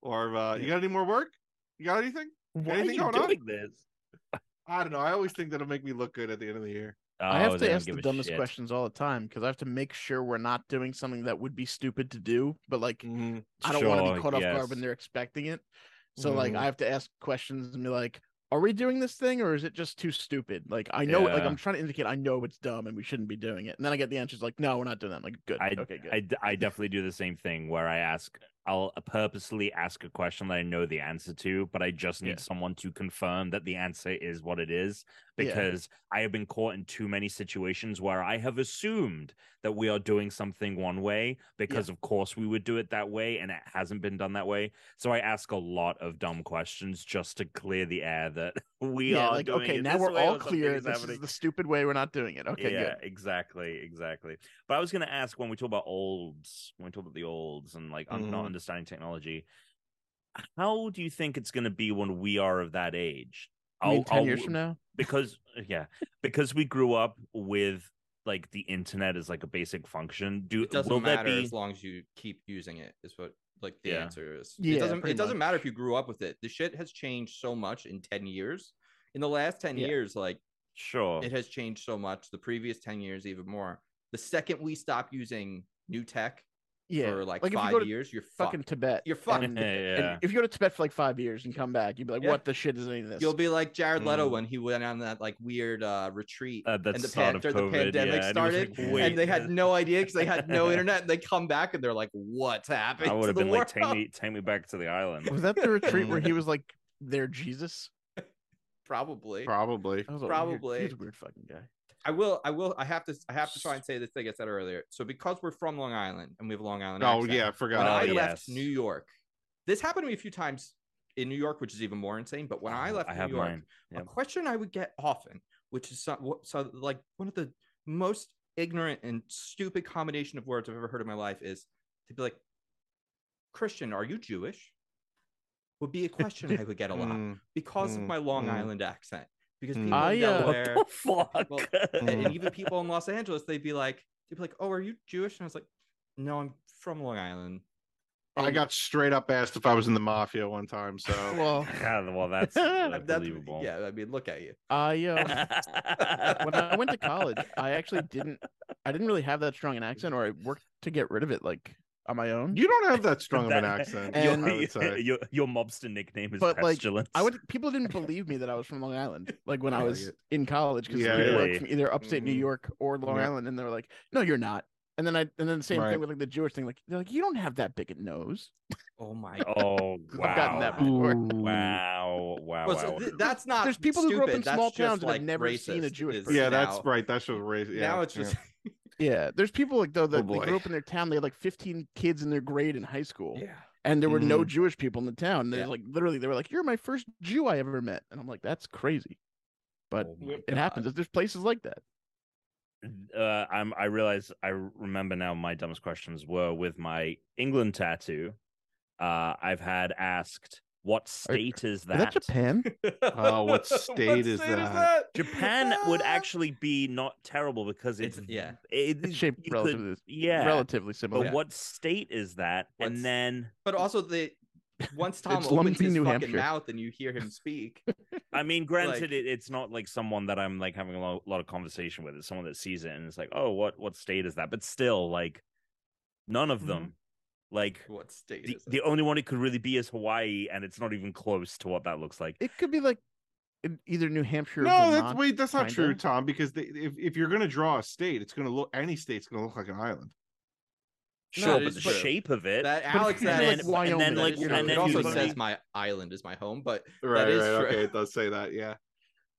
C: or uh, you got any more work? You got anything?
D: Why
C: Anything
D: are you
C: going on?
D: doing this?
C: I don't know. I always think that'll make me look good at the end of the year.
B: I
D: Oh,
B: have
D: they
B: to
D: don't
B: ask the
D: give a
B: dumbest
D: shit.
B: questions all the time because I have to make sure we're not doing something that would be stupid to do, but like I don't want to
D: Mm, Sure,
B: be caught off
D: yes. Mm-hmm.
B: guard when they're expecting it. So like
C: Mhm.
B: I have to ask questions and be like, "Are we doing this thing, or is it just too stupid?" Like I know, like
D: Yeah.
B: I'm trying to indicate I know it's dumb and we shouldn't be doing it, and then I get the answers like, "No, we're not doing that." I'm like, good,
D: I,
B: okay, good.
D: I d- I definitely do the same thing where I ask. I'll purposely ask a question that I know the answer to, but I just need
B: Yeah.
D: someone to confirm that the answer is what it is
B: Yeah.
D: because I have been caught in too many situations where I have assumed that we are doing something one way because, of course, we would do it that way and it hasn't been done that way. So I ask a lot of dumb questions just to clear the air that we
B: yeah,
D: are
B: like
D: doing
B: okay,
D: it
B: now
D: this
B: we're
D: way or
B: all
D: something
B: clear.
D: is
B: This
D: happening
B: is the stupid way. We're not doing it. Okay,
D: yeah,
B: good.
D: exactly, exactly. But I was going to ask when we talk about olds, when we talk about the olds and like un-
B: Mm-hmm.
D: not
C: Mhm.
D: understanding technology, how do you think it's going to be when we are of that age?
B: I mean,
D: I'll-
B: ten
D: I'll-
B: years from now,
D: because yeah, because we grew up with like the internet is like a basic function. Do
A: It doesn't
D: will
A: matter
D: there be?
A: as long as you keep using it. Is what like the
D: Yeah.
A: answer is.
B: Yeah,
A: it doesn't.
B: pretty
A: It doesn't matter if
B: much.
A: you grew up with it. The shit has changed so much in ten years. In the last ten
B: Yeah.
A: years, like
D: Sure.
A: it has changed so much. The previous ten years, even more. The second we stop using new tech
B: yeah,
A: for like,
B: if you
A: five
B: go to
A: years, you're
B: fucking
A: fucked.
B: Tibet,
A: You're fucked.
B: and- and
D: yeah.
B: if you go to Tibet for like five years and come back, you'd be like,
A: Yeah.
B: "What the shit is any of this?"
A: You'll be like Jared Leto
C: Mm.
A: when he went on that like weird uh, retreat
D: Uh, that's
A: and the
D: start
A: pan-
D: of
A: after the
D: COVID, yeah,
A: pandemic
D: and it was
A: started,
D: like,
A: and they had
D: wait,
A: no idea because they had no internet. And they come back and they're like, "What's happened?"
D: I would
A: to
D: have
A: the
D: been like, take
A: world?"
D: me, take me back to the island.
B: Was that the retreat where he was like their Jesus?
A: probably.
C: Probably.
B: That was a weird-
A: Probably.
B: he's a weird fucking guy.
A: I will. I will. I have to. I have to try and say this thing I said earlier. So because we're from Long Island and we have a Long Island.
C: Oh
A: accent,
C: yeah, I
A: When
C: forgot.
D: Oh,
A: I
D: yeah. yes.
A: left New York, this happened to me a few times in New York, which is even more insane. But when I
D: Oh,
A: left
D: I
A: New
D: have
A: York,
D: mine.
A: a
D: Yep.
A: question I would get often, which is so, wh- so like one of the most ignorant and stupid combination of words I've ever heard in my life is to be like, "Christian, are you Jewish?" Would be a question I would get a lot
C: Mm,
A: because of
C: mm,
A: my Long
C: mm.
A: Island accent. Because
C: Mm.
A: people
D: Ah,
B: I,
A: in
B: uh, What
A: Delaware,
D: What the
A: people-
D: fuck?
A: and-
C: Mm-hmm.
A: and even people in Los Angeles, they'd be like, they'd be like, "Oh, are you Jewish?" And I was like, "No, I'm from Long Island."
C: I
A: And
C: got straight up asked if I was in the mafia one time. So
B: Well,
D: God, well, that's
B: That's-
A: that's-
D: unbelievable.
A: Yeah, I mean, look at you.
B: I uh, when I went to college, I actually didn't. I didn't really have that strong an accent, or I worked to get rid of it, like on my own.
C: you don't have that strong of an
D: That-
C: accent.
D: Your,
B: And-
C: I would say.
D: your, your mobster nickname is
B: But, like,
D: pestilence.
B: I would. People didn't believe me that I was from Long Island, like when I
C: Yeah,
B: was
C: yeah.
B: in college, because
C: Yeah,
B: people
D: yeah.
B: were from either upstate New
C: Mhm.
B: York or Long
C: Yeah.
B: Island, and they were like, "No, you're not." And then I, and then the same
C: Right.
B: thing with like the Jewish thing, like they're like, "You don't have that big a nose."
A: Oh my
D: Oh wow!
B: I've gotten that before.
C: Ooh.
D: Wow! Wow!
A: Well, so
D: wow.
A: th- that's not.
B: There's people who grew up in
A: stupid, that's
B: small
A: just,
B: towns and have
A: like,
B: never seen a
A: racist
B: Jewish
A: is
B: person.
C: Yeah, that's
A: now-
C: right. That's what race. Yeah,
A: Now it's just.
B: Yeah, there's people like
D: Oh,
B: though that they
C: boy.
B: grew up in their town. They had like 15 kids in their grade in high school,
A: Yeah.
B: and there were no
D: Mm-hmm.
C: Mhm.
B: Jewish people in the town. There's
A: Yeah.
B: like literally, they were like, "You're my first Jew I ever met," and I'm like, "That's crazy," but
D: Oh my
B: it happens. There's places like that.
D: uh, I'm. I realize. I remember now. My dumbest questions were with my England tattoo. Uh, I've had asked, "What state is
B: Is that
D: that?"
B: Japan?
C: Oh, what state is that?
D: Japan would actually be not terrible because it's,
A: It's- yeah.
D: It
B: It's
D: is
B: shaped
D: you could-
B: relatively,
D: yeah.
B: relatively
D: But
B: similar.
D: what state is that?
A: What's-
D: And then,
A: But also the once Tom
B: It's
A: opens
B: Lumpy,
A: his
B: New
A: fucking
B: Hampshire.
A: mouth and you hear him speak,
D: I mean, granted, it, it's not like someone that I'm like having a lo- lot of conversation with. It's someone that sees it and it's like, oh, what what state is that? But still, like, none of
C: Mm-hmm.
B: Mhm.
D: them. Like,
A: what state
D: the,
A: is it?
D: the only one it could really be is Hawaii, and it's not even close to what that looks like.
B: it could be like in either New Hampshire or
C: No, that's
B: Vermont.
C: wait, that's not true,
B: kinda.
C: Tom. Because they, if if you're gonna draw a state, it's gonna look any state's gonna look like an island.
A: No,
D: Sure,
A: it
D: but
A: is
D: the
A: true.
D: shape of it.
A: That
B: if
A: Alex
B: you
A: that
B: look
A: is-
B: at
A: that
B: Wyoming,
A: is
B: like,
A: true.
B: and then
A: it also
B: you look-
A: says my island is my home, but That is true.
C: Okay, it does say that. Yeah,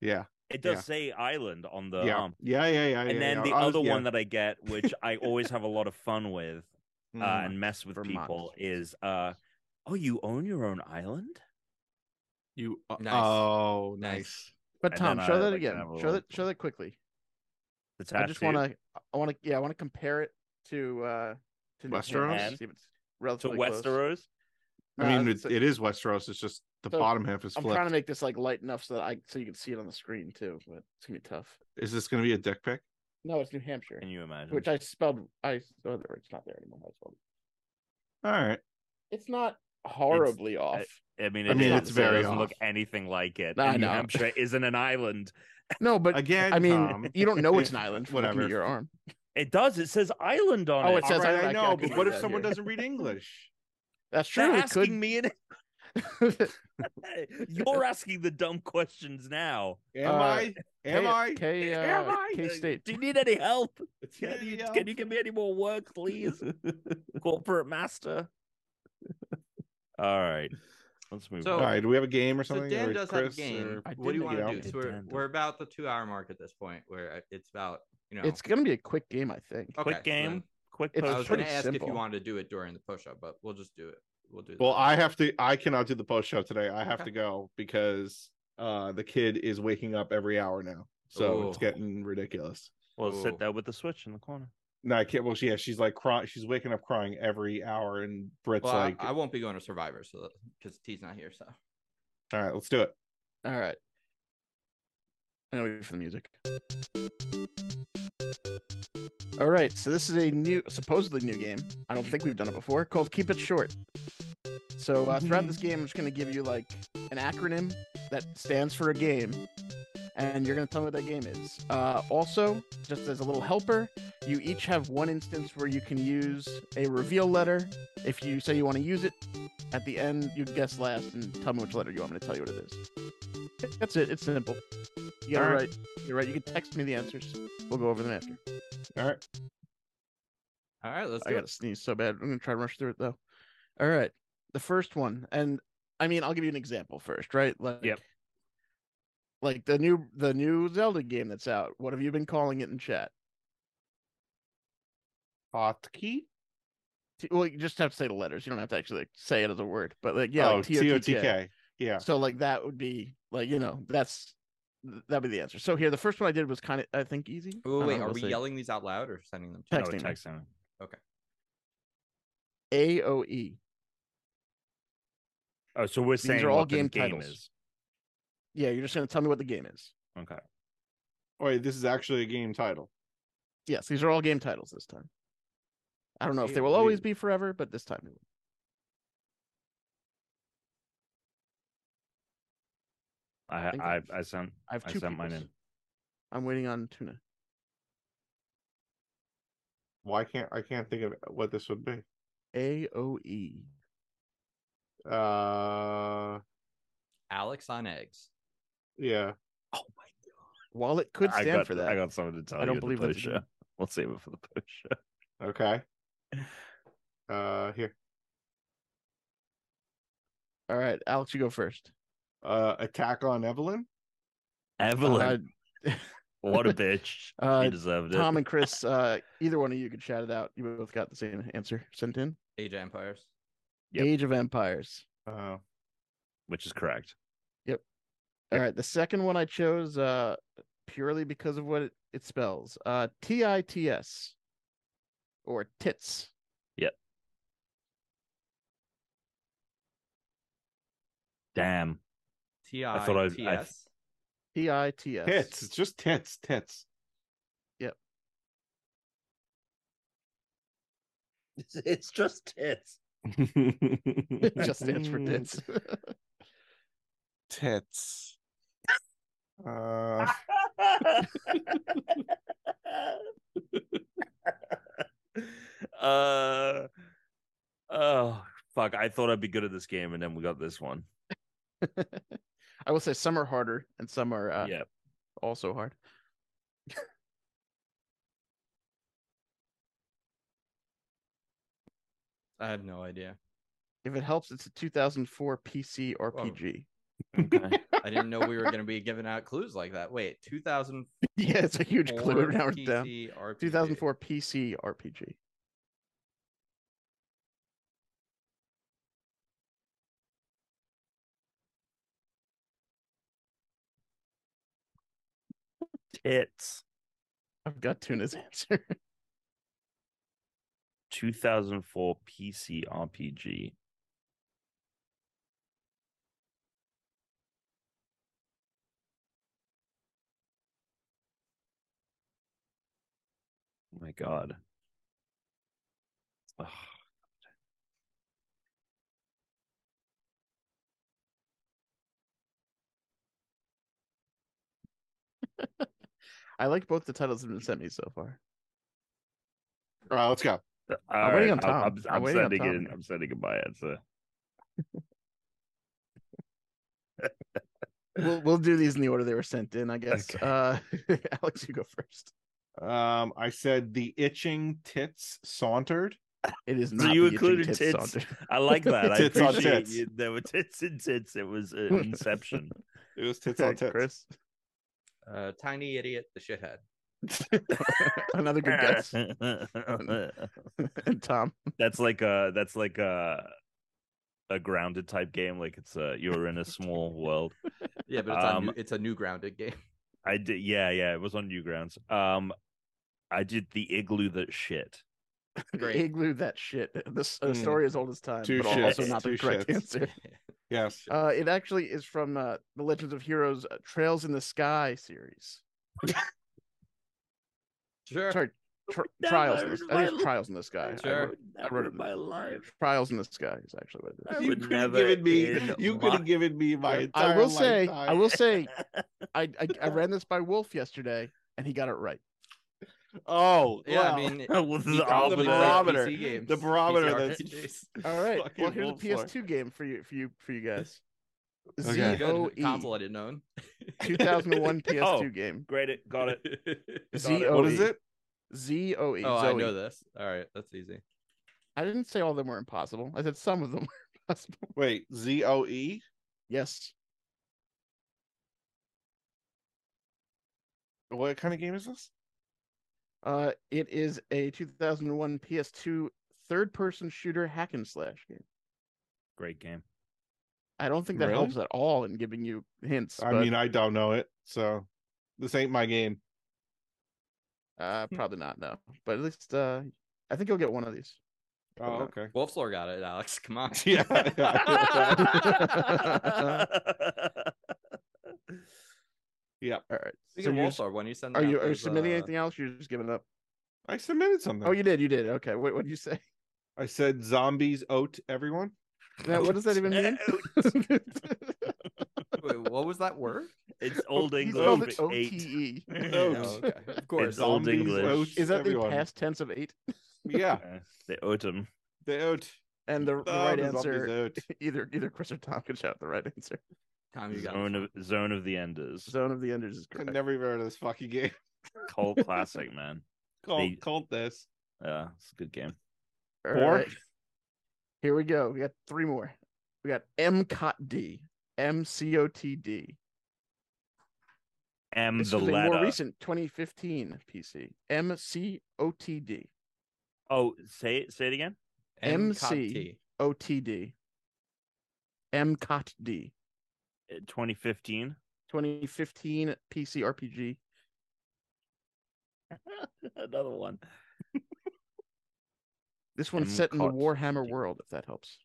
C: yeah,
D: It does
C: Yeah.
D: say island on the
C: yeah,
A: um,
D: arm.
C: yeah, yeah, yeah.
D: And
C: yeah,
D: then
C: yeah.
D: the
C: I was-
D: other
C: yeah.
A: uh,
D: one that I get, which I always have a lot of fun with uh,
C: Mm.
D: and mess with
B: Vermont.
D: people, is uh, oh, you own your own island?
C: you. uh,
A: Nice.
C: Oh,
A: Nice.
C: nice.
B: But
D: and
B: Tom,
D: then
B: show
D: I,
B: that
D: like,
B: again.
D: have a
B: Show
D: little-
B: that. Show that quickly.
D: The
B: I just
D: tattoo.
B: want to. I want to. Yeah, I want to compare it to uh to New Hampshire,
C: Westeros?
B: see if it's
D: to
B: relatively close.
D: Westeros.
C: I mean,
B: Uh,
C: it,
B: so-
C: it is Westeros. It's just the
B: So,
C: bottom half is
B: I'm
C: flipped.
B: trying to make this like light enough so that I so you can see it on the screen too, but it's gonna be tough.
C: Is this gonna be a dick pic?
B: No, it's New Hampshire,
C: Mm-hmm.
D: Can you imagine?
B: which I spelled. I oh, there, it's not there anymore. I spelled
C: All right.
B: it. It's not horribly off.
D: I mean,
C: I
D: it
C: mean,
D: is,
C: it's
D: so it
C: very
D: doesn't look
C: off.
D: anything like it.
B: I
D: and New
B: know.
D: Hampshire isn't an island.
B: no, but
C: Again,
B: I mean,
C: Tom,
B: you don't know it's an island. From
C: Whatever.
B: Whatever your arm.
D: It does. It says island on
B: Oh,
D: it.
B: it says
C: All right,
B: I-
C: I,
B: I
C: know,
B: could
C: but
B: do
C: what if
B: that
C: someone
B: here.
C: doesn't read English?
B: That's
D: They're
B: true. It
D: asking
B: could.
D: me, and you're asking the dumb questions now.
C: Am
B: Uh,
C: I? Am
B: K-
C: I?
B: K,
C: Am
B: uh,
C: I?
B: K State.
D: Do you need any help?
C: Yeah,
D: Can you,
C: yeah.
D: can you give me any more work, please? Corporate master. All right. Let's move
A: So-
C: All
D: on.
C: right. Do we have a game or
A: So
C: something?
A: Dan
C: Or
A: does have a
C: Chris
A: game.
C: or-
B: I
A: What do you
B: didn't
A: want
C: get
A: to
C: out.
A: do? So
D: It
A: we're,
D: did.
A: we're about the two hour mark at this point, where it's about you know.
B: It's gonna be a quick game, I think.
A: Okay,
D: Quick
A: so
D: game.
A: then
D: Quick
A: I
B: It's
A: was
D: potion.
A: going
B: pretty
A: to ask if you
B: simple.
A: wanted to do it during the push up, but we'll just do it. We'll do. the
C: Well,
A: push-up.
C: I have to. I cannot do the post show today. I have
A: Okay.
C: to go because uh the kid is waking up every hour now, so it's
A: Ooh.
C: getting ridiculous.
D: Well,
A: Ooh.
D: sit there with the switch in the corner.
C: No, I can't. Well, she- yeah, she's like crying. She's waking up crying every hour, and Britt's
A: Well, I-
C: like,
A: I, won't be going to Survivor, so because T's not here, so
C: "All right, let's do it."
B: All right. I'm gonna wait for the music. All right, so this is a new, supposedly new game. I don't think we've done it before. Called Keep It Short. So uh, throughout this game, I'm just gonna give you like an acronym that stands for a game, and you're gonna tell me what that game is. Uh, also, just as a little helper, you each have one instance where you can use a reveal letter. If you say you want to use it, at the end you guess last and tell me which letter you want me to tell you what it is. That's it. It's simple. You got it
C: All right.
B: right. You're right. You can text me the answers. We'll go over them after.
C: All right.
A: all right, let's
B: I
A: do
B: gotta
A: it.
B: sneeze so bad. I'm gonna try to rush through it though. All right. The first one, and I mean, I'll give you an example first, right? Like, like the new the new Zelda game that's out. What have you been calling it in chat?
C: Hotkey.
B: T- Well, you just have to say the letters. You don't have to actually like, say it as a word, but like yeah,
C: oh,
B: like,
C: T O T
B: TOTK.
C: K. Yeah.
B: So like that would be like you know that's th- that'd be the answer. So here, the first one I did was kind of I think easy. I
A: Oh
B: don't
A: wait,
B: know,
A: are
B: we'll
A: we
B: see.
A: yelling these out loud or sending them?
D: No,
A: To
B: Text. Texting me.
D: texting. me.
B: AOE?
D: Oh, so we're saying
B: are all
D: what the
B: game
D: game
B: titles.
D: is.
B: Yeah, you're just gonna tell me what the game is.
D: Okay.
C: Wait, this is actually a game title.
B: Yes, these are all game titles this time. I don't know if they will always be forever, but this time they will.
D: I
B: I think
D: I
B: I've-
D: I sent
B: I have
D: I
B: two.
D: sent mine
B: people's.
D: in.
B: I'm waiting on tuna.
C: Why can't I can't think of what this would be?
B: AOE.
C: Uh,
A: Alex on eggs.
C: yeah.
D: Oh my
B: While it could
D: I
B: stand
D: got,
B: for that,
D: I got something to tell
B: I
D: you.
B: don't
D: at
B: believe
D: the
B: that's a
D: post show.
B: game.
D: We'll save it for the post show.
C: Okay. Uh, here.
B: all right, Alex, you go first.
C: Uh, Attack on Evelyn.
D: Evelyn, what a bitch.
B: Uh, uh,
D: she deserved
B: Uh,
D: it.
B: Tom and Chris, uh, either one of you could shout it out. You both got the same answer sent in.
A: Age of Empires.
D: Yep.
B: Age of Empires.
C: Oh,
D: which is correct.
B: All right, the second one I chose uh, purely because of what it, it spells. Uh, T I T S, or tits.
D: Damn.
A: T
D: I thought I-
A: I T
D: I-
A: S.
B: T I T S.
C: tits. It's just tits. Tits.
D: It's just tits.
B: It just stands for tits.
C: tits. Uh,
D: uh, oh, fuck. I thought I'd be good at this game, and then we got this one.
C: Mm.
B: I will say some are harder and some are uh,
D: yeah.
B: also hard.
A: I have no idea.
B: If it helps, it's a 2004 PC RPG.
D: Okay.
A: I didn't know we were going to be giving out clues like that. Wait, 2004
B: yeah, it's a huge clue. Now it's down.
A: PC RPG.
B: 2004 PC RPG.
D: Tits.
B: I've got Tuna's answer.
D: 2004 PC RPG. Oh my god. Ugh.
B: I like both the titles that have been sent me so far.
C: All right, let's go.
D: All
B: waiting
D: right,
B: on Tom.
D: I'm- I'm,
B: I'm
D: I'm,
B: waiting on
D: sending
B: Tom
D: it.
B: here.
D: I'm sending uh, it my answer.
B: We'll we'll do these in the order they were sent in, I guess.
D: Okay.
B: Uh, Alex, you go first.
C: Um, I said the itching tits sauntered.
B: It is
D: So
B: not.
D: you
B: the Itching
D: included tits.
B: Saunter.
D: I like that. I
C: Tits on
D: appreciate
C: tits.
D: you. There were tits and tits. It was uh, Inception.
C: It was tits on tits.
B: Chris,
A: Uh, Tiny Idiot, the shithead.
B: another good guess. and Tom,
D: that's like a that's like a a grounded type game. Like it's a you're in a small world.
A: Yeah, but it's, on
D: Um,
A: new, it's a new grounded game.
D: I did. Yeah, yeah. It was on Newgrounds. Um, I did the igloo that shit.
A: Great.
B: igloo that shit. This uh,
C: Mm.
B: story as old as time,
C: Two
B: but also
D: shits,
B: not the
C: two
B: correct
C: shits.
B: answer.
C: Yes.
B: Uh, it actually is from uh, the Legends of Heroes uh, Trails in the Sky series.
A: Sure.
B: Sorry, tr-
D: Never
B: Trials. In the, I
D: in
B: think
D: my
B: it's Trials in the Sky. I
A: Sure.
B: wrote- I wrote it in
D: my life.
B: Trials in the Sky is actually what it is.
D: I
C: You
D: would
C: could have
D: never
C: given me.
D: in
C: You could
D: my-
C: have given me my entire
B: I will say,
C: lifetime.
B: I will say, I, I I ran this by Wolf yesterday, and he got it right.
C: Oh,
A: Yeah,
C: wow.
A: I mean,
D: Well, this is
A: he
D: all
A: probably plays
C: the barometer.
A: PC games,
C: the
A: PC
C: barometer. That's
A: RPGs.
B: All right.
C: Fucking
B: Well, here's a
C: Wolf Lord.
B: PS2 game for you, for you, for you guys.
C: Okay.
B: Z O
A: Good
B: E
A: console I didn't own.
B: 2001 PS2
D: Oh.
B: game.
D: Great, it got it.
B: Z O E.
C: What is it?
B: Z O E.
A: Oh, I know
B: Zoe.
A: this. All right, that's easy.
B: I didn't say all of them were impossible. I said some of them were possible.
C: Wait, Z O E.
B: Yes.
C: What kind of game is this?
B: Uh, it is a 2001 PS2 third-person shooter hack and slash game.
D: Great game.
B: I don't think that
C: Really?
B: helps at all in giving you hints.
C: I
B: but,
C: mean, I don't know it, so this ain't my game.
B: uh, probably not. No, but at least uh, I think you'll get one of these.
C: Oh,
B: Uh,
C: okay.
A: Wolf's Lore got it, Alex. Come on.
C: Yeah.
B: Uh-huh. All right.
A: Speaking
B: So
A: of
B: you're
A: Wolf's
B: s-
A: Lore, when you send
B: are
A: out
B: you are you
A: those,
B: submitting
A: uh,
B: anything else? You're just giving up.
C: I submitted something.
B: Oh, you did. You did. Okay. What what did you say?
C: I said zombies oat everyone.
B: Now, what does that even mean?
A: Wait, what was that word?
D: It's old
B: Oh, He
D: English.
B: spelled it E.
D: but
B: O-T-E.
D: eight.
A: Oh,
C: Oat.
A: okay. Of course.
D: It's old
C: Zombies
D: English.
C: oat
B: Is that
C: everyone.
B: the past tense of eight?
C: Yeah,
D: Uh, The autumn.
C: they oat.
B: And the, the right
C: Zombies, eh? zombies
B: answer,
C: oat.
B: either either Chris or Tom can shout the right answer.
A: Tom, you got
D: Zone
A: it.
D: of Zone of the Enders.
B: Zone of the Enders is
C: I've
B: correct.
C: never even heard of this fucking game.
D: Cult classic, man.
C: Called
D: They-
C: called this.
D: Yeah, it's a good game.
B: All
C: Four.
B: right. Here we go. We got three more. We got MCOTD. MCOTD.
D: M
B: This
D: Mm, the
B: was a more
D: letter.
B: recent 2015 PC. MCOTD.
D: Oh, say it. Say it again.
A: MCOTT.
B: OTD. MCOTD.
D: Uh, 2015.
B: 2015 PC RPG.
D: Another one.
B: This one's set in the
D: MCOTD.
B: Warhammer world, if that helps.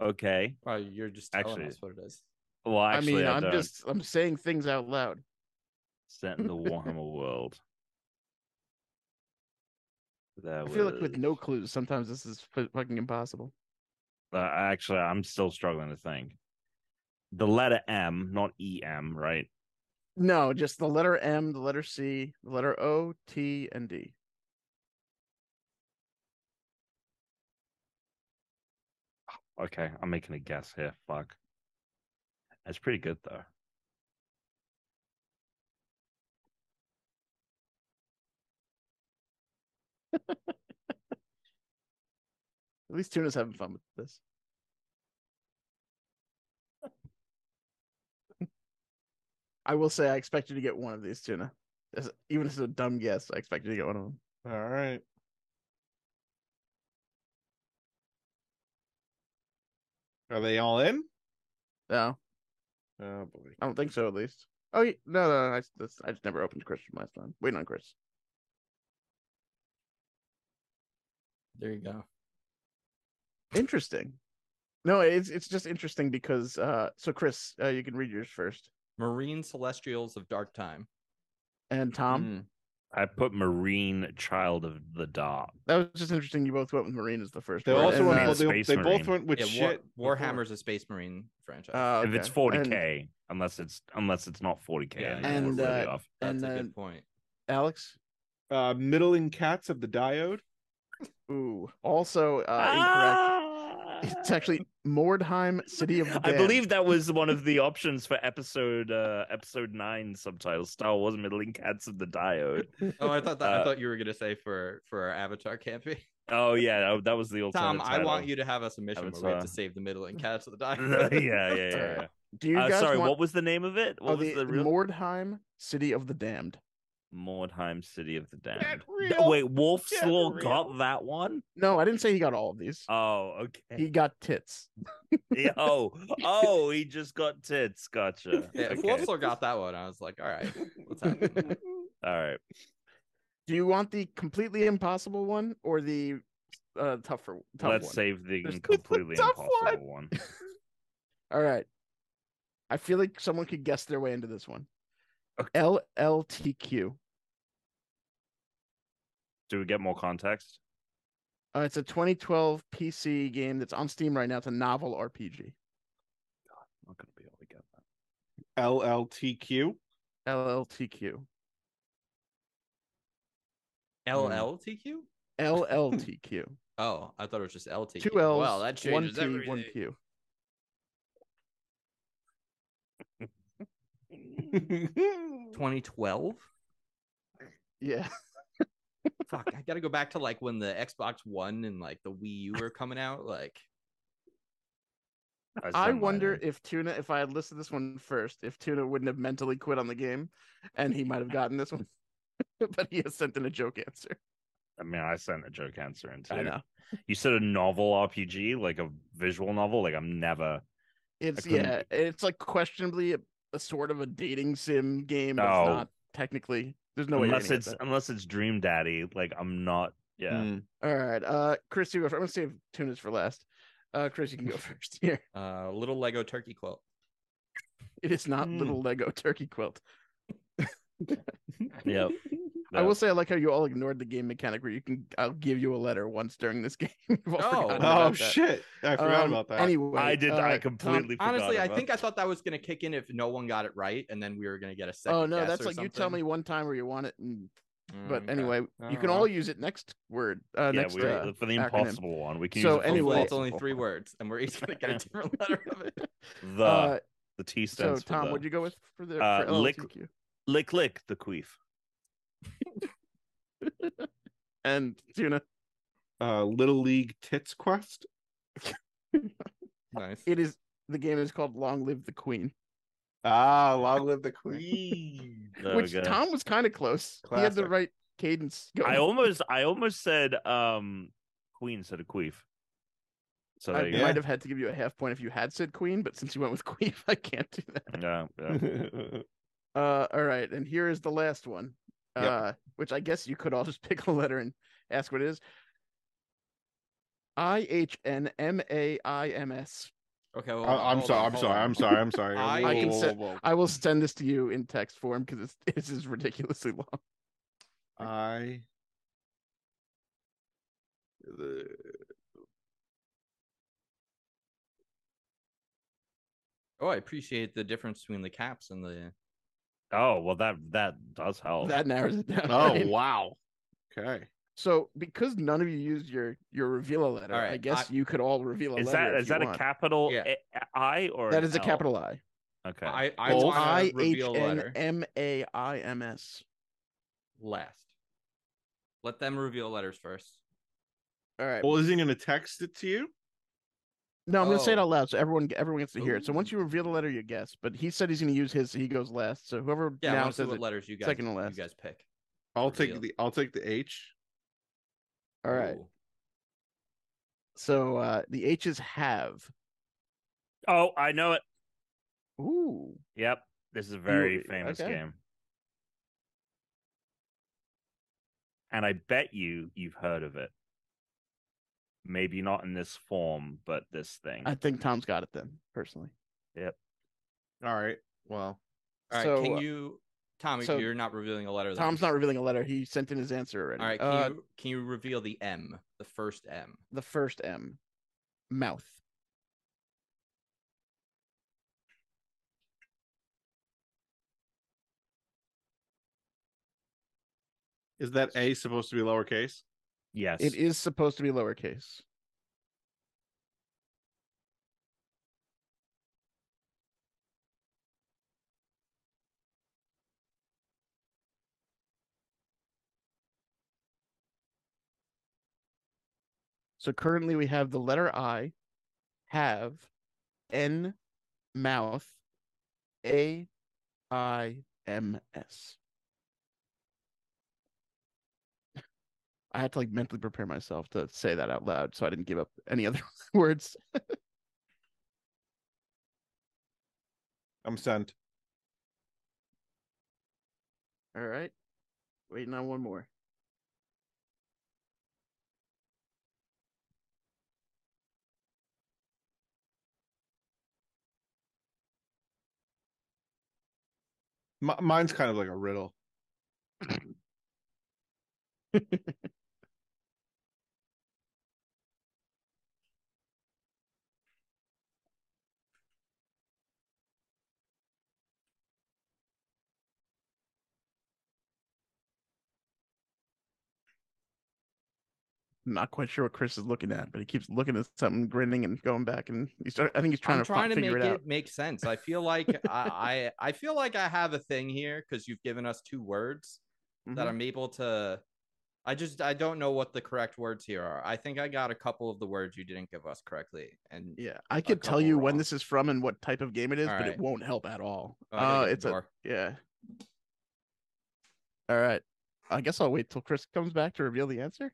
D: Okay.
A: Wow, you're just telling
D: Actually-
A: us what it is.
D: Well, actually,
B: I mean,
D: I
B: I'm
D: don't.
B: just I'm saying things out loud.
D: set in the Warhammer world. There
B: I feel like with
D: was-
B: no clues, sometimes this is fu- fucking impossible.
D: Uh, actually, I'm still struggling to think. The letter M, not E M, right?
B: No, just the letter M, the letter C, the letter O, T, and D.
D: Okay, I'm making a guess here. Fuck. It's pretty good though.
B: At least Tuna's having fun with this. I will say I expect you to get one of these, Tuna. As- Even if it's a dumb guess, I expect you to get one of them.
C: All right. Are they all in?
B: No,
C: Oh boy.
B: I don't think so. At least. Oh y- no, no, no, I, that's, I just never opened Chris from last time. Waiting on Chris.
A: There you go.
B: Interesting. No, it's it's just interesting because uh so Chris, uh, you can read yours first,
A: Marine Celestials of Dark Time.
B: and Tom.
A: Mm.
D: I put Marine Child of the Dark.
B: That was just interesting. You both went with Marine as the first.
C: They
B: word,
C: also
B: and,
C: went,
D: uh,
C: well, they,
D: Space
C: they both
D: Marine.
C: went with
A: Yeah,
C: shit.
A: War,
C: before.
A: Warhammer's a Space Marine franchise.
B: uh,
D: If it's
B: okay.
D: 40k, unless it's unless it's not 40k,
A: Yeah,
D: then we're
B: and,
D: really
B: uh,
D: off.
A: That's
B: and
A: a
B: then
A: good point.
B: Alex.
C: Uh, middling cats of the diode.
B: Ooh. Also uh, incorrect.
D: Ah!
B: It's actually Mordheim, City of the
D: I
B: Dead.
D: believe that was one of the options for episode uh episode nine subtitle Star Wars Middling Cats of the Diode.
A: Oh, I thought that, I
D: Uh,
A: thought you were gonna say for for our Avatar campaign.
D: Oh yeah, that was the old
A: Tom, I want you to have a submission where we have
D: Avatar.
A: to save the middle and cats of the
D: yeah,
A: diamond.
D: yeah, yeah.
B: Do you
D: yeah. Uh,
B: guys
D: sorry,
B: want?
D: what was the name of it? What
B: oh,
D: was
B: the,
D: the, real
B: Mordheim, City of the Damned.
D: Mordheim City of the
C: Get
D: Damned?
C: real.
D: No, Wait, Wolf's
C: Get
D: Law
C: real.
D: got that one?
B: No, I didn't say he got all of these.
D: Oh, okay.
B: He got tits.
D: Yeah, oh, oh, he just got tits. Gotcha.
A: Yeah, if
D: Okay.
A: Wolfsler got that one, I was like, all right, what's happening?
D: All right.
B: Do you want the completely impossible one or the uh, tougher? Tough
D: Let's
B: one?
D: save the
B: There's-
D: completely
B: Tough
D: impossible one.
B: All right. I feel like someone could guess their way into this one.
D: Okay.
B: LLTQ.
D: Do we get more context?
B: Uh, it's a 2012 PC game that's on Steam right now. It's a novel RPG.
D: I'm not gonna be able to get that.
C: LLTQ.
B: LLTQ.
A: LLTQ?
B: LLTQ.
A: Oh, I thought it was just LTQ.
B: Two L's,
A: Wow, that
B: one
A: changes
B: T,
A: everything.
B: one Q.
C: All
A: 2012?
B: Yeah.
A: Fuck, I gotta go back to like when the Xbox One and like the Wii U were coming out. Like,
D: That's
B: I
D: not mine,
B: wonder
D: then.
B: if Tuna, if I had listed this one first, if Tuna wouldn't have mentally quit on the game and he might have gotten this one. but he has sent in a joke answer.
D: I mean, I sent a joke answer into.
B: I know.
D: You said a novel RPG, like a visual novel. Like I'm never.
B: It's
D: couldn't-
B: yeah, it's like questionably a, a sort of a dating sim game, but
D: No.
B: it's not technically. There's no
D: unless
B: way.
D: it's unless it's Dream Daddy. Like I'm not.
B: Mm.
D: Yeah.
A: Hmm.
B: all right. Uh, Chris, you go first. I'm gonna save Tuna's for last. Uh, Chris, you can go first here.
A: uh, little Lego turkey quilt.
B: It is not
C: Mm.
B: little Lego turkey quilt.
D: Yep.
B: I will say I like how you all ignored the game mechanic where you can. I'll give you a letter once during this game. You've all
A: Oh.
B: forgotten about
C: Oh
B: that.
C: shit! I forgot
B: Um,
C: about that.
B: Anyway,
D: I did. I
B: uh, Tom-
D: completely. forgot
A: Honestly, I
D: about
A: think I thought that was gonna kick in if no one got it right, and then we were gonna get a second.
B: Oh no,
A: guess
B: that's
A: or
B: like you tell
A: something.
B: me one time where you want it, and,
A: Mm,
B: but
A: okay.
B: anyway, you can
C: Oh,
B: all
C: well.
B: use it next word. Uh,
D: yeah,
B: next
D: we,
B: uh,
D: for the
B: acronym.
D: impossible one, we can.
B: So
D: use it for
A: Hopefully
B: anyway-
A: it's only
D: impossible.
A: three words, and we're each gonna get a different letter of it.
D: the
B: uh,
D: the T
B: so
D: stands for
B: Tom,
D: the-
B: what'd you go with for the
D: Uh,
B: for
D: lick-
B: LLTQ?
D: lick lick the queef.
B: and tuna?
C: Uh, Little League Tits Quest.
A: Nice.
B: It is the game is called Long Live the Queen,
C: Ah, long live the queen.
D: There we
B: which
D: go.
B: Tom was kind of close. He had the
C: Classic.
B: right cadence.
D: I
B: Going.
D: almost I almost said um queen instead of queef. So
B: I
D: there you
B: might
C: Yeah.
B: have had to give you a half point if you had said Queen, but since you went with Queen, I can't do that.
D: go. Yeah, yeah.
B: Uh, all right, and here is the last one,
C: Yep.
B: uh, which I guess you could all just pick a letter and ask what it is. I H N M A I M S.
A: Okay, well,
C: I, am
A: hold
C: sorry.
A: on,
C: I'm
A: hold
C: sorry.
A: on.
C: I'm sorry. I'm sorry.
A: I-
C: Whoa,
B: I can
C: whoa,
B: set-
C: whoa, whoa.
B: I will send this to you in text form because it's this is ridiculously long.
C: I the
A: Oh, I appreciate the difference between the caps and the.
D: Oh well, that that does help.
B: That narrows it down.
C: oh
B: right?
C: wow. Okay.
B: So because none of you used your your reveal a letter,
A: All right,
B: I guess
A: I-
B: you could all reveal a
D: Is
B: letter.
D: that
B: if
D: is
B: you
D: that a
B: want.
D: capital
A: Yeah.
D: A- I or
B: That
D: an
B: is a
D: L?
B: capital I.
D: Okay.
A: I I
B: O
A: want
B: I
A: to
B: H
A: reveal
B: N
A: letter
B: M A I M S.
A: last. Let them reveal letters first.
B: All right.
C: Well, is he gonna text it to you?
B: No, I'm gonna say it
A: Oh.
B: out loud so everyone everyone gets to hear it. So once
A: Ooh.
B: you reveal the letter, you guess. But he said he's gonna use his. He goes last. So whoever
A: Yeah, I
B: now
A: want to see
B: says
A: what
B: it.
A: letters you guys
B: second to
A: you
B: last.
A: guys pick.
C: I'll take
A: Reveal.
C: the I'll take the H.
B: All right.
A: Ooh.
B: So uh the H's have.
D: oh, I know it.
B: Ooh.
D: Yep. This is a very
B: You-
D: famous
B: okay.
D: game. And I bet you you've heard of it. Maybe not in this form, but this thing.
B: I think Tom's got it then, personally.
C: All right. Well,
A: All right.
B: So,
A: can
B: uh,
A: you, Tommy?
B: so-
A: you're not revealing a letter. then.
B: Tom's not revealing a letter. He sent in his answer already.
A: All right. Can
B: Uh,
A: you can you reveal the M, the first M?
B: the first M, mouth.
C: is that A supposed to be lowercase?
D: yes.
B: It is supposed to be lowercase. So currently we have the letter I, have, N, mouth, A, I, M, S. I had to like mentally prepare myself to say that out loud so I didn't give up any other words.
C: I'm sent.
B: All right. Waiting on one more.
C: Mi- mine's kind of like a riddle.
B: I'm not quite sure what Chris is looking at, but he keeps looking at something, grinning and going back and he start, I think he's trying
A: I'm
B: to fi-
A: trying to make
B: figure
A: it,
B: it, out.
A: make sense. I feel like I, I I feel like I have a thing here because you've given us two words that
B: Mhm.
A: I'm able to. I just I don't know what the correct words here are. I think I got a couple of the words you didn't give us correctly, and
B: Yeah, I could tell
A: couple
B: you when
A: wrong.
B: this is from and what type of game it is,
A: All
B: but
A: right.
B: it won't help at all.
A: Oh,
B: Oh,
A: I gotta get
B: it's
A: the
B: a
A: door.
B: yeah. All right. I guess I'll wait till Chris comes back to reveal the answer.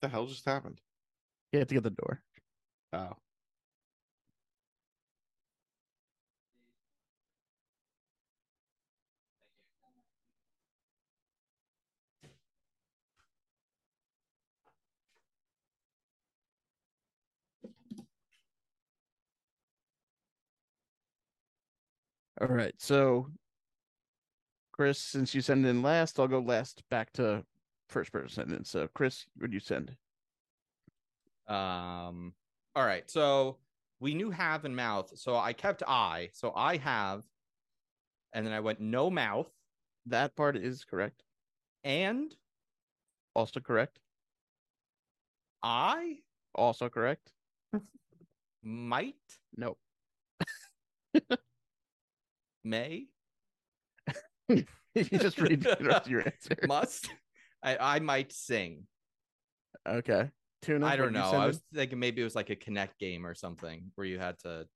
C: the hell just happened?
B: You have to get the door.
C: Oh.
B: All right. So, Chris, since you send in last, I'll go last back to first person. And so, Chris, what do you send?
A: Um, all right. So we knew have and mouth. So I kept I. So I have, and then I went no mouth
B: That part is correct.
A: and
B: Also correct.
A: I
B: Also correct.
A: might
B: Nope.
A: may
B: you just read the rest of your answer.
A: must I, I might sing.
B: Okay. Tuna.
A: I
B: what
A: don't
B: do you
A: know.
B: send
A: I
B: in?
A: was thinking maybe it was like a connect game or something where you had to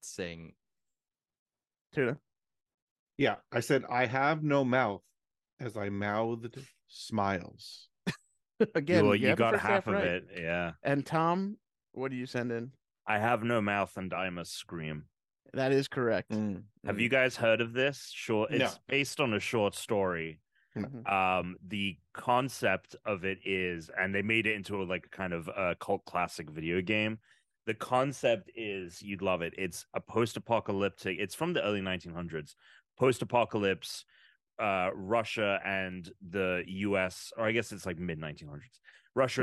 A: sing.
B: Tuna.
C: Yeah, I said I have no mouth as I mouthed smiles.
B: Again,
D: you, well,
B: you,
D: you
B: have the
D: got
B: first
D: half, of
B: right.
D: it. Yeah.
B: And Tom, what do you send in?
D: I have no mouth and I must scream.
B: That is correct.
C: Mm.
D: Mm,
C: Hmm.
D: Have
B: Mm.
D: you guys heard of this? Short.
C: No.
D: It's based on a short story.
C: Hmm.
B: Mhm.
D: Um, the concept of it is, and they made it into a, like a kind of uh, cult classic video game. The concept is, you'd love it. It's a post-apocalyptic. It's from the early 1900s. Post-apocalypse, uh, Russia and the U.S. or I guess it's like mid 1900s. Russia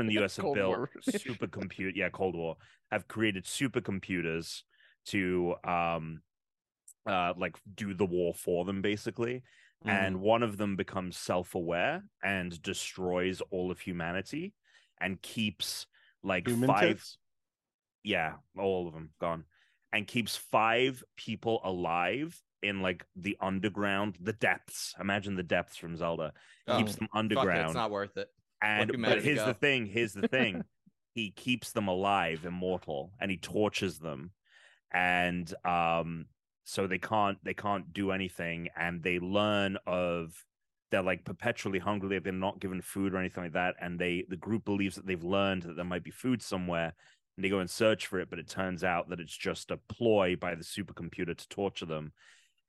D: and the U.S. have
B: Cold
D: built
B: War.
D: supercompute. Yeah, Cold War have created supercomputers to um uh like do the war for them basically
A: Mm.
D: and one of them becomes self-aware and destroys all of humanity and keeps like
C: Human
D: five
C: tits?
D: yeah all of them gone and keeps five people alive in like the underground the depths imagine the depths from zelda
A: Oh,
D: keeps them
A: fuck it,
D: underground
A: it's not worth it.
D: and
A: Fucking
D: but
A: Magic
D: here's the
A: Up.
D: thing, here's the thing. he keeps them alive, immortal, and he tortures them. And um so they can't they can't do anything and they learn of they're like perpetually hungry they're not given food or anything like that and they the group believes that they've learned that there might be food somewhere and they go and search for it but it turns out that it's just a ploy by the supercomputer to torture them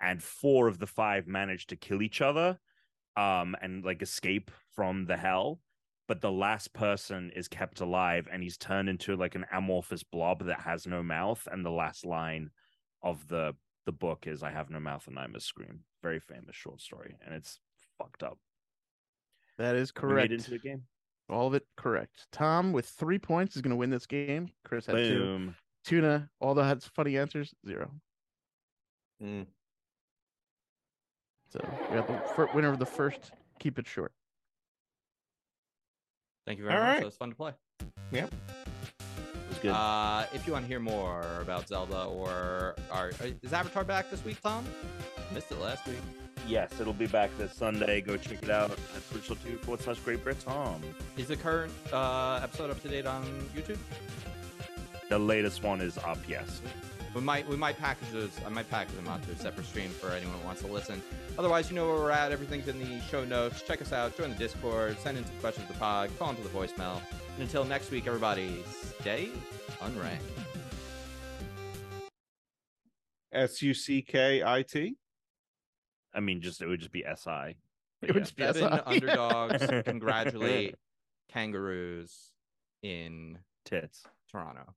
D: and four of the five manage to kill each other um and like escape from the hell but the last person is kept alive and he's turned into like an amorphous blob that has no mouth and the last line of the the book is i have no mouth and i must scream very famous short story and it's fucked up
B: That is
D: We made
B: correct.
D: it into a game
B: All of it correct. Tom with three points is going to win this game. Chris had two.
D: boom
B: Tuna, all the had funny answers, zero.
A: Mm.
B: So we got the fir- winner of the first. Keep it short.
A: Thank you very
C: All
A: much.
C: right.
A: That was fun to play.
D: it was good
A: Uh, if you want to hear more about Zelda or are, is Avatar back this week, Tom? Missed it last week.
D: yes it'll be back this sunday go check it out at twitch.tv forward slash great brit tom
A: Is the current uh, episode up to date on YouTube?
D: the latest one is up yes
A: We might we might package those. I might package them onto a separate stream for anyone who wants to listen. Otherwise, you know where we're at. Everything's in the show notes. Check us out. Join the Discord. Send in some questions to the pod. Call into the voicemail. And until next week, everybody, stay unranked.
C: S U C K I T.
D: i mean just it would just be si
B: It would just be
A: Seven
B: SI.
A: underdogs congratulate kangaroos in
D: tits
A: Toronto.